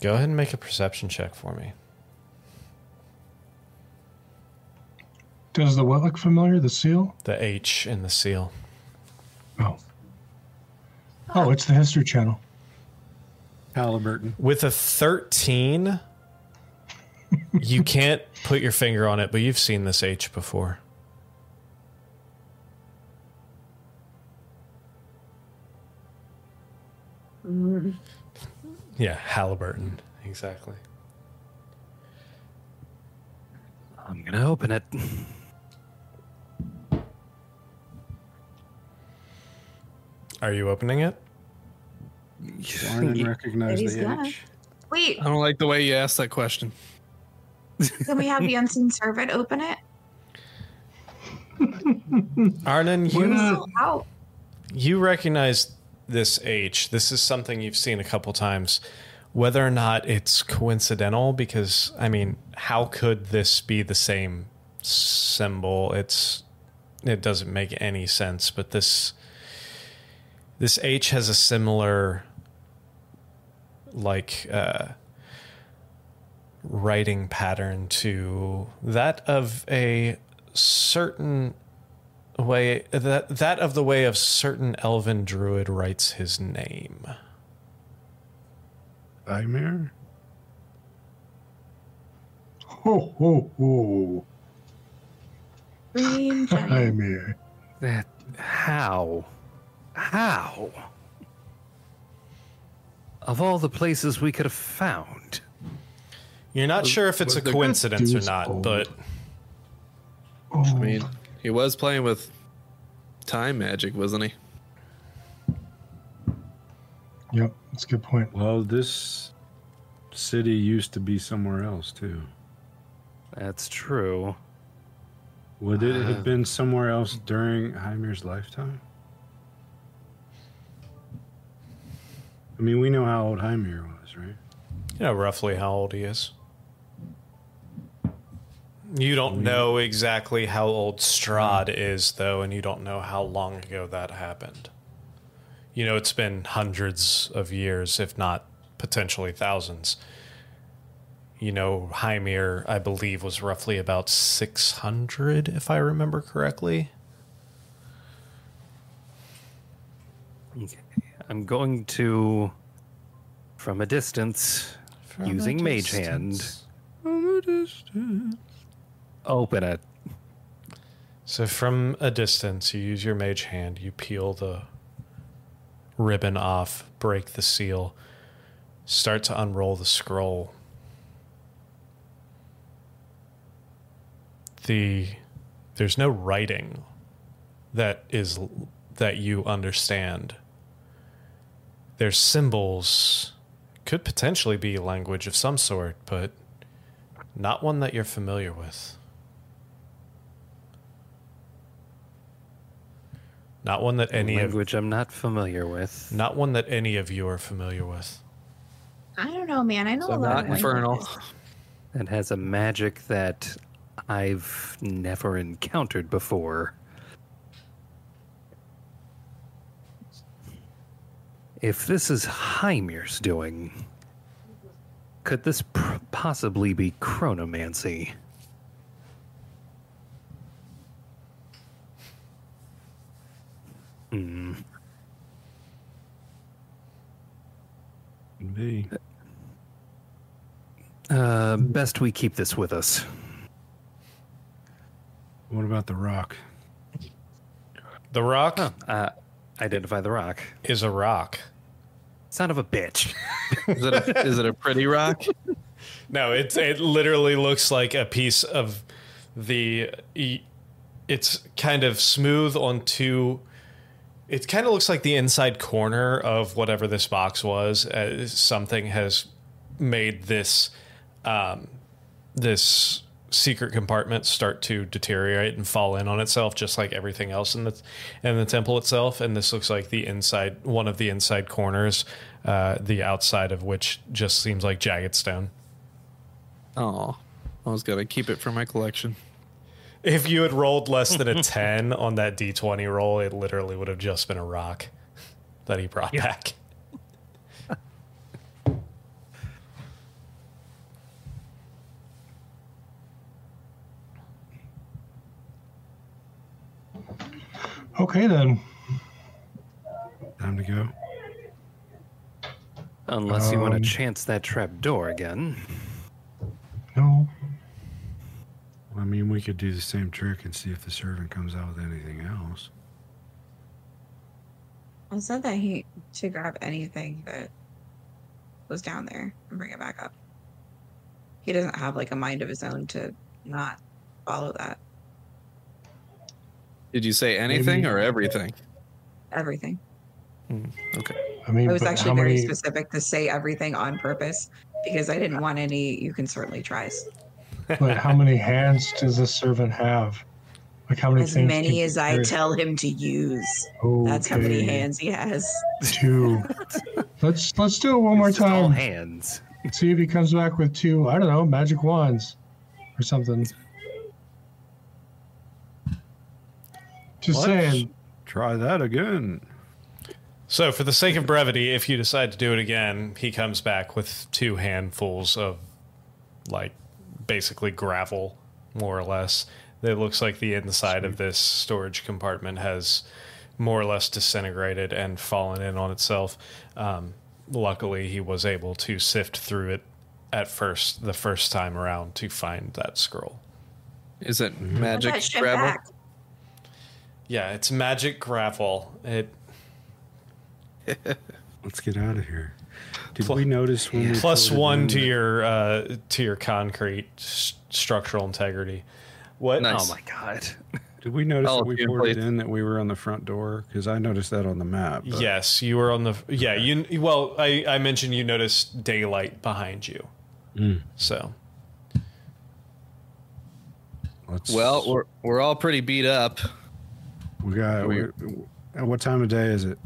Go ahead and make a perception check for me.
Does the what look familiar? The seal?
The H in the seal.
Oh. Oh, it's the History Channel.
Halliburton.
With a 13, you can't put your finger on it, but you've seen this H before. Yeah, Halliburton. Exactly.
I'm gonna open it.
Are you opening it?
Arnon recognized
He's
the
got
H.
Wait,
I don't like the way you asked that question.
can we have the unseen servant open it?
Arnon, you
not?
Still out.
you recognize this H. This is something you've seen a couple times. Whether or not it's coincidental, because I mean, how could this be the same symbol? It's it doesn't make any sense. But this this H has a similar like uh, writing pattern to that of a certain way that that of the way of certain elven druid writes his name.
Nightmare?
Ho, ho, ho.
Green giant.
I'm here.
That how? How? Of all the places we could have found.
You're not sure if it's
was
a
the-
coincidence or
Dude's
not,
old.
but
I mean, he was playing with time magic, wasn't he?
Yep, that's a good point.
Well, this city used to be somewhere else, too.
That's true.
Would it
Ah.
have been somewhere else during Hymir's lifetime? I mean, we know how old Hymir was, right?
you know roughly how old he is. You don't know exactly how old Strahd is, though, and you don't know how long ago that happened. You know, it's been hundreds of years, if not potentially thousands. You know, Hymir, I believe, was roughly about 600, if I remember correctly.
Okay. I'm going to, from a distance, using Mage Hand, open it.
So from a distance, you use your mage hand, you peel the ribbon off, break the seal, start to unroll the scroll. The there's no writing that is that you understand. There's symbols could potentially be language of some sort, but not one that you're familiar with. Not one that any of
language I'm not familiar with.
not one that any of you are familiar with.
I don't know, man. I know a
So
lot
not
of
infernal.
It has a magic that I've never encountered before. If this is Hymir's doing, could this pr- possibly be chronomancy? Hmm.
Could be.
Uh, best we keep this with us.
What about the rock?
The rock
Huh. Uh, identify the rock.
is a rock.
Son of a bitch.
Is it a, is it a pretty rock?
No, it's it literally looks like a piece of the. e, It's kind of smooth on two. It kind of looks like the inside corner of whatever this box was. Uh, something has made this um, this secret compartment start to deteriorate and fall in on itself, just like everything else in the in the temple itself. And this looks like the inside one of the inside corners, uh, the outside of which just seems like jagged stone.
Oh, I was gonna keep it for my collection.
If you had rolled less than a 10 on that d20 roll, it literally would have just been a rock that he brought back.
Okay, then.
Time to go.
Unless you want to
Um,
chance that trap door again.
No.
I mean, we could do the same trick and see if the servant comes out with anything else.
It's not that he to grab anything that was down there and bring it back up. He doesn't have like a mind of his own to not follow that.
Did you say anything or everything?
Everything.
I mean,
I was
but
actually
how
very
many,
specific to say everything on purpose because I didn't want any you can certainly tries.
but how many hands does this servant have? Like how many
As
things?
many
can-
as I tell him to use. That's how many
Okay,
hands he has.
Two. let's let's do it one more
It's just All
time.
hands.
See if he comes back with two, I don't know, magic wands or something. Just
What?
saying.
Try that again.
So, for the sake of brevity, if you decide to do it again, he comes back with two handfuls of, like, basically gravel, more or less. It looks like the inside of this storage compartment has more or less disintegrated and fallen in on itself. Um, luckily, he was able to sift through it at first, the first time around, to find that scroll.
Is it
Put
magic
that shit
gravel?
back.
Yeah, it's magic gravel. It
Let's get out of here. Did
Pl-
we notice when we
plus
floated
one
in
to
that-
your uh, to your concrete s- structural integrity. What?
Nice.
Oh my god.
Did we notice
Oh,
that we
yeah,
poured it
please.
in that we were on the front door? Because I noticed that on the map. but-
Yes, you were on the. Yeah, you. Well, I, I mentioned you noticed daylight behind you.
Mm.
So
Let's,
Well, we're, we're all pretty beat up.
we got.
we-
We, at what time of day is it?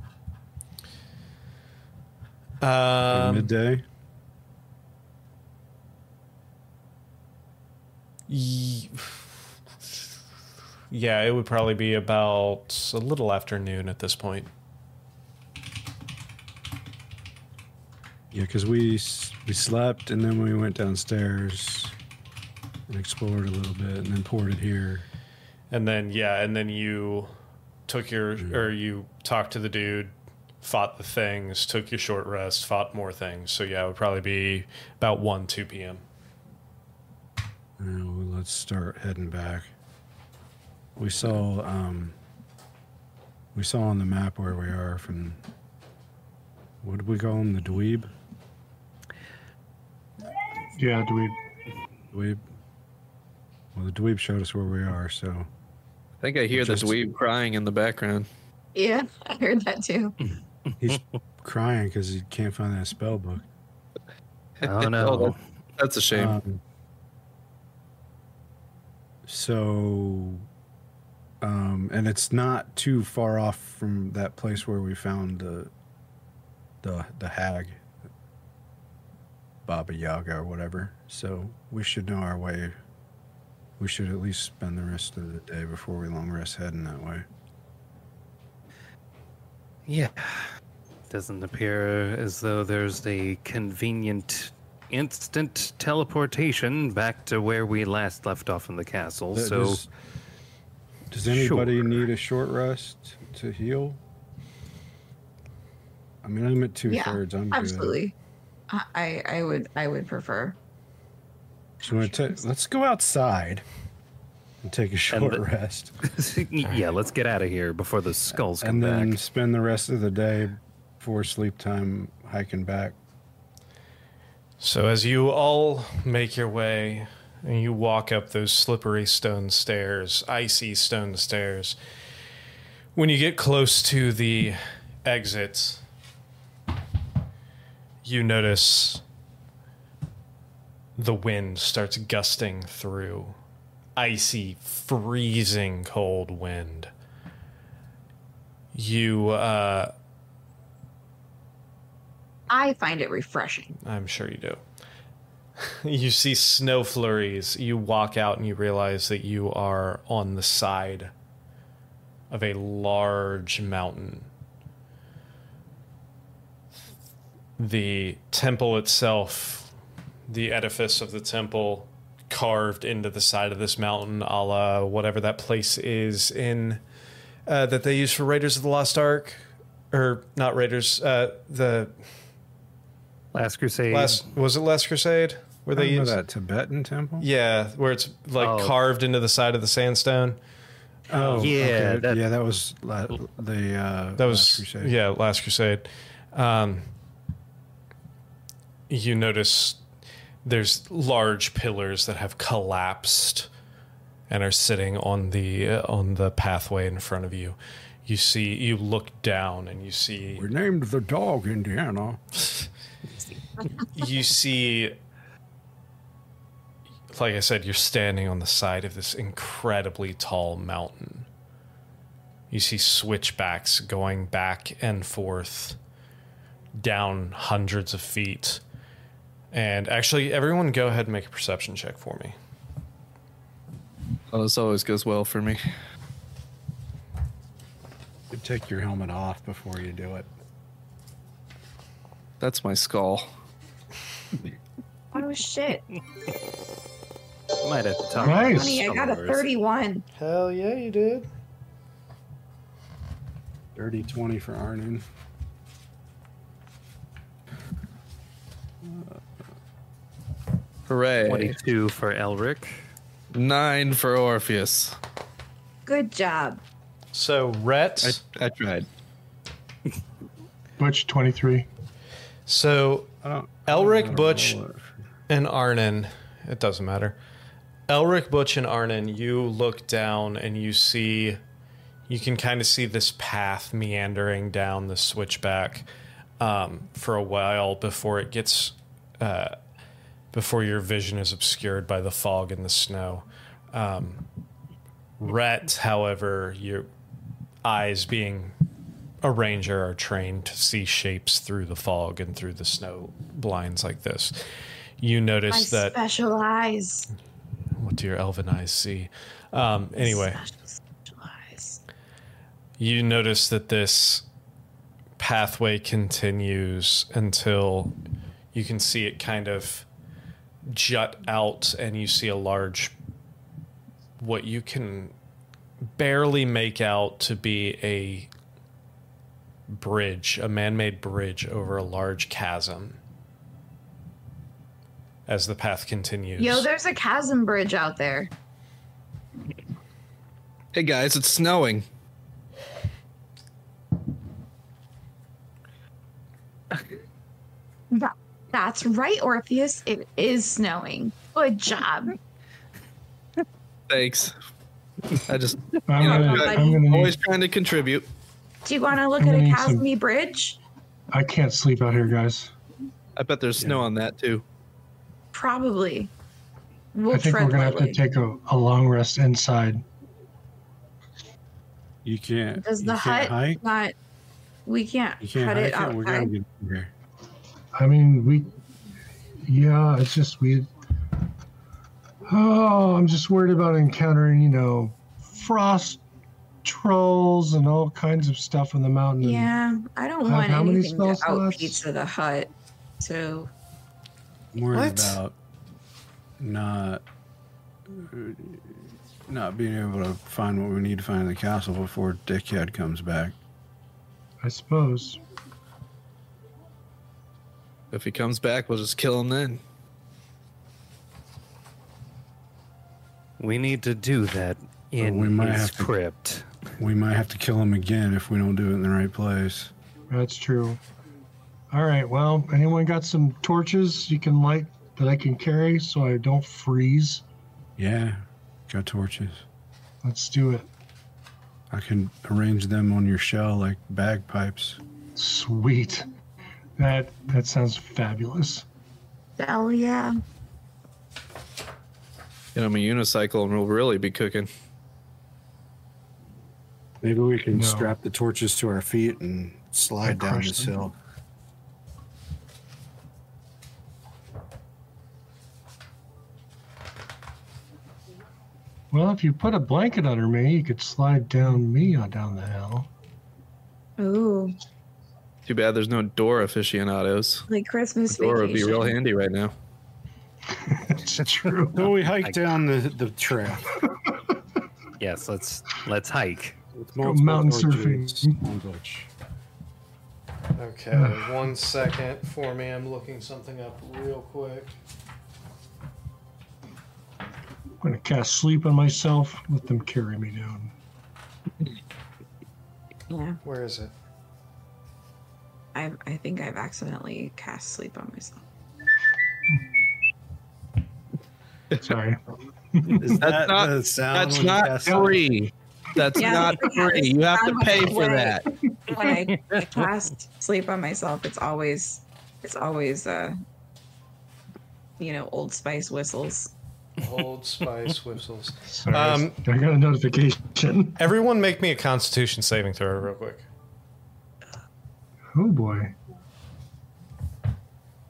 um,
Midday.
y- yeah, it would probably be about a little afternoon at this point.
Yeah, because we s- we slept and then we went downstairs and explored a little bit and then poured it here.
And then yeah, and then you took your or you talked to the dude, fought the things, took your short rest, fought more things. So yeah, it would probably be about one two p.m.
Now let's start heading back. We saw um, we saw on the map where we are from. What did we call him? The dweeb.
Yeah, do we
Dweeb. Well, the dweeb showed us where we are, so
I think I hear
Just-
the dweeb crying in the background.
Yeah, I heard that too.
he's crying because he can't find that spell book.
Oh no.
that- that's a shame.
Um, so, um, and it's not too far off from that place where we found the the the hag, Baba Yaga or whatever. So we should know our way. We should at least spend the rest of the day before we long rest heading that way.
Yeah. Doesn't appear as though there's a convenient instant teleportation back to where we last left off in the castle.
Th-
so
does, does anybody
Sure.
need a short rest to heal? I mean, I'm at two
Yeah,
thirds. I'm good.
Absolutely. I, I I would I would prefer.
So we're ta- let's go outside and take a short
the-
rest,
yeah, let's get out of here before the skulls come
and then
back.
spend the rest of the day before sleep time hiking back.
So as you all make your way and you walk up those slippery stone stairs, icy stone stairs, when you get close to the exit, you notice the wind starts gusting through. Icy, freezing cold wind. You, uh,
I find it refreshing.
I'm sure you do. you see snow flurries. You walk out and you realize that you are on the side of a large mountain. The temple itself, the edifice of the temple carved into the side of this mountain, a la whatever that place is in uh, that they use for Raiders of the Lost Ark. Or not Raiders, uh, the
Last Crusade.
Last was it Last Crusade? where
I
they
don't know
use
that Tibetan temple.
yeah, where it's like
Oh.
carved into the side of the sandstone.
Oh,
Yeah,
okay.
that-
yeah, that was la- the uh,
That
Last
was
Crusade.
yeah, Last Crusade. Um, you notice there's large pillars that have collapsed and are sitting on the uh, on the pathway in front of you. You see, you look down and you see
We named the dog Indiana.
you see like i said you're standing on the side of this incredibly tall mountain you see switchbacks going back and forth down hundreds of feet and actually everyone go ahead and make a perception check for me
Oh, this always goes well for me.
You take your helmet off before you do it.
That's my skull.
Oh shit.
Might have to talk.
Nice.
Honey, I got a
Stars.
31.
hell yeah you did
Dirty 20 for Arnon.
Hooray.
Twenty-two for Elric.
Nine for Orpheus.
Good job.
so rhett
I, I tried.
Butch 23.
so
I don't,
Elric,
I don't
Butch,
know what-
and Arnon, it doesn't matter. Elric, Butch, and Arnon, you look down and you see, you can kind of see this path meandering down the switchback um, for a while before it gets, uh, before your vision is obscured by the fog and the snow. Um, Rhett, however, your eyes being a ranger are trained to see shapes through the fog and through the snow blinds like this. You
I
notice that
specialize.
what do your elven eyes see? Um, anyway,
Specialize.
you notice that this pathway continues until you can see it kind of jut out, and you see a large, what you can barely make out to be a bridge, a man made bridge over a large chasm as the path continues.
Yo, there's a chasm bridge out there.
Hey guys, it's snowing.
That, that's right, Orpheus. It is snowing. Good job.
Thanks. I just
I'm
You know,
gonna,
good.
I'm gonna
always
need,
trying to contribute.
Do you want to look
I'm
at a
gonna need some-
chasm bridge?
I can't sleep out here, guys.
I bet there's snow on that too.
Probably. We'll
I think we're
tread
gonna have to
lightly.
take a, a long rest inside.
You can't.
Does
you
the
can't
hut
Hike?
not? We can't,
You can't
cut
hike
it
We're gonna
outside.
get through here.
I mean, we. Yeah, it's just we. Oh, I'm just worried about encountering, you know, frost trolls and all kinds of stuff in the mountain. and
Yeah, I don't
How-
want
how many
anything to
spell
out
slots?
pizza the hut. So
I'm worried
What?
about not not being able to find what we need to find in the castle before Dickhead comes back.
I suppose.
If he comes back, we'll just kill him then.
We need to do that in
we might
his
have to-
crypt.
We might have to kill him again if we don't do it in the right place.
That's true. All right. Well, anyone got some torches you can light that I can carry so I don't freeze?
Yeah, got torches.
Let's do it.
I can arrange them on your shell like bagpipes.
Sweet. That that sounds fabulous.
hell yeah.
Get him a unicycle and we'll really be cooking.
Maybe we can
No.
strap the torches to our feet and slide down
crush
this
them.
hill.
Well, if you put a blanket under me, you could slide down me on down the hill.
Ooh,
Too bad there's no door aficionados.
like Christmas
Door would be
vacation.
real handy right now.
It's true.
So we hike down the, the trail.
Yes, let's let's hike.
multiple mountain torches surfing.
Okay, one second for me. I'm looking something up real quick.
I'm gonna cast sleep on myself. Let them carry me down.
Yeah.
Where is it?
I I think I've accidentally cast sleep on myself.
Sorry.
Um, Is that
not-
the sound?
That's
when you
not
cast
free. That's
Yeah,
not
but yeah,
free. You have to
sound
pay
like
for
what?
that.
When I, I cast sleep on myself, it's always it's always uh you know Old Spice whistles.
Old Spice whistles.
Sorry.
Um,
I got a notification.
Everyone, make me a Constitution saving throw, real quick.
Oh boy.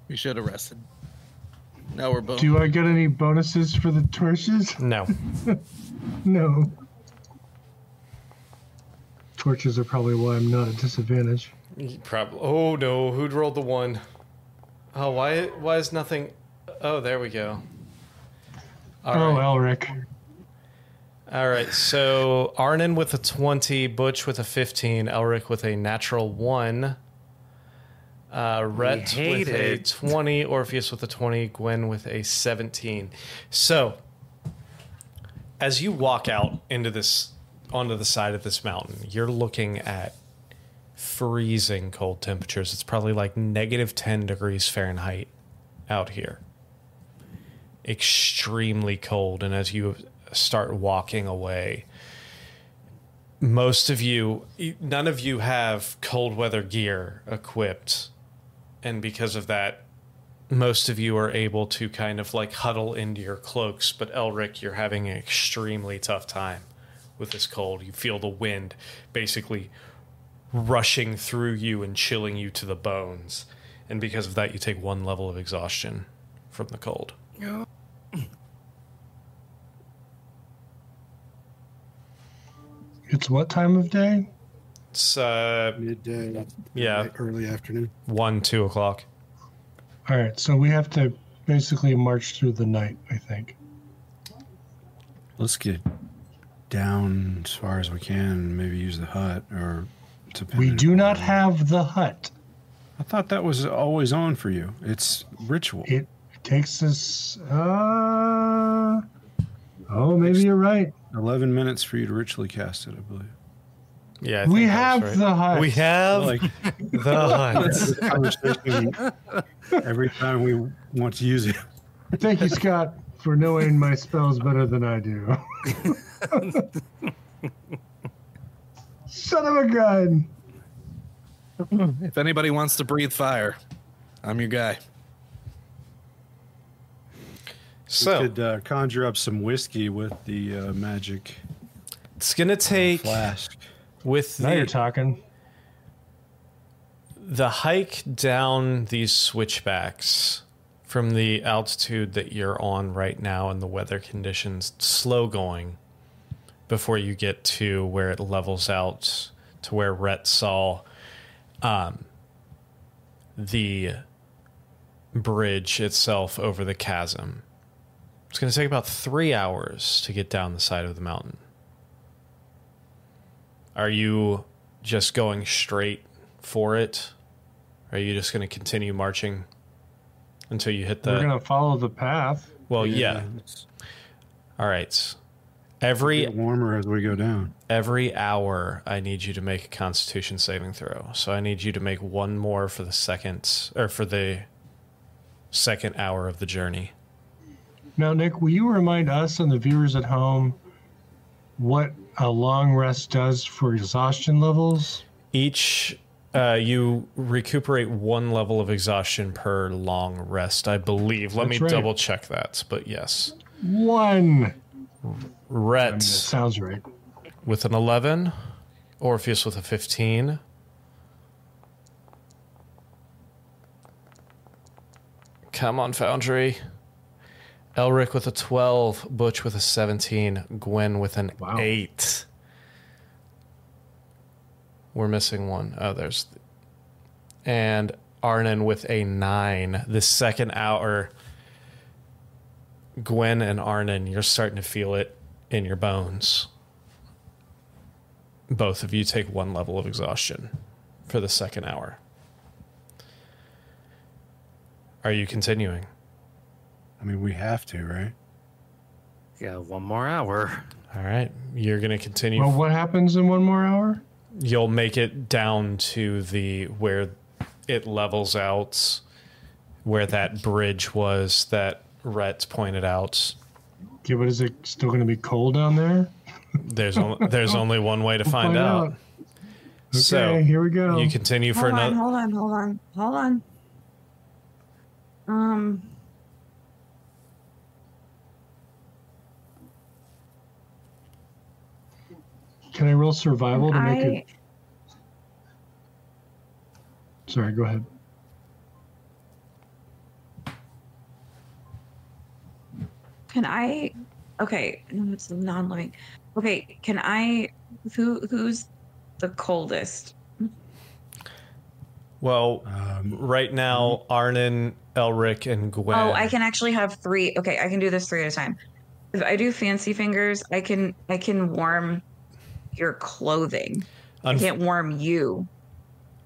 We should have rested. Now we're both.
Do I get any bonuses for the torches?
No.
No. Torches are probably why I'm not at disadvantage.
Probably. Oh no! Who'd rolled the one? Oh, why? Why is nothing? Oh, there we go. All right.
oh, Elric.
All right. So Arnon with a twenty, Butch with a fifteen, Elric with a natural one, uh, Rhett
hate
with a
it.
twenty, Orpheus with a twenty, Gwen with a seventeen. So as you walk out into this onto the side of this mountain, you're looking at freezing cold temperatures. It's probably like negative 10 degrees Fahrenheit out here. Extremely cold. And as you start walking away, most of you, none of you have cold weather gear equipped. And because of that, most of you are able to kind of like huddle into your cloaks, but Elric, you're having an extremely tough time with this cold. You feel the wind basically rushing through you and chilling you to the bones. And because of that, you take one level of exhaustion from the cold.
It's what time of day?
It's uh,
midday,
yeah,
early afternoon.
one, two o'clock.
All right, so we have to basically march through the night, I think.
Let's get down as far as we can. Maybe use the hut or.
We
depending
do not
on-
have the hut.
I thought that was always on for you. It's ritual.
It takes us. Uh, oh, maybe you're right.
Eleven minutes for you to ritually cast it, I believe.
Yeah, I
We
think that's
have the hut.
We have
Like
the hut.
this is a conversation every time we want to use it.
Thank you, Scott, for knowing my spells better than I do. Son of a gun!
If anybody wants to breathe fire, I'm your guy.
we
So
could uh, conjure up some whiskey with the uh, magic
it's gonna take
flask.
with
Now you're
the,
talking.
the hike down these switchbacks from the altitude that you're on right now and the weather conditions slow going before you get to where it levels out to where Rhett saw um, the bridge itself over the chasm. It's going to take about three hours to get down the side of the mountain. Are you just going straight for it? Are you just going to continue marching until you hit the?
We're gonna follow the path.
well, yeah.
It's
All right. Every
get warmer as we go down.
every hour, I need you to make a Constitution saving throw. So I need you to make one more for the second or for the second hour of the journey.
Now, Nick, will you remind us and the viewers at home what a long rest does for exhaustion levels?
Each uh, you recuperate one level of exhaustion per long rest, I believe. Let
That's
me
right.
double check that. But yes,
One. I mean, it
Rhett
sounds right.
with an eleven, Orpheus with a fifteen. Come on, Foundry. Elric with a 12, Butch with a 17, Gwen with an
Wow.
8. We're missing one. Oh, there's. and Arnon with a 9. The second hour, Gwen and Arnon, you're starting to feel it in your bones. Both of you take one level of exhaustion for the second hour. Are you continuing?
I mean, we have to, right?
Yeah, one more hour.
All right. You're going to continue.
Well, what happens in one more hour?
You'll make it down to the where it levels out, where that bridge was that Rhett pointed out.
Yeah, but is it still going to be cold down there?
There's only, there's only one way to find,
find
out.
out. okay, here we go.
you continue for
hold on,
another.
hold on, hold on, hold on. Um.
Can I roll survival to make
I,
it? Sorry, go ahead.
Can I? Okay, no, it's non-living. Okay, can I? Who who's the coldest?
Well,
Um,
right now, Arnon, Elric, and Gwen.
Oh, I can actually have three. Okay, I can do this three at a time. If I do fancy fingers, I can I can warm your clothing. I
Unf-
can't warm you.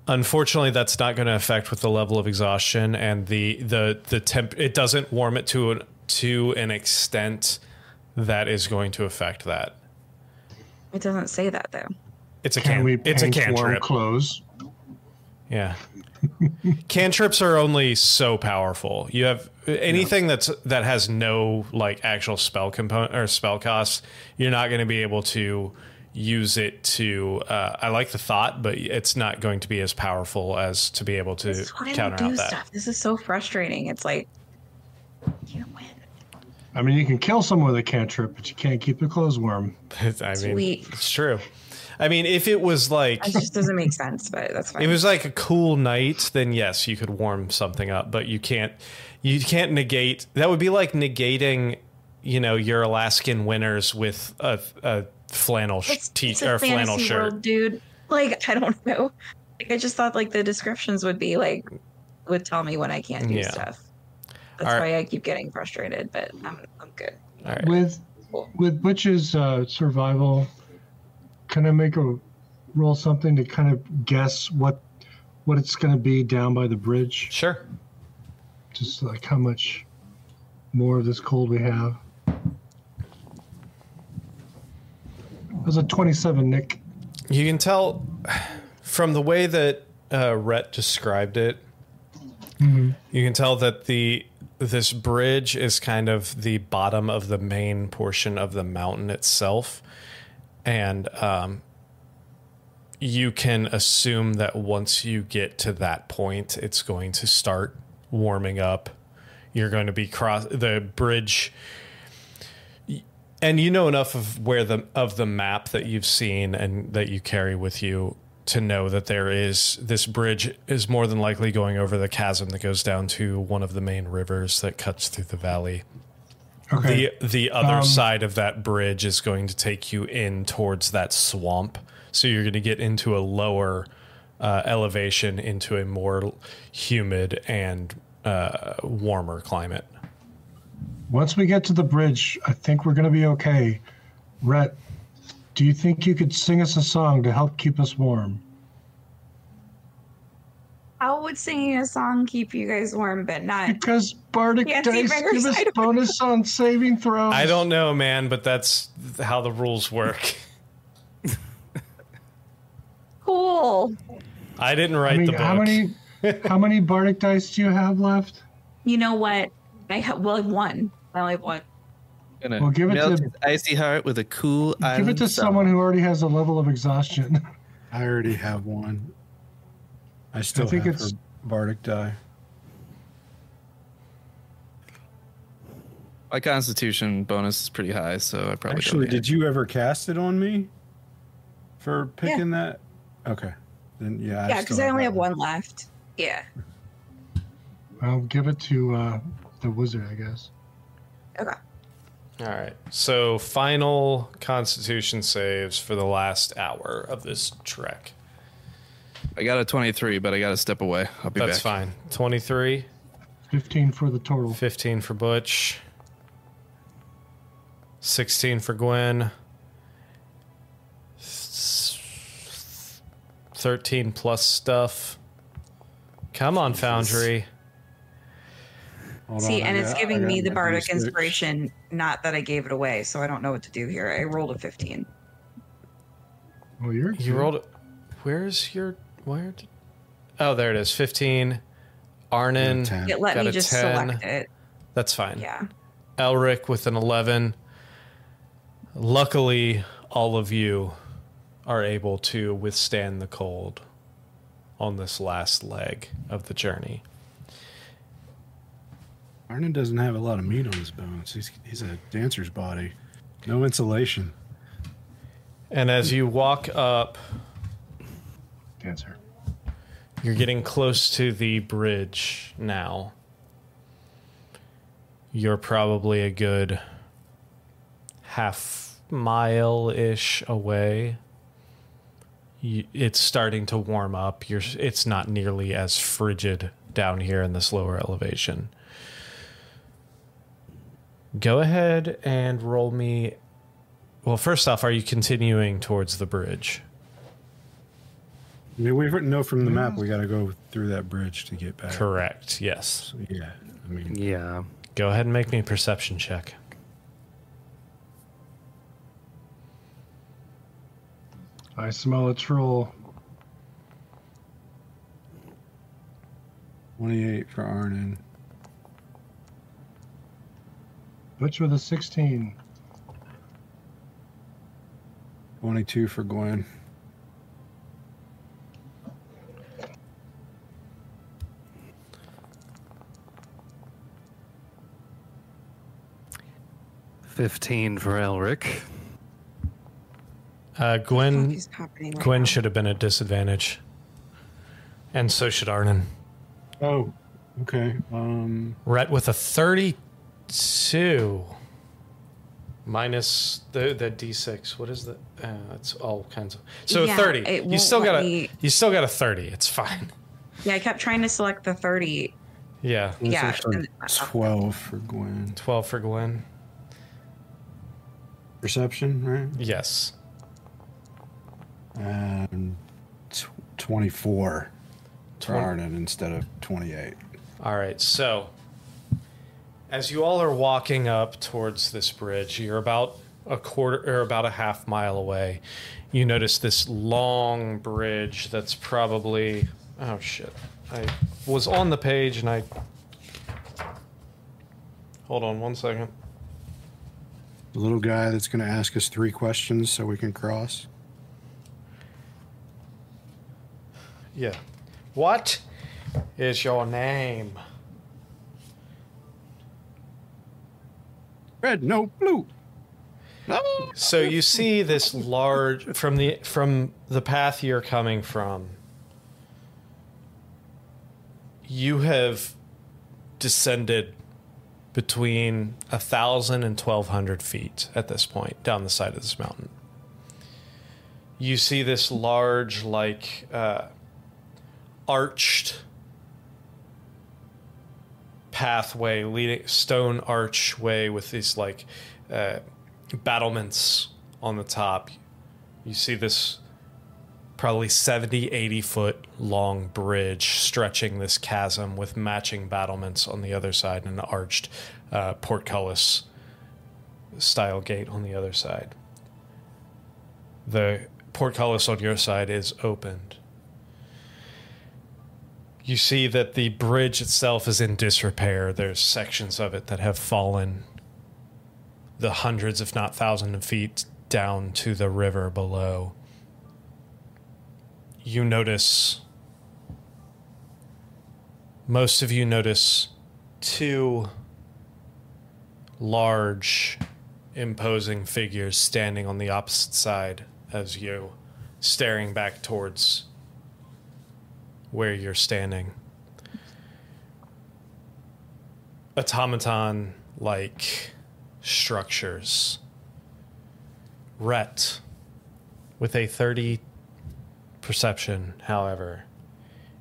Unfortunately, that's not going to affect with the level of exhaustion and the the the temp. It doesn't warm it to an to an extent that is going to affect that.
It doesn't say that though.
It's a
Can
can.
we
it's a
paint warm
cantrip.
clothes?
Yeah. Cantrips are only so powerful. You have anything that's that has no like actual spell component or spell costs. You're not going to be able to use it to. Uh, I like the thought, but it's not going to be as powerful as to be able to
That's why I don't
counter out
do
that.
stuff. This is so frustrating. It's like you win.
I mean, you can kill someone with a cantrip, but you can't keep the clothes warm.
I mean,
Sweet.
it's true. I mean, if it was like
It just doesn't make sense, but that's fine.
it was like a cool night, then yes, you could warm something up, but you can't you can't negate that would be like negating, you know, your Alaskan winters with a, a flannel sh-
it's,
t
it's a
or flannel
fantasy
shirt.
world, dude. Like I don't know. Like I just thought like the descriptions would be like would tell me when I can't do
Yeah.
stuff. That's
All right.
why I keep getting frustrated, but I'm I'm good.
All right.
With with Butch's uh, survival, can I make a roll something to kind of guess what what it's going to be down by the bridge?
Sure.
Just like how much more of this cold we have. That was a twenty-seven, Nick.
You can tell from the way that uh, Rhett described it. You can tell that the this bridge is kind of the bottom of the main portion of the mountain itself, and um, you can assume that once you get to that point, it's going to start warming up. You're going to be cross the bridge and you know enough of where the of the map that you've seen and that you carry with you to know that there is this bridge is more than likely going over the chasm that goes down to one of the main rivers that cuts through the valley.
Okay.
The the other
Um,
side of that bridge is going to take you in towards that swamp. So you're going to get into a lower uh, elevation into a more humid and uh, warmer climate.
Once we get to the bridge, I think we're going to be okay. Rhett, do you think you could sing us a song to help keep us warm?
How would singing a song keep you guys warm but not
Because Bardic
Yeah, see,
dice
Ringer's-
give us
I don't-
bonus on saving throws.
I don't know, man, but that's how the rules work.
cool?
I didn't write
I mean,
the book.
how many how many bardic dice do you have left?
You know what? I ha- well I won. I only have one.
Gonna
Well, give it
melt
to-
his icy heart with a cool
Give it
island
to
summer.
someone who already has a level of exhaustion.
I already have one. I still
think
have
it's-
her bardic die.
My constitution bonus is pretty high, so I probably
Actually,
don't need
did you ever cast it on me for picking that? Okay. Then
yeah,
yeah. still
because I only
that
have one left. Yeah.
I'll give it to uh, the wizard, I guess.
Okay.
All right. So, final constitution saves for the last hour of this trek.
it. I got a 23, but I got to step away. I'll be
That's
back.
fine. 23,
Fifteen for the total.
15 for Butch, 16 for Gwen, s- 13 plus stuff. Come on, Foundry.
Hold
See,
on, I
and it's
got- I
giving
got
me the
my
bardic
research.
inspiration, not that I gave it away, so I don't know what to do here. I rolled a 15.
Oh,
Well, you're
Hmm?
You rolled. Where's your? Where? Did, oh, there it is. Fifteen. Arnon.
Ten.
It let
Got
me
a
just
10.
select it.
That's fine.
Yeah.
Elric with an eleven. Luckily, all of you are able to withstand the cold on this last leg of the journey.
Arnon doesn't have a lot of meat on his bones. He's he's a dancer's body. No insulation.
And as you walk up,
Dancer.
You're getting close to the bridge now. You're probably a good half mile ish away. You, it's starting to warm up. You're, it's not nearly as frigid down here in this lower elevation. Go ahead and roll me. Well, first off, are you continuing towards the bridge?
I mean, we wouldn't know from the
Mm.
map. We got to go through that bridge to get back.
Correct. Yes.
So, yeah. I mean,
Yeah.
Go ahead and make me a perception check.
I smell a troll.
28 for Arnon.
Butch with a 16.
22 for Gwen.
Fifteen for Elric.
Uh,
What
Gwen,
is happening right
Gwen
now?
should have been at disadvantage, and so should Arnon.
Oh, okay. Um,
Rhett with a thirty-two minus the the d six. What is the? Uh, it's all kinds of. So
Yeah,
thirty.
it
You
won't
still got
let
a.
me-
You still got a thirty. It's fine.
Yeah, I kept trying to select the 30.
Yeah,
that's
Yeah,
actually
and- uh,
12 for Gwen.
twelve for Gwen.
Perception, right?
Yes.
Um, tw- 24 for
Twen-
Arnon instead of 28.
All right, so as you all are walking up towards this bridge, you're about a quarter or about a half mile away. You notice this long bridge that's probably oh shit. I was on the page and I Hold on one second.
The little guy that's going to ask us three questions so we can cross.
Yeah. What is your name?
Red, no, blue.
So you see this large from the from the path you're coming from. You have descended between a thousand and twelve hundred feet at this point down the side of this mountain. You see this large, like uh, arched pathway leading stone archway with these like uh, battlements on the top. You see this probably 70, 80 foot long bridge stretching this chasm with matching battlements on the other side and an arched uh, portcullis style gate on the other side. The portcullis on your side is opened. You see that the bridge itself is in disrepair. There's sections of it that have fallen the hundreds, if not thousands of feet down to the river below, you notice. Most of you notice two large, imposing figures standing on the opposite side as you, staring back towards where you're standing. Automaton like structures. Rhett, with a 30 perception, however,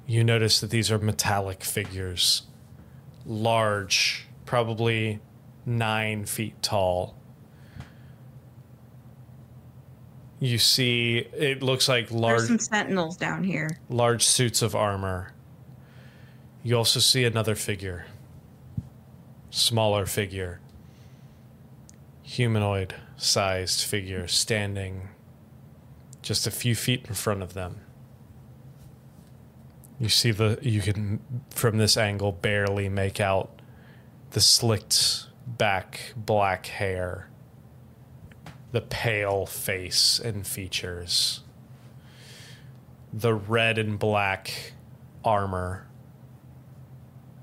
you notice that these are metallic figures, large, probably nine feet tall. You see, it looks like large
There's some sentinels down here.
large suits of armor. You also see another figure smaller figure, humanoid sized figure standing just a few feet in front of them. You see the, you can from this angle barely make out the slicked back black hair, the pale face and features, the red and black armor,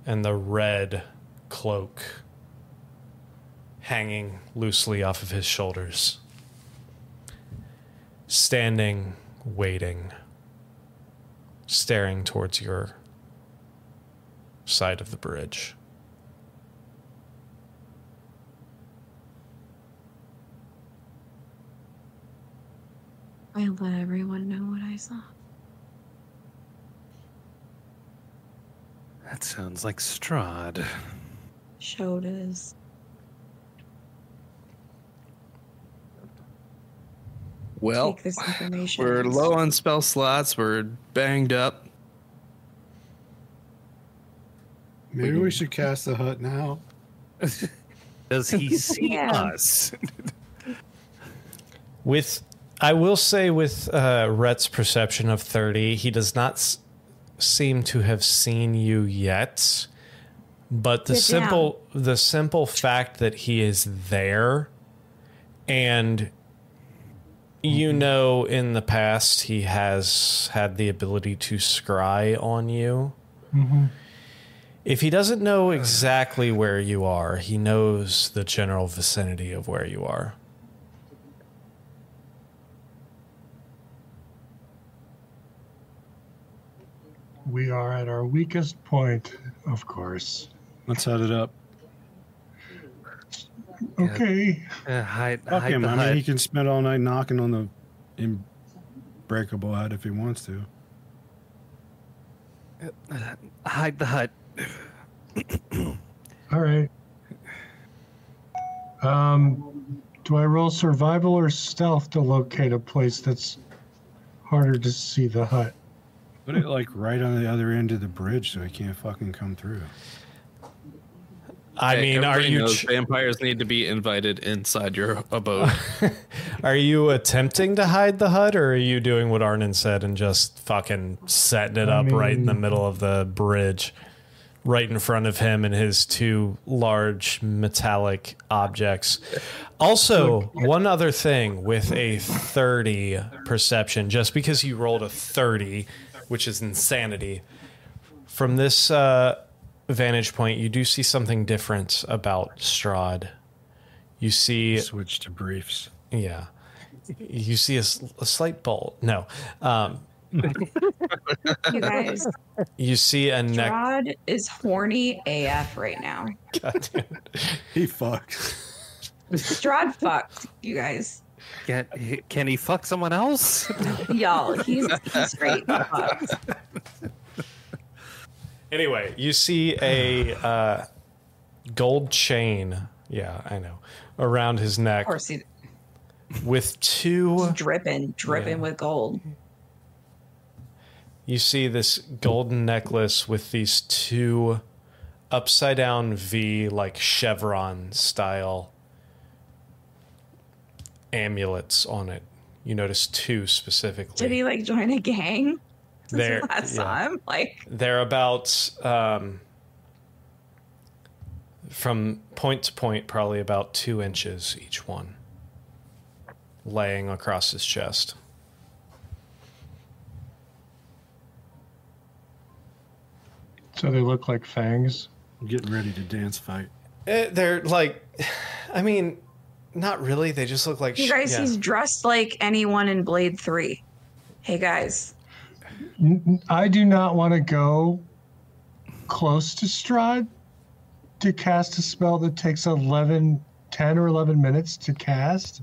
and the red cloak hanging loosely off of his shoulders. Standing, waiting, staring towards your side of the bridge.
I let everyone know what I saw.
That sounds like Strahd.
Shoulders.
Well,
Oh.
Take this information.
we're low on spell slots. We're banged up.
Maybe we should cast the hut now.
Does he see
Yeah.
us?
With, I will say, with uh, Rhett's perception of 30, he does not s- seem to have seen you yet. But the
Sit
simple the simple fact that he is there, and you
Mm-hmm.
know, in the past he has had the ability to scry on you.
Mm-hmm.
If he doesn't know exactly where you are, he knows the general vicinity of where you are.
We are at our weakest point, of course.
Let's hut it up.
Okay.
Uh, hide,
Fuck
hide
him.
the
I
hut.
mean, he can spend all night knocking on the unbreakable hut if he wants to.
hide the hut.
All right. Um, do I roll survival or stealth to locate a place that's harder to see the hut?
Put it like right on the other end of the bridge so he can't fucking come through.
I
Hey,
mean, are
everybody
you
knows
ch-
vampires need to be invited inside your abode?
are you attempting to hide the hut, or are you doing what Arnon said and just fucking setting it
I
up right in the
mean-
middle of the bridge, right in front of him and his two large metallic objects? Also, one other thing with a thirty perception, just because you rolled a thirty, which is insanity, from this uh, vantage point, you do see something different about Strahd. You see
Switch to briefs.
yeah. You see a, s- a slight bolt. No. Um,
You guys,
you see a neck.
Rod is horny AF right now.
He fucks.
Strahd fucked, you guys.
Can, can he fuck someone else?
Y'all, he's he's great. Fucked.
Anyway, you see a uh, gold chain. Yeah, I know. Around his
Of
neck
course, he's
with two.
dripping, dripping
Yeah.
with gold.
You see this golden necklace with these two upside down V, like chevron style amulets on it. You notice two specifically.
Did he like join a gang? Since
There-
we last saw him, like
they're about um, from point to point probably about two inches each one laying across his chest
So they look like fangs.
Getting ready to dance fight.
Eh, they're like i mean not really they just look like
you
sh-
guys,
yeah.
he's dressed like anyone in Blade Three. Hey guys,
N- n- I do not want to go close to Strahd to cast a spell that takes 11, 10 or 11 minutes to cast.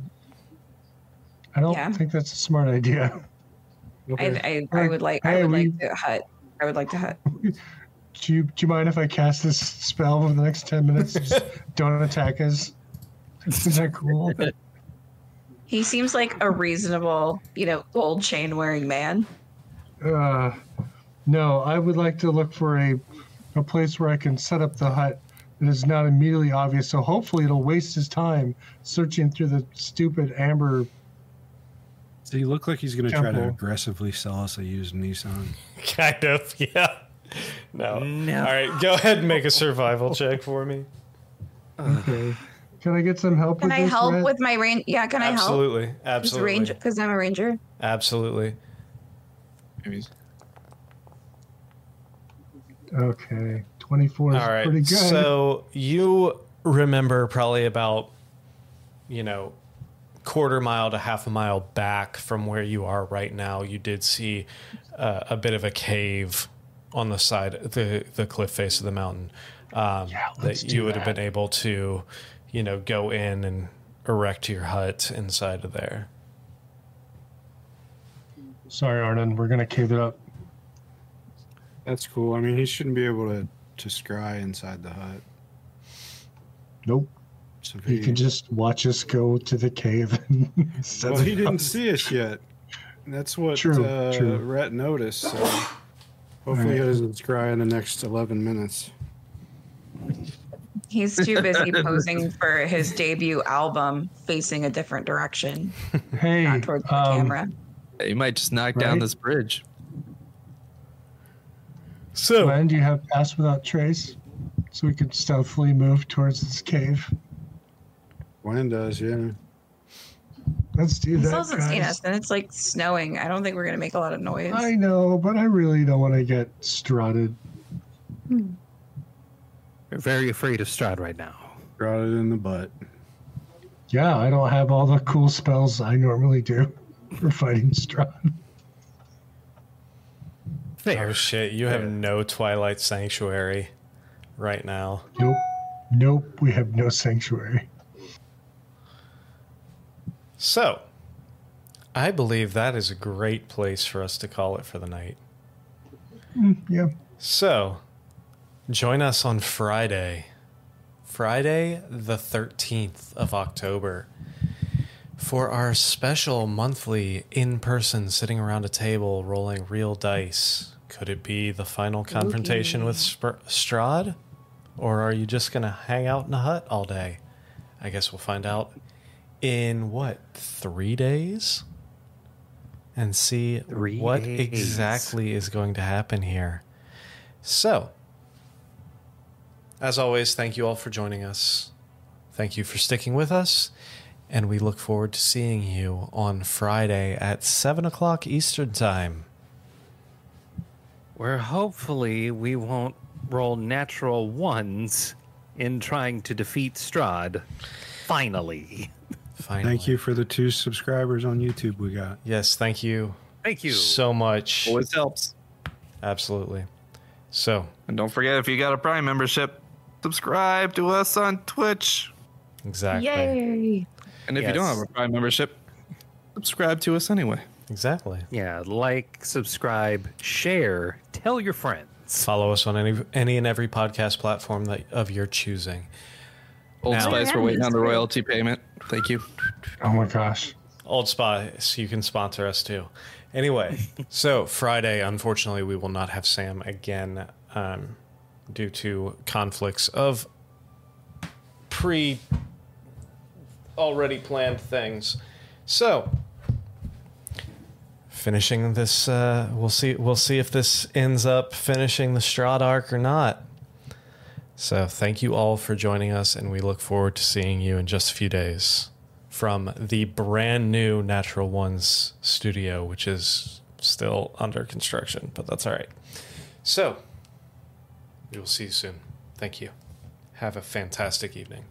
I don't
Yeah.
think that's a smart idea.
I, I I would like I
Hey,
would
we-
like to hut. I would like to hut.
Do you, do you mind if I cast this spell over the next 10 minutes? Just don't attack us. Is that cool?
He seems like a reasonable, you know, gold chain wearing man.
Uh, no, I would like to look for a, a place where I can set up the hut It is not immediately obvious, so hopefully it'll waste his time searching through the stupid amber.
Does he look like he's going to try to
Temple.
aggressively sell us a used Nissan?
Kind of, yeah. No.
No.
All right, go ahead and make a survival check for me.
Okay. Can I get some help
Can
with
I
this,
help
Rhett?
with my range? Yeah, can I help?
absolutely,
Just
absolutely,
ranger because I'm a ranger.
absolutely.
Maybe he's-
Okay. 24 is
All right.
pretty good.
So you remember probably about, you know, quarter mile to half a mile back from where you are right now. You did see uh, a bit of a cave on the side, the the cliff face of the mountain, um, that you would have been able to, you know, go in and erect your hut inside of there.
Sorry, Arnon. We're going to cave it up.
That's cool. I mean, he shouldn't be able to to scry inside the hut.
Nope.
So
He can just watch us go to the cave. And set
well,
it
he
up.
didn't see us yet. That's what
True,
uh,
true.
Rhett noticed. So hopefully, he doesn't scry in the next eleven minutes.
He's too busy posing for his debut album, facing a different direction,
Hey,
not towards the
um,
camera.
You might just knock down
Right?
this bridge.
So
Glenn, do you have Pass Without Trace? So we could stealthily move towards this cave.
Wayne does, yeah.
Let's do
He
that.
still hasn't seen
guys.
us, and it's like snowing. I don't think we're gonna make a lot of noise.
I know, but I really don't want to get strutted.
You're very afraid of Strahd right now.
Got it in the butt.
Yeah, I don't have all the cool spells I normally do for fighting Strahd.
oh shit, you have no Twilight Sanctuary right now.
Nope. Nope, we have no sanctuary.
So, I believe that is a great place for us to call it for the night.
Yeah.
So, join us on Friday, Friday the 13th of October, for our special monthly in person sitting around a table rolling real dice. Could it be the final confrontation with Spr Strahd? Or are you just going to hang out in a hut all day? I guess we'll find out in what, three days? And see
Three
what
days.
exactly is going to happen here. So, as always, thank you all for joining us. Thank you for sticking with us. And we look forward to seeing you on Friday at 7 o'clock Eastern Time.
Where hopefully we won't roll natural ones in trying to defeat Strahd. Finally.
Finally.
Thank you for the two subscribers on YouTube we got.
Yes, thank you,
Thank you.
so much.
Always helps.
Absolutely. So,
And don't forget, if you got a Prime membership, subscribe to us on Twitch.
exactly.
Yay!
And if you don't
Yes.
have a Prime membership, subscribe to us anyway.
Exactly.
yeah, like, subscribe, share, tell your friends.
Follow us on any any and every podcast platform that of your choosing.
Old
Now-
Spice, we're
Yeah,
waiting on the
that's great.
royalty payment. Thank you.
Oh my gosh.
Old Spice, you can sponsor us too. Anyway, so Friday, unfortunately, we will not have Sam again um, due to conflicts of pre already planned things. So, finishing this, uh, we'll see. We'll see if this ends up finishing the Strahd arc or not. So, thank you all for joining us, and we look forward to seeing you in just a few days from the brand new Natural Ones studio, which is still under construction, but that's all right. So, we will see you soon. Thank you. Have a fantastic evening.